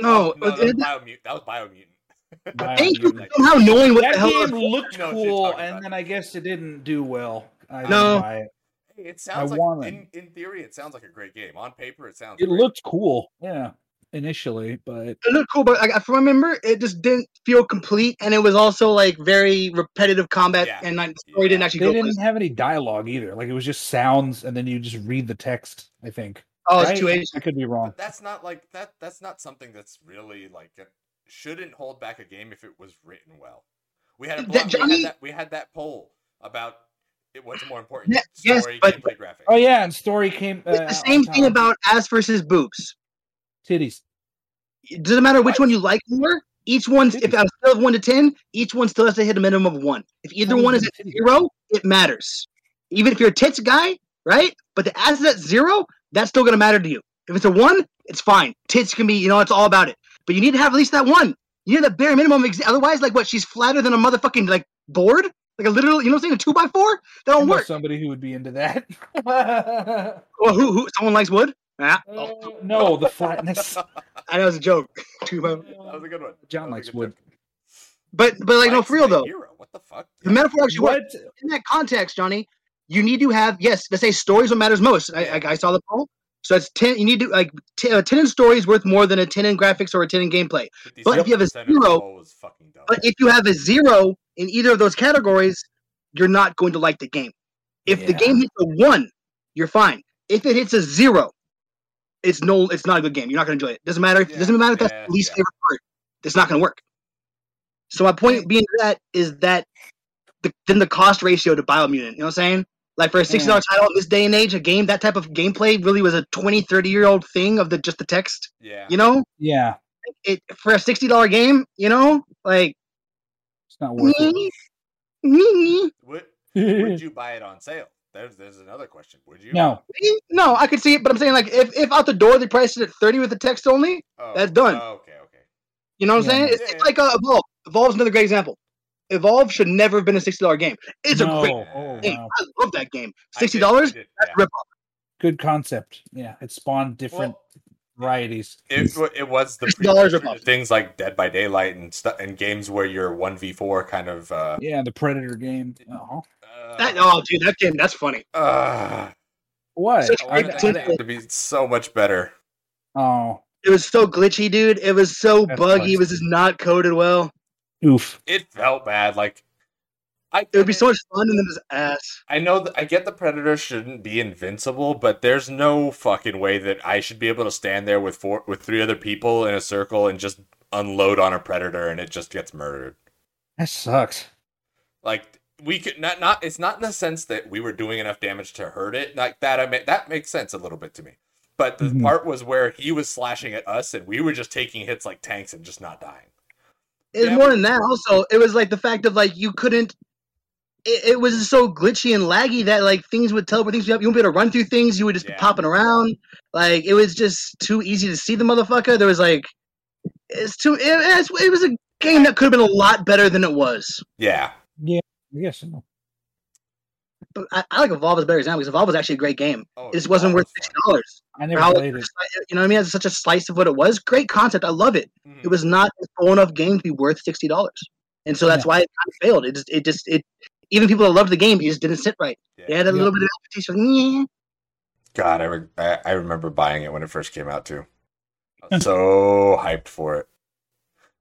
[SPEAKER 2] No,
[SPEAKER 3] no,
[SPEAKER 2] it-
[SPEAKER 3] that, was
[SPEAKER 2] it-
[SPEAKER 3] Biomutant. that was Biomutant.
[SPEAKER 1] Bio-
[SPEAKER 2] thank you for
[SPEAKER 3] Like-
[SPEAKER 2] somehow knowing what
[SPEAKER 1] That
[SPEAKER 2] the hell. it
[SPEAKER 1] game
[SPEAKER 2] was.
[SPEAKER 1] looked
[SPEAKER 3] You know what you're
[SPEAKER 1] cool,
[SPEAKER 3] talking
[SPEAKER 1] and
[SPEAKER 3] about.
[SPEAKER 1] then I guess it didn't do well. I didn't
[SPEAKER 2] No.
[SPEAKER 1] buy it.
[SPEAKER 3] Hey, it sounds
[SPEAKER 1] wanna-
[SPEAKER 3] like in, in theory, it sounds like a great game. On paper, it sounds.
[SPEAKER 1] it
[SPEAKER 3] great.
[SPEAKER 1] looked cool, yeah, initially, but
[SPEAKER 2] It looked cool, but like, if I remember, it just didn't feel complete, and it was also like very repetitive combat,
[SPEAKER 3] Yeah.
[SPEAKER 2] and like, the story didn't
[SPEAKER 3] Yeah.
[SPEAKER 2] actually
[SPEAKER 1] they
[SPEAKER 2] go.
[SPEAKER 1] didn't
[SPEAKER 2] places.
[SPEAKER 1] have any dialogue either. Like it was just sounds, and then you just read the text. I think.
[SPEAKER 2] Oh, it's
[SPEAKER 1] Right?
[SPEAKER 2] two Asian.
[SPEAKER 1] I could be wrong.
[SPEAKER 3] But that's not like that. That's not something that's really like uh, shouldn't hold back a game if it was written well. We had a
[SPEAKER 2] That
[SPEAKER 3] poll- we,
[SPEAKER 2] Johnny-
[SPEAKER 3] had that, we had that poll about it, what's more important:
[SPEAKER 2] Yeah, yes,
[SPEAKER 3] story,
[SPEAKER 2] but-
[SPEAKER 3] gameplay, graphics.
[SPEAKER 1] Oh yeah, and story came. Uh,
[SPEAKER 2] It's the same
[SPEAKER 1] on
[SPEAKER 2] thing
[SPEAKER 1] top.
[SPEAKER 2] about ass versus boobs.
[SPEAKER 1] titties.
[SPEAKER 2] it doesn't matter which one you like more. Each one's if I was still have one to ten, each one still has to hit a minimum of one. If either
[SPEAKER 1] How
[SPEAKER 2] one
[SPEAKER 1] do you
[SPEAKER 2] is
[SPEAKER 1] do
[SPEAKER 2] at
[SPEAKER 1] titty?
[SPEAKER 2] zero, it matters. Even if you're a tits guy, right? But the ass is at zero, that's still gonna matter to you. If it's a one, it's fine. Tits can be, you know, it's all about it. But you need to have at least that one. You need the bare minimum. ex- Otherwise, like what? She's flatter than a motherfucking like board, like a literal. You know what I'm saying? A two by four. That
[SPEAKER 1] I
[SPEAKER 2] don't
[SPEAKER 1] know
[SPEAKER 2] work. Oh.
[SPEAKER 1] somebody who would be into <laughs> that.
[SPEAKER 2] Well, who? Who? Someone likes wood. Ah, oh,
[SPEAKER 1] Uh, no, the flatness.
[SPEAKER 3] that
[SPEAKER 2] I know <laughs> it's a joke. <laughs> two by.
[SPEAKER 3] was a good one.
[SPEAKER 1] John
[SPEAKER 3] That was
[SPEAKER 1] likes
[SPEAKER 3] a good
[SPEAKER 1] wood.
[SPEAKER 3] joke.
[SPEAKER 2] But but like no,
[SPEAKER 3] Mike's
[SPEAKER 2] for real
[SPEAKER 3] the
[SPEAKER 2] though,
[SPEAKER 3] hero. What the fuck?
[SPEAKER 2] the metaphor actually works.
[SPEAKER 1] What?
[SPEAKER 2] in that context, Johnny, you need to have yes. Let's say stories what matters most. I, I, I saw the poll, so it's ten. You need to like t- a ten in stories worth more than a ten in graphics or a ten in gameplay. But if you have a
[SPEAKER 3] 57% of the
[SPEAKER 2] zero-
[SPEAKER 3] poll was fucking dumb.
[SPEAKER 2] But if you have a zero in either of those categories, you're not going to like the game. If the
[SPEAKER 1] Yeah.
[SPEAKER 2] game hits a one, you're fine. If it hits a zero, it's no, it's not a good game. You're not going to enjoy it. Doesn't matter.
[SPEAKER 3] Yeah,
[SPEAKER 2] doesn't matter if
[SPEAKER 3] yeah,
[SPEAKER 2] that's the least
[SPEAKER 3] yeah.
[SPEAKER 2] favorite part. It's not going to work. So my point being that is that the, then the cost ratio to Biomutant. You know what I'm saying? Like for a sixty dollars title in this day and age, a game that type of gameplay really was a 20, 30 year old thing of the just the text.
[SPEAKER 3] yeah,
[SPEAKER 2] You know,
[SPEAKER 1] Yeah,
[SPEAKER 2] it for a sixty dollar game. You know, like
[SPEAKER 1] it's not worth
[SPEAKER 2] me, me, me.
[SPEAKER 3] would, would
[SPEAKER 2] Mm-hmm.
[SPEAKER 1] <laughs>
[SPEAKER 2] Hmm.
[SPEAKER 1] it.
[SPEAKER 3] you buy it on sale? There's there's another question. Would you?
[SPEAKER 1] no,
[SPEAKER 2] No, I could see it, but I'm saying like if, if out the door they priced it at 30 with the text only,
[SPEAKER 3] Oh,
[SPEAKER 2] That's done.
[SPEAKER 3] oh, okay, okay.
[SPEAKER 2] you know what
[SPEAKER 1] Yeah.
[SPEAKER 2] I'm saying? It's,
[SPEAKER 3] Yeah,
[SPEAKER 2] it's
[SPEAKER 3] yeah.
[SPEAKER 2] like uh, Evolve. Evolve's another great example. Evolve should never have been a $60 game. It's
[SPEAKER 1] No.
[SPEAKER 2] a great
[SPEAKER 1] Oh, oh,
[SPEAKER 2] game.
[SPEAKER 1] wow.
[SPEAKER 2] I love that game.
[SPEAKER 3] I did-
[SPEAKER 2] $60, dollars
[SPEAKER 3] I did,
[SPEAKER 2] that's
[SPEAKER 3] yeah.
[SPEAKER 2] rip off.
[SPEAKER 1] good concept. Yeah, it spawned different varieties.
[SPEAKER 3] It, wa- it was the
[SPEAKER 2] $60
[SPEAKER 3] precursor
[SPEAKER 2] ripoff.
[SPEAKER 3] to things like Dead by Daylight and stuff and games where you're one v four kind of. Uh,
[SPEAKER 1] <laughs> yeah, the Predator game. Uh-huh.
[SPEAKER 3] uh,
[SPEAKER 2] That, oh, dude, that game, that's funny.
[SPEAKER 3] uh,
[SPEAKER 1] What?
[SPEAKER 2] Such
[SPEAKER 3] I
[SPEAKER 1] I-
[SPEAKER 3] wanted
[SPEAKER 2] great
[SPEAKER 3] that
[SPEAKER 1] I-
[SPEAKER 2] content.
[SPEAKER 3] game to be so much better.
[SPEAKER 1] oh,
[SPEAKER 2] It was so glitchy, dude. It was so
[SPEAKER 1] That's
[SPEAKER 2] buggy. It
[SPEAKER 1] nice.
[SPEAKER 2] was just not coded well.
[SPEAKER 1] oof.
[SPEAKER 3] It felt bad. Like I,
[SPEAKER 2] It would be so much fun and then this ass.
[SPEAKER 3] I know that I get the Predator shouldn't be invincible, but there's no fucking way that I should be able to stand there with four with three other people in a circle and just unload on a Predator and it just gets murdered.
[SPEAKER 1] That sucks.
[SPEAKER 3] like we could not not it's not in the sense that we were doing enough damage to hurt it like that i mean that makes sense a little bit to me but the
[SPEAKER 1] Mhm.
[SPEAKER 3] part was where he was slashing at us and we were just taking hits like tanks and just not dying
[SPEAKER 2] It's
[SPEAKER 3] Yeah,
[SPEAKER 2] more
[SPEAKER 3] but-
[SPEAKER 2] than that. Also, it was like the fact of like you couldn't it, it was so glitchy and laggy that like things would teleport things up. You wouldn't be able to run through things. You would just be
[SPEAKER 3] Yeah.
[SPEAKER 2] popping around. Like it was just too easy to see the motherfucker. There was like it's too. It, it's, it was a game that could have been a lot better than it was.
[SPEAKER 3] Yeah.
[SPEAKER 1] Yes. no.
[SPEAKER 2] But I, I like Evolve as a better example because Evolve was actually a great game.
[SPEAKER 3] Oh,
[SPEAKER 2] It just wasn't
[SPEAKER 3] that
[SPEAKER 2] worth
[SPEAKER 3] was
[SPEAKER 2] sixty
[SPEAKER 3] fun.
[SPEAKER 2] dollars.
[SPEAKER 1] I
[SPEAKER 2] You
[SPEAKER 1] never
[SPEAKER 2] know
[SPEAKER 1] played it.
[SPEAKER 2] what I mean? It's such a slice of what it was. Great concept. I love it.
[SPEAKER 3] Mhm.
[SPEAKER 2] It was not a full enough game to be worth sixty dollars, and so that's why it kind of failed. It just, it just, it even people that loved the game, it just didn't sit right.
[SPEAKER 3] Yeah.
[SPEAKER 2] They had a
[SPEAKER 1] Yeah.
[SPEAKER 2] little bit of expectation. Yeah.
[SPEAKER 3] God, I, re- I I remember buying it when it first came out too. I was so hyped for it.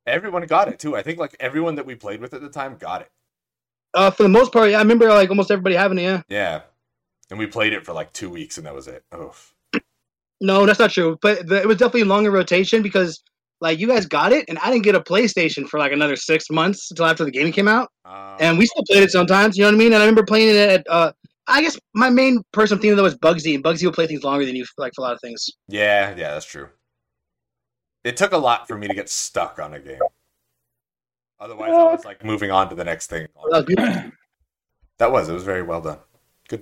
[SPEAKER 3] Everyone got it too. I think like everyone that we played with at the time got it.
[SPEAKER 2] Uh, for the most part, yeah, I remember like almost everybody having it. Yeah,
[SPEAKER 3] Yeah, and we played it for like two weeks, and that was it. Oh,
[SPEAKER 2] no, that's not true. But the, it was definitely longer rotation because like you guys got it, and I didn't get a PlayStation for like another six months until after the game came out,
[SPEAKER 3] Um,
[SPEAKER 2] and we still played it sometimes. You know what I mean? And I remember playing it at. Uh, I guess my main person thing though was Bugsy, and Bugsy will play things longer than you like for a lot of things.
[SPEAKER 3] yeah, yeah, that's true. It took a lot for me to get stuck on a game. Otherwise, I was like moving on to the next thing.
[SPEAKER 2] That was beautiful.
[SPEAKER 1] <clears throat>
[SPEAKER 3] That was. It was very
[SPEAKER 1] <laughs>
[SPEAKER 3] well done.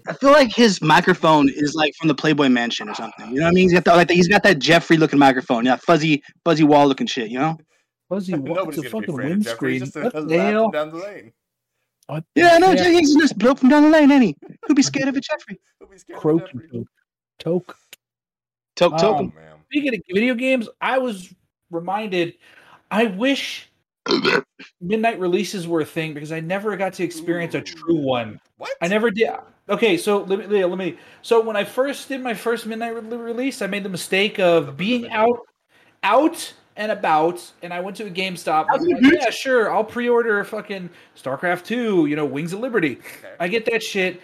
[SPEAKER 2] I feel like his microphone is like from the Playboy Mansion or something. You know what I mean? He's got that, like he's got that Jeffrey looking microphone, yeah, fuzzy fuzzy wall looking shit. You know?
[SPEAKER 1] Fuzzy, what's a
[SPEAKER 3] Nobody's gonna be
[SPEAKER 1] fucking
[SPEAKER 3] afraid of Jeffrey.
[SPEAKER 1] windscreen?
[SPEAKER 3] He's just
[SPEAKER 1] What
[SPEAKER 3] another
[SPEAKER 1] the
[SPEAKER 3] lap
[SPEAKER 1] hell?
[SPEAKER 3] down the lane.
[SPEAKER 1] What the
[SPEAKER 2] Yeah, no,
[SPEAKER 1] heck?
[SPEAKER 2] Jeff- he's just broke from down the lane, ain't he? Who'd be scared of a Jeffrey?
[SPEAKER 3] Don't be scared of
[SPEAKER 1] Croak
[SPEAKER 3] Jeffrey.
[SPEAKER 1] and toke. Toke.
[SPEAKER 2] Toke toke.
[SPEAKER 3] Oh
[SPEAKER 1] Um,
[SPEAKER 2] him.
[SPEAKER 3] man.
[SPEAKER 1] Speaking of video games, I was reminded. I wish midnight releases were a thing because I never got to experience a true one.
[SPEAKER 3] What?
[SPEAKER 1] I never did. Okay, so let me Leah, let me. So when I first did my first midnight re- release, I made the mistake of being out, out and about, and I went to a GameStop. and I'm like, yeah, sure, I'll pre-order fucking StarCraft Two. You know, Wings of Liberty.
[SPEAKER 3] Okay.
[SPEAKER 1] I get that shit,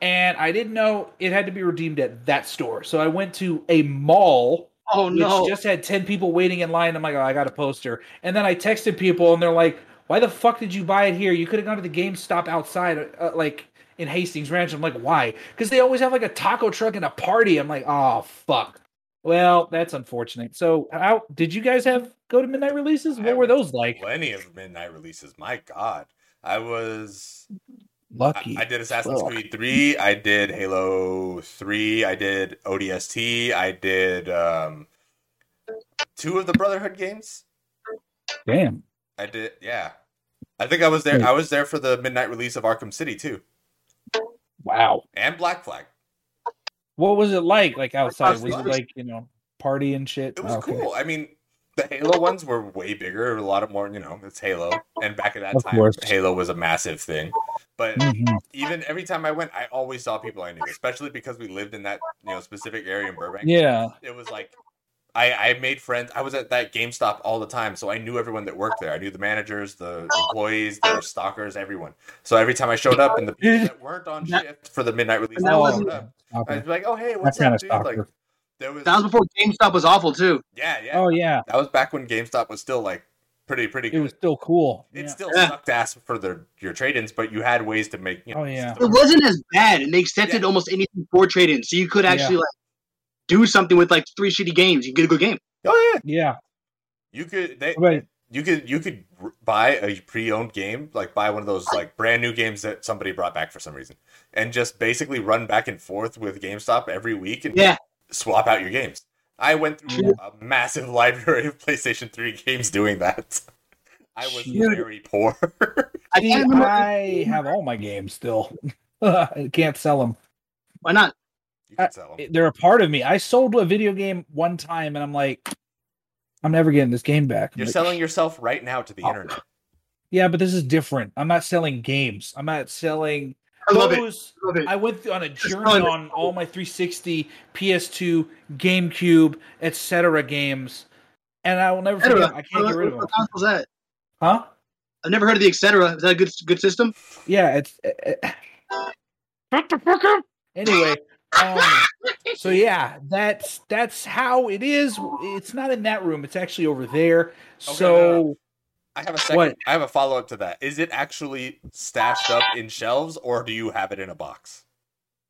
[SPEAKER 1] and I didn't know it had to be redeemed at that store. So I went to a mall
[SPEAKER 2] Oh
[SPEAKER 1] which
[SPEAKER 2] no!
[SPEAKER 1] just had 10 people waiting in line. I'm like, oh, I got a poster. And then I texted people and they're like, why the fuck did you buy it here? You could have gone to the GameStop outside, uh, like in Hastings Ranch. I'm like, why? Because they always have like a taco truck and a party. I'm like, oh, fuck. Well, that's unfortunate. So, how did you guys have go to midnight releases?
[SPEAKER 3] I
[SPEAKER 1] What were
[SPEAKER 3] went to
[SPEAKER 1] those like?
[SPEAKER 3] plenty of midnight releases. My God, I was. I,
[SPEAKER 1] Lucky.
[SPEAKER 3] I did Assassin's
[SPEAKER 1] Fuck.
[SPEAKER 3] Creed three. I did Halo three. I did ODST. I did um, two of the Brotherhood games.
[SPEAKER 1] Damn.
[SPEAKER 3] I did. Yeah, I think I was there. I was there for the midnight release of Arkham City too,
[SPEAKER 1] Wow.
[SPEAKER 3] and Black Flag.
[SPEAKER 1] What was it like? Like outside? Was it
[SPEAKER 3] Outside.
[SPEAKER 1] like, you know, party and shit?
[SPEAKER 3] It was
[SPEAKER 1] Oh, Okay.
[SPEAKER 3] cool. I mean, the Halo ones were way bigger. A lot of more. You know, it's Halo, and back at that
[SPEAKER 1] Of
[SPEAKER 3] time,
[SPEAKER 1] course.
[SPEAKER 3] Halo was a massive thing. But
[SPEAKER 1] Mhm.
[SPEAKER 3] even every time I went, I always saw people I knew, especially because we lived in that you know specific area in Burbank.
[SPEAKER 1] Yeah.
[SPEAKER 3] It was like I, I made friends. I was at that GameStop all the time, so I knew everyone that worked there. I knew the managers, the employees, the stalkers, everyone. So every time I showed up, and the people that weren't on
[SPEAKER 2] That-
[SPEAKER 3] shift for the midnight release,
[SPEAKER 2] That
[SPEAKER 3] showed
[SPEAKER 2] wasn't-
[SPEAKER 3] up.
[SPEAKER 1] Okay.
[SPEAKER 3] I'd be like, "Oh hey, what's
[SPEAKER 1] kinda
[SPEAKER 3] up, dude?" Like
[SPEAKER 1] stalker.
[SPEAKER 3] there was,
[SPEAKER 2] That was before GameStop was awful too.
[SPEAKER 3] yeah, yeah.
[SPEAKER 1] Oh, yeah.
[SPEAKER 3] That was back when GameStop was still like pretty, pretty.
[SPEAKER 1] It
[SPEAKER 3] Good.
[SPEAKER 1] was still cool.
[SPEAKER 3] It
[SPEAKER 1] Yeah.
[SPEAKER 3] still
[SPEAKER 2] Yeah.
[SPEAKER 3] sucked ass for the your trade-ins, but you had ways to make. You know,
[SPEAKER 1] Oh, yeah.
[SPEAKER 2] It wasn't as bad, and they accepted
[SPEAKER 3] Yeah.
[SPEAKER 2] almost anything for trading, so you could actually like do something with like three shitty games. You get a good game.
[SPEAKER 3] Oh yeah.
[SPEAKER 1] Yeah.
[SPEAKER 3] You could they
[SPEAKER 1] Right.
[SPEAKER 3] you could you could r- buy a pre-owned game, like buy one of those like brand new games that somebody brought back for some reason, and just basically run back and forth with GameStop every week and
[SPEAKER 2] Yeah.
[SPEAKER 3] swap out your games. I went through a massive <laughs> library of PlayStation 3 games doing that. I was
[SPEAKER 1] Dude.
[SPEAKER 3] very poor. <laughs>
[SPEAKER 2] I
[SPEAKER 1] See,
[SPEAKER 2] can't remember
[SPEAKER 1] I have all my games still. <laughs> I can't sell them.
[SPEAKER 2] why not.
[SPEAKER 3] you could sell them.
[SPEAKER 1] They're a part of me. I sold a video game one time, and I'm like, I'm never getting this game back. I'm
[SPEAKER 3] You're
[SPEAKER 1] like,
[SPEAKER 3] selling yourself right now to the
[SPEAKER 1] Oh.
[SPEAKER 3] internet.
[SPEAKER 1] Yeah, but this is different. I'm not selling games. I'm not selling.
[SPEAKER 2] I love it.
[SPEAKER 1] those.
[SPEAKER 2] I love it.
[SPEAKER 1] I went th- on a journey
[SPEAKER 2] fun.
[SPEAKER 1] on all my 360, PS2, GameCube, etc. games, and I will never forget.
[SPEAKER 2] Etc.
[SPEAKER 1] them. I can't get rid of
[SPEAKER 2] <laughs>
[SPEAKER 1] them.
[SPEAKER 2] What console's that?
[SPEAKER 1] Huh?
[SPEAKER 2] I've never heard of the etc. Is that a good good system?
[SPEAKER 1] Yeah, it's. <sighs> Shut the fuck up. Anyway, <laughs> um, so yeah, that's that's how it is. It's not in that room. It's actually over there.
[SPEAKER 3] no,
[SPEAKER 1] so
[SPEAKER 3] I have a second.
[SPEAKER 1] What?
[SPEAKER 3] I have a follow up to that. Is it actually stashed up in shelves, or do you have it in a box?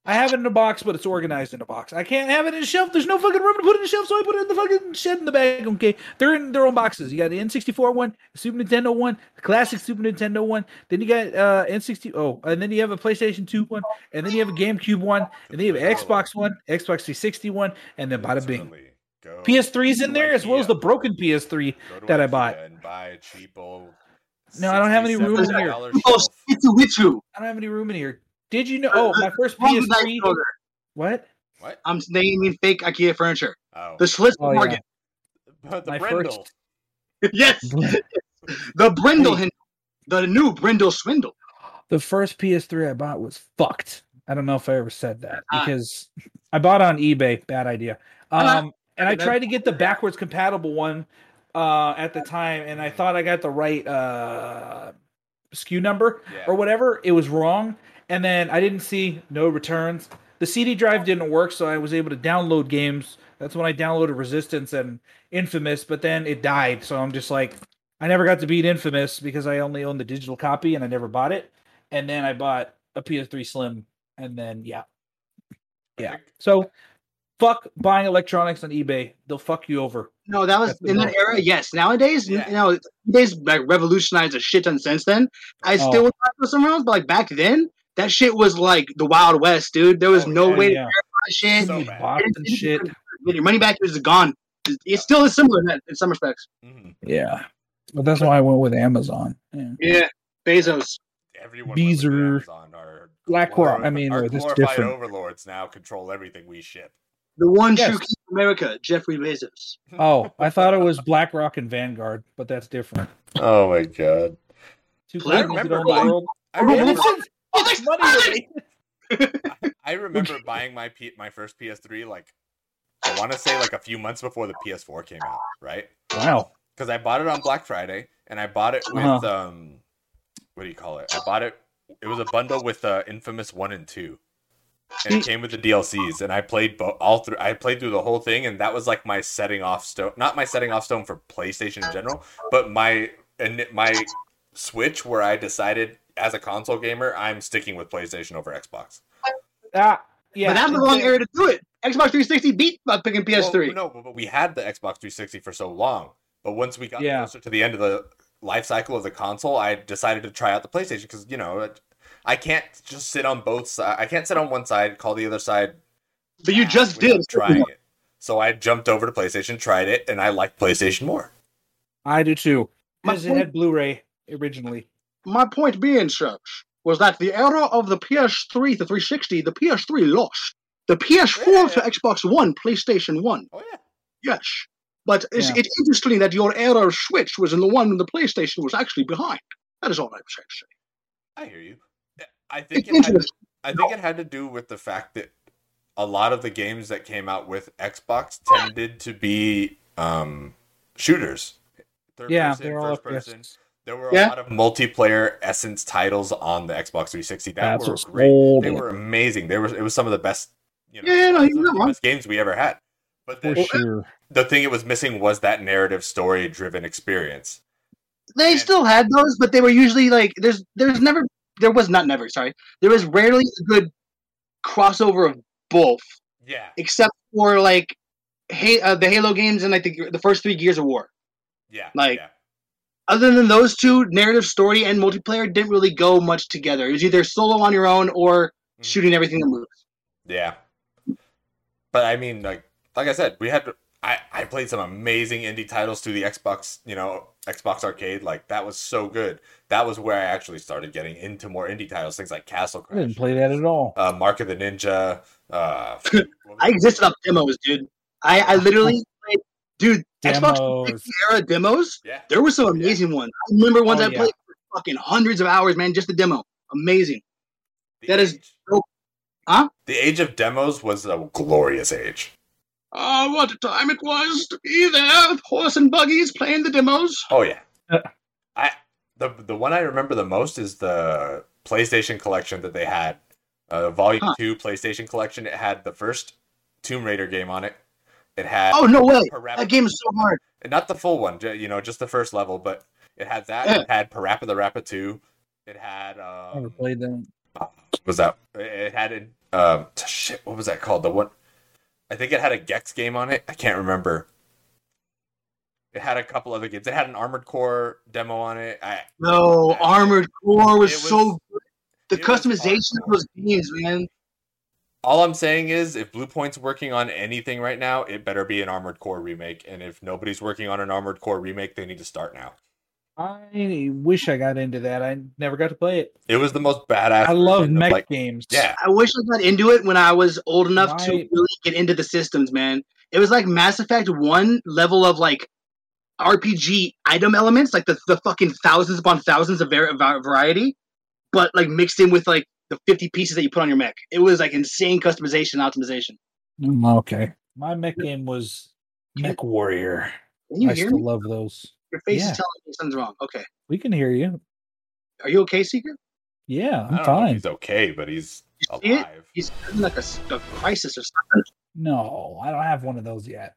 [SPEAKER 1] I have it in a box, but it's organized in a box. I can't have it in a shelf. There's no fucking room to put it in a shelf, so I put it in the fucking shed in the bag. Okay, they're in their own boxes. You got the N64 one, the Super Nintendo one, the classic Super Nintendo one. Then you got uh N60. Oh, and then you have a PlayStation 2 one, and then you have a GameCube one, and then you have an Xbox one, Xbox 360 one, and then bada bing.
[SPEAKER 3] Definitely Oh, go
[SPEAKER 1] PS3's in
[SPEAKER 3] to
[SPEAKER 1] there as well as the
[SPEAKER 3] IKEA.
[SPEAKER 1] broken PS3.
[SPEAKER 3] Go to
[SPEAKER 1] that I
[SPEAKER 3] IKEA
[SPEAKER 1] bought.
[SPEAKER 3] and buy a cheap old.
[SPEAKER 1] No, I don't have any room in
[SPEAKER 2] here.
[SPEAKER 3] $60, <laughs>
[SPEAKER 2] Oh,
[SPEAKER 3] $70 shelf.
[SPEAKER 2] Shitsu Witsu.
[SPEAKER 1] I don't have any room in here. Did you know? Oh, my first
[SPEAKER 2] Wrong with that
[SPEAKER 1] PS3.
[SPEAKER 2] order.
[SPEAKER 1] What?
[SPEAKER 3] What?
[SPEAKER 2] I'm naming fake IKEA furniture.
[SPEAKER 3] Oh,
[SPEAKER 2] The Schlitz
[SPEAKER 1] Oh, yeah.
[SPEAKER 2] Market.
[SPEAKER 3] <laughs>
[SPEAKER 2] <laughs>
[SPEAKER 3] But the
[SPEAKER 1] my
[SPEAKER 3] brindle.
[SPEAKER 2] yes. The Brindle Hin- The new Brindle Swindle.
[SPEAKER 1] the first PS3 I bought was fucked. I don't know if I ever said that
[SPEAKER 2] Ah.
[SPEAKER 1] because I bought on eBay. Bad idea.
[SPEAKER 2] Ah.
[SPEAKER 1] Um, and I tried to get the backwards compatible one uh, at the time, and I thought I got the right uh, SKU number
[SPEAKER 3] Yeah.
[SPEAKER 1] or whatever. It was wrong, and then I didn't see no returns. The CD drive didn't work, so I was able to download games. That's when I downloaded Resistance and Infamous, but then it died. So I'm just like, I never got to beat Infamous because I only owned the digital copy and I never bought it. And then I bought a PS3 Slim, and then yeah, yeah.
[SPEAKER 3] Perfect.
[SPEAKER 1] So fuck buying electronics on eBay. They'll fuck you over.
[SPEAKER 2] No, that was
[SPEAKER 1] That's
[SPEAKER 2] in that
[SPEAKER 1] right.
[SPEAKER 2] era. Yes. Nowadays,
[SPEAKER 3] Yeah.
[SPEAKER 2] you know, they's like revolutionized a shit ton since then. I
[SPEAKER 1] Oh.
[SPEAKER 2] still would go somewhere else, but like back then, that shit was like the Wild West, dude. There was
[SPEAKER 3] Oh,
[SPEAKER 2] no
[SPEAKER 3] yeah,
[SPEAKER 2] way
[SPEAKER 1] yeah.
[SPEAKER 2] to buy shit.
[SPEAKER 3] So
[SPEAKER 1] You
[SPEAKER 3] bad.
[SPEAKER 1] bops and shit.
[SPEAKER 2] Get Your money back is gone. It's- It still is similar in, that, in some respects.
[SPEAKER 3] Mhm.
[SPEAKER 1] Yeah, but that's why I went with Amazon.
[SPEAKER 2] Yeah. Bezos.
[SPEAKER 3] Everyone.
[SPEAKER 1] These are-
[SPEAKER 3] on our
[SPEAKER 1] Black Horror. I mean,
[SPEAKER 3] our
[SPEAKER 1] that's
[SPEAKER 3] glorified
[SPEAKER 1] different.
[SPEAKER 3] overlords now control everything we ship.
[SPEAKER 2] The one
[SPEAKER 1] Yes.
[SPEAKER 2] true king of America, Jeffrey Bezos.
[SPEAKER 1] Oh, I thought it was BlackRock and Vanguard, but that's different.
[SPEAKER 3] Oh my god.
[SPEAKER 1] Two
[SPEAKER 2] I
[SPEAKER 1] companies that
[SPEAKER 3] remember
[SPEAKER 1] own the
[SPEAKER 3] buying-
[SPEAKER 1] world.
[SPEAKER 3] I remember,
[SPEAKER 1] Robinson's
[SPEAKER 2] Oh, there's
[SPEAKER 1] money
[SPEAKER 2] money!
[SPEAKER 3] I remember buying my P- my first PS3 like I want to say like a few months before the PS4 came out, right?
[SPEAKER 1] Wow.
[SPEAKER 3] because I bought it on Black Friday and I bought it with
[SPEAKER 1] Uh-huh.
[SPEAKER 3] um, what do you call it? I bought it. It was a bundle with uh, Infamous One and Two, and it came with the DLCs. And I played bo- all through. I played through the whole thing, and that was like my setting off stone. Not my setting off stone for PlayStation in general, but my and my Switch where I decided as a console gamer I'm sticking with PlayStation over Xbox.
[SPEAKER 1] Ah, yeah.
[SPEAKER 2] But that's the wrong era to do it. Xbox 360 beat by picking PS3.
[SPEAKER 3] Well, no, but- but we had the Xbox 360 for so long. But once we got
[SPEAKER 1] Yeah.
[SPEAKER 3] closer to the end of the life cycle of the console, I decided to try out the PlayStation because you know it- I can't just sit on both sides. I can't sit on one side, call the other side.
[SPEAKER 2] But you
[SPEAKER 3] ass
[SPEAKER 2] just
[SPEAKER 3] without
[SPEAKER 2] did.
[SPEAKER 3] trying it. So I jumped over to PlayStation, tried it, and I liked PlayStation more.
[SPEAKER 1] I do too.
[SPEAKER 2] My
[SPEAKER 1] Because it
[SPEAKER 2] point-
[SPEAKER 1] had Blu-ray originally.
[SPEAKER 2] My point being, Shush, was that the era of the PS3 to 360, the PS3 lost. The PS4 to
[SPEAKER 3] Yeah.
[SPEAKER 2] Xbox One, PlayStation 1,
[SPEAKER 3] Oh yeah,
[SPEAKER 2] yes. But it's,
[SPEAKER 1] Yeah.
[SPEAKER 2] it's interesting that your era of Switch was in the one when the PlayStation was actually behind. That is all I'm trying to say.
[SPEAKER 3] I hear you. I think
[SPEAKER 2] It's
[SPEAKER 3] it had,
[SPEAKER 2] interesting.
[SPEAKER 3] I think it had to do with the fact that a lot of the games that came out with Xbox tended to be um, shooters. Third
[SPEAKER 1] yeah,
[SPEAKER 3] person,
[SPEAKER 1] they're all
[SPEAKER 3] first
[SPEAKER 1] up there.
[SPEAKER 3] person. There were
[SPEAKER 2] Yeah.
[SPEAKER 3] a lot of multiplayer Essence titles on the Xbox 360 that
[SPEAKER 1] That's
[SPEAKER 3] were
[SPEAKER 1] what's
[SPEAKER 3] great.
[SPEAKER 1] old.
[SPEAKER 3] They were amazing. They were it was some of the best, you know,
[SPEAKER 2] Yeah, no,
[SPEAKER 3] some
[SPEAKER 2] you're
[SPEAKER 3] of
[SPEAKER 2] not
[SPEAKER 3] the
[SPEAKER 2] wrong.
[SPEAKER 3] best games we ever had. But
[SPEAKER 1] For
[SPEAKER 3] the,
[SPEAKER 1] sure.
[SPEAKER 3] the thing it was missing was that narrative story driven experience.
[SPEAKER 2] They
[SPEAKER 3] And-
[SPEAKER 2] still had those, but they were usually like there's there's never there was not never sorry there was rarely a good crossover of both,
[SPEAKER 3] Yeah.
[SPEAKER 2] except for like hey uh, the Halo games and like the the first three Gears of War.
[SPEAKER 3] Yeah.
[SPEAKER 2] Like-
[SPEAKER 3] yeah.
[SPEAKER 2] Other than those two, narrative story and multiplayer didn't really go much together. It was either solo on your own
[SPEAKER 1] Mm.
[SPEAKER 2] or
[SPEAKER 3] Mhm.
[SPEAKER 2] shooting everything that moves.
[SPEAKER 3] Yeah. But I mean, like, like I said, we had I I played some amazing indie titles through the Xbox, you know, Xbox Arcade. Like that was so good. That was where I actually started getting into more indie titles, things like
[SPEAKER 1] I
[SPEAKER 3] Castle Crash,
[SPEAKER 1] didn't play that at all.
[SPEAKER 3] uh, Mark of the Ninja. Uh,
[SPEAKER 2] <laughs> I existed on demos, dude. I I literally played, dude Xbox
[SPEAKER 1] Demos.
[SPEAKER 2] 360 era demos.
[SPEAKER 3] Yeah.
[SPEAKER 2] There were some amazing ones. I remember ones
[SPEAKER 1] Oh,
[SPEAKER 2] I
[SPEAKER 1] yeah.
[SPEAKER 2] played for fucking hundreds of hours, man, just the demo. Amazing.
[SPEAKER 3] The
[SPEAKER 2] That is-
[SPEAKER 3] age-
[SPEAKER 2] Huh?
[SPEAKER 3] The age of demos was a glorious age.
[SPEAKER 2] Oh, what a time it was to be there with horse and buggies playing the demos.
[SPEAKER 3] Oh yeah.
[SPEAKER 1] Uh.
[SPEAKER 3] I the the one I remember the most is the PlayStation collection that they had. Uh, volume
[SPEAKER 2] Huh.
[SPEAKER 3] 2 PlayStation collection. It had the first Tomb Raider game on it. It had
[SPEAKER 2] Oh, no way.
[SPEAKER 3] Parappa-
[SPEAKER 2] That game is so hard.
[SPEAKER 3] not the full one, ju- you know, just the first level, but it had that. It had Parappa the Rapper 2. It had
[SPEAKER 1] I never
[SPEAKER 3] um,
[SPEAKER 1] played that.
[SPEAKER 3] was that it had um, t- shit, what was that called? The one I think it had a Gex game on it. I can't remember. It had a couple other games. It had an Armored Core demo on it. I,
[SPEAKER 2] No, Armored Core was,
[SPEAKER 3] It was-
[SPEAKER 2] so good. The
[SPEAKER 3] it was
[SPEAKER 2] customization of those games, man.
[SPEAKER 3] all I'm saying is, if Blue Point's working on anything right now, it better be an Armored Core remake. And if nobody's working on an Armored Core remake, they need to start now.
[SPEAKER 1] I wish I got into that. I never got to play it.
[SPEAKER 3] It was the most badass.
[SPEAKER 1] I love
[SPEAKER 3] version of,
[SPEAKER 1] mech
[SPEAKER 3] like-
[SPEAKER 1] games.
[SPEAKER 3] Yeah,
[SPEAKER 2] I wish I got into it when I was old enough to
[SPEAKER 1] Right.
[SPEAKER 2] really get into the systems, man. It was like Mass Effect one level of like RPG item elements, like the, the fucking thousands upon thousands of var- var- variety, but like mixed in with like the fifty pieces that you put on your mech. It was like insane customization and optimization.
[SPEAKER 1] Mm, okay. My mech game was Mech Warrior.
[SPEAKER 2] Can you
[SPEAKER 1] I
[SPEAKER 2] hear
[SPEAKER 1] still
[SPEAKER 2] me?
[SPEAKER 1] love those.
[SPEAKER 2] Your face
[SPEAKER 1] yeah.
[SPEAKER 2] is telling me something's wrong. Okay,
[SPEAKER 1] We can hear you.
[SPEAKER 2] are you okay, Seeker?
[SPEAKER 1] Yeah, I'm
[SPEAKER 3] I don't know if
[SPEAKER 1] fine.
[SPEAKER 3] He's okay, but he's
[SPEAKER 2] You see it?
[SPEAKER 3] alive.
[SPEAKER 2] He's having like a, s- a crisis or something.
[SPEAKER 1] No, I don't have one of those yet.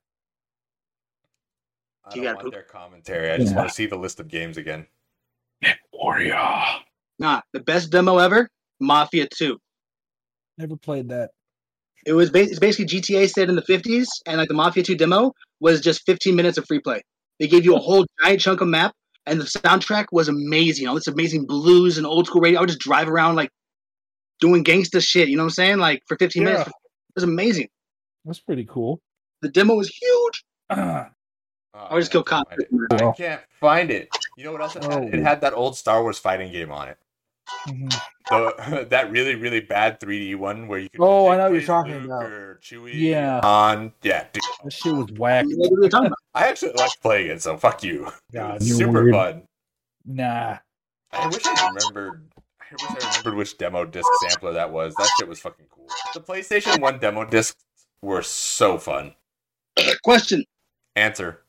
[SPEAKER 3] I
[SPEAKER 2] You
[SPEAKER 3] don't
[SPEAKER 2] gotta
[SPEAKER 3] want their commentary. I just
[SPEAKER 1] Yeah.
[SPEAKER 3] want to see the list of games again.
[SPEAKER 1] Mech Warrior.
[SPEAKER 2] Nah, the best demo ever, Mafia Two.
[SPEAKER 1] Never played that.
[SPEAKER 2] It was ba- it's basically GTA set in the 50s, and like the Mafia 2 demo was just 15 minutes of free play. They gave you a whole giant chunk of map, and the soundtrack was amazing. All this amazing blues and old school radio. I would just drive around like doing gangsta shit. You know what I'm saying? Like for 15 minutes,
[SPEAKER 1] Yeah.
[SPEAKER 2] it was amazing.
[SPEAKER 1] That's pretty cool. <clears throat>
[SPEAKER 2] The demo was huge.
[SPEAKER 1] Ah,
[SPEAKER 3] Oh,
[SPEAKER 2] I would just kill
[SPEAKER 3] man,
[SPEAKER 2] cops.
[SPEAKER 3] can't find it.
[SPEAKER 1] Well.
[SPEAKER 3] I can't find it. You know what else it had? It
[SPEAKER 1] Oh.
[SPEAKER 3] had that old Star Wars fighting game on it.
[SPEAKER 1] mhm.
[SPEAKER 3] The, <laughs> that really, really bad 3D one where you could.
[SPEAKER 1] Oh, I know what
[SPEAKER 3] play
[SPEAKER 1] you're talking
[SPEAKER 3] Luke
[SPEAKER 1] about.
[SPEAKER 3] Or Chewie.
[SPEAKER 1] Yeah.
[SPEAKER 3] Han. Yeah. Dude,
[SPEAKER 1] that shit was whack.
[SPEAKER 2] What are we talking about? <laughs>
[SPEAKER 3] I actually like playing it, so fuck you. <laughs>
[SPEAKER 1] God,
[SPEAKER 3] It's
[SPEAKER 1] you're
[SPEAKER 3] super
[SPEAKER 1] weird.
[SPEAKER 3] fun.
[SPEAKER 1] Nah.
[SPEAKER 3] I wish I remembered. I wish I remembered which demo disc sampler that was. That shit was fucking cool. The PlayStation One demo discs were so fun.
[SPEAKER 2] Question:
[SPEAKER 3] Answer.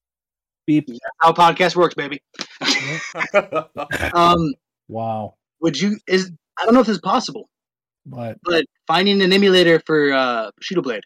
[SPEAKER 3] <laughs>
[SPEAKER 1] Beep.
[SPEAKER 2] How podcast works, baby?
[SPEAKER 3] Oh,
[SPEAKER 2] Um,
[SPEAKER 1] Wow.
[SPEAKER 2] would you is I don't know if this is possible,
[SPEAKER 1] But
[SPEAKER 2] but finding an emulator for uh, Shadow Blade,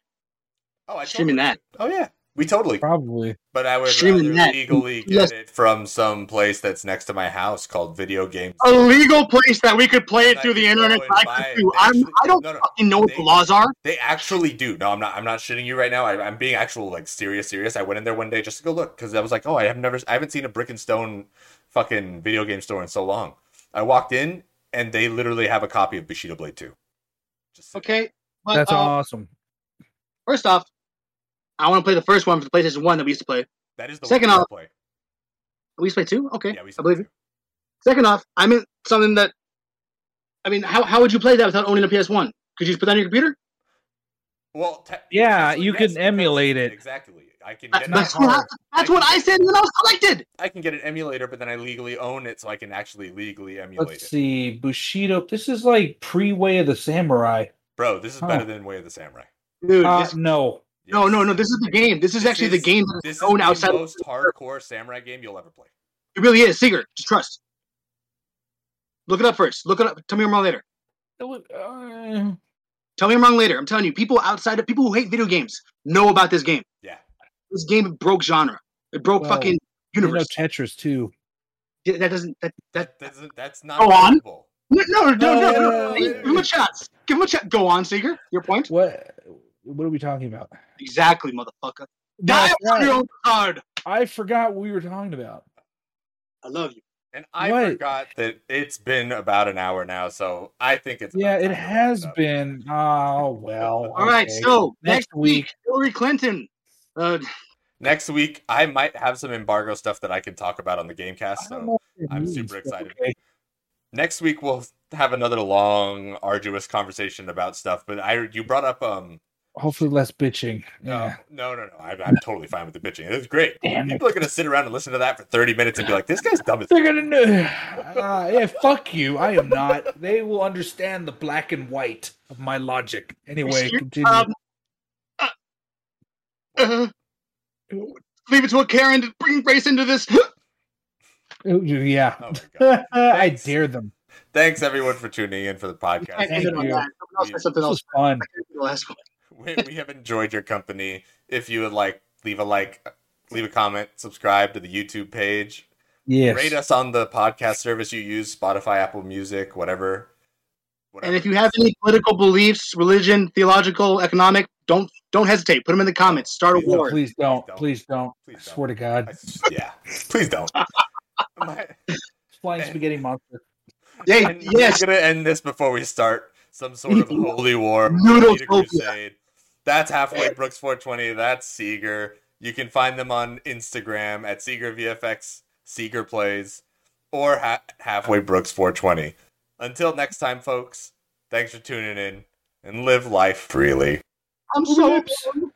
[SPEAKER 3] Oh, I
[SPEAKER 2] streaming
[SPEAKER 3] totally-
[SPEAKER 2] that.
[SPEAKER 3] Oh yeah, we totally.
[SPEAKER 1] probably.
[SPEAKER 3] But I would
[SPEAKER 2] streaming
[SPEAKER 3] rather
[SPEAKER 2] that.
[SPEAKER 3] legally get
[SPEAKER 2] Yes.
[SPEAKER 3] it from some place that's next to my house called Video Games.
[SPEAKER 2] a legal place that we could play
[SPEAKER 3] That
[SPEAKER 2] it
[SPEAKER 3] I
[SPEAKER 2] through the
[SPEAKER 3] could go
[SPEAKER 2] internet.
[SPEAKER 3] and
[SPEAKER 2] I,
[SPEAKER 3] buy
[SPEAKER 2] could
[SPEAKER 3] it.
[SPEAKER 2] do.
[SPEAKER 3] They
[SPEAKER 2] I'm,
[SPEAKER 3] actually-
[SPEAKER 2] I don't
[SPEAKER 3] no, no.
[SPEAKER 2] fucking know what
[SPEAKER 3] They-
[SPEAKER 2] the laws are.
[SPEAKER 3] They actually do. No, I'm not. I'm not shitting you right now. I, I'm being actual, like serious, serious. I went in there one day just to go look because I was like, oh, I have never, I haven't seen a brick and stone fucking video game store in so long. I walked in and they literally have a copy of Bushido Blade Two. Just sitting
[SPEAKER 2] Okay, but
[SPEAKER 1] That's
[SPEAKER 2] uh,
[SPEAKER 1] awesome.
[SPEAKER 2] first off, I want to play the first one for the PlayStation One that we used to play.
[SPEAKER 3] there. That is the
[SPEAKER 2] Second
[SPEAKER 3] one we
[SPEAKER 2] off-
[SPEAKER 3] play.
[SPEAKER 2] We used to play two. Okay,
[SPEAKER 3] Yeah, we.
[SPEAKER 2] I believe you. Second off, I mean something that, I mean, how how would you play that without owning a PS One? Could you just put that on your computer?
[SPEAKER 3] Well, te-
[SPEAKER 1] Yeah,
[SPEAKER 3] technically,
[SPEAKER 1] you can
[SPEAKER 3] because-
[SPEAKER 1] emulate it.
[SPEAKER 3] Exactly. I can.
[SPEAKER 2] That's,
[SPEAKER 3] Get it.
[SPEAKER 2] that's what I, that's what I said when I was collected.
[SPEAKER 3] I can get an emulator, but then I legally own it, so I can actually legally emulate
[SPEAKER 1] Let's
[SPEAKER 3] it.
[SPEAKER 1] see. Bushido. This is like pre Way of the Samurai.
[SPEAKER 3] Bro, this is
[SPEAKER 1] Huh.
[SPEAKER 3] better than Way of the Samurai.
[SPEAKER 2] Dude,
[SPEAKER 1] Uh,
[SPEAKER 2] this,
[SPEAKER 1] no.
[SPEAKER 2] no,
[SPEAKER 3] Yes.
[SPEAKER 2] no, no. This is the game. This is
[SPEAKER 3] This
[SPEAKER 2] actually
[SPEAKER 3] is-
[SPEAKER 2] the game that is
[SPEAKER 3] This is
[SPEAKER 2] owned
[SPEAKER 3] the
[SPEAKER 2] outside.
[SPEAKER 3] most hardcore samurai game you'll ever play.
[SPEAKER 2] It really is. Seeger, just trust. Look it up first. Look it up. Tell me more later.
[SPEAKER 1] It was- uh,
[SPEAKER 2] Tell me I'm wrong later. I'm telling you, people outside of people who hate video games know about this game.
[SPEAKER 3] Yeah.
[SPEAKER 2] This game broke genre. It broke
[SPEAKER 1] Well,
[SPEAKER 2] fucking
[SPEAKER 1] you know
[SPEAKER 2] universe.
[SPEAKER 1] Tetris too.
[SPEAKER 2] Yeah, that doesn't that that
[SPEAKER 3] That doesn't that's not
[SPEAKER 2] Go on.
[SPEAKER 3] believable.
[SPEAKER 2] no no no no. no,
[SPEAKER 1] Uh,
[SPEAKER 2] Give him a chance. Give him a chance. Go on, Seeger. Your point.
[SPEAKER 1] What? What are we talking about?
[SPEAKER 2] Exactly, motherfucker. Die
[SPEAKER 1] That's
[SPEAKER 2] on
[SPEAKER 1] right.
[SPEAKER 2] your own card.
[SPEAKER 1] I forgot what we were talking about.
[SPEAKER 2] I love you.
[SPEAKER 3] And I
[SPEAKER 1] What?
[SPEAKER 3] forgot that it's been about an hour now, so I think it's
[SPEAKER 1] Yeah,
[SPEAKER 3] about
[SPEAKER 1] it
[SPEAKER 3] time to wrap
[SPEAKER 1] has
[SPEAKER 3] up.
[SPEAKER 1] been. Oh well.
[SPEAKER 2] All right.
[SPEAKER 1] okay.
[SPEAKER 2] So
[SPEAKER 1] next
[SPEAKER 2] next
[SPEAKER 1] week.
[SPEAKER 2] week, Hillary Clinton. Uh, <laughs>
[SPEAKER 3] Next week I might have some embargo stuff that I can talk about on the gamecast.
[SPEAKER 1] I don't
[SPEAKER 3] So
[SPEAKER 1] know what that
[SPEAKER 3] I'm
[SPEAKER 1] means,
[SPEAKER 3] super
[SPEAKER 1] but
[SPEAKER 3] excited.
[SPEAKER 1] okay.
[SPEAKER 3] next week we'll have another long, arduous conversation about stuff. But I you brought up um
[SPEAKER 1] Hopefully, less bitching.
[SPEAKER 3] no
[SPEAKER 1] Yeah.
[SPEAKER 3] no no no I, I'm totally fine with the bitching. It was great.
[SPEAKER 1] Damn it.
[SPEAKER 3] People are gonna sit around and listen to that for 30 minutes and be like, this guy's dumb as
[SPEAKER 1] They're gonna know. Uh, yeah, fuck you. I am not. They will understand the black and white of my logic. Anyway,
[SPEAKER 2] Seeger,
[SPEAKER 1] continue.
[SPEAKER 2] um, uh, uh, leave it to a Karen to bring race into this.
[SPEAKER 1] Ooh, yeah. <laughs>
[SPEAKER 3] Oh my god.
[SPEAKER 1] I
[SPEAKER 3] Thanks.
[SPEAKER 1] dare them.
[SPEAKER 3] Thanks everyone for tuning in for the
[SPEAKER 2] I
[SPEAKER 3] podcast.
[SPEAKER 1] Thank
[SPEAKER 2] ended on
[SPEAKER 1] you.
[SPEAKER 2] that. Someone else said something
[SPEAKER 1] This
[SPEAKER 2] else.
[SPEAKER 1] was fun.
[SPEAKER 2] I can't do the last one.
[SPEAKER 3] we, we have enjoyed your company. If you would like, leave a like, leave a comment, subscribe to the YouTube page,
[SPEAKER 1] Yes.
[SPEAKER 3] rate us on the podcast service you use Spotify, Apple Music, whatever. Whatever.
[SPEAKER 2] And if you have any political beliefs, religion, theological, economic, don't don't hesitate. Put them in the comments. Start a
[SPEAKER 3] Yeah,
[SPEAKER 1] No,
[SPEAKER 2] war.
[SPEAKER 1] please don't.
[SPEAKER 3] Don't.
[SPEAKER 1] Please don't. I
[SPEAKER 3] Please don't.
[SPEAKER 1] swear to God.
[SPEAKER 3] I s- yeah,
[SPEAKER 2] <laughs>
[SPEAKER 3] please don't. My-
[SPEAKER 1] Flying spaghetti monster.
[SPEAKER 2] Hey,
[SPEAKER 3] I'm
[SPEAKER 2] yes,
[SPEAKER 3] gonna end this before we start some
[SPEAKER 2] <laughs>
[SPEAKER 3] sort of holy war,
[SPEAKER 2] Noodletopia.
[SPEAKER 3] Peter crusade. That's halfway Brooks 420. That's Seeger. You can find them on Instagram at Seeger VFX Seeger Plays or ha- halfway Brooks 420. Until next time, folks. Thanks for tuning in and live life freely.
[SPEAKER 2] I'm so.
[SPEAKER 1] Lips.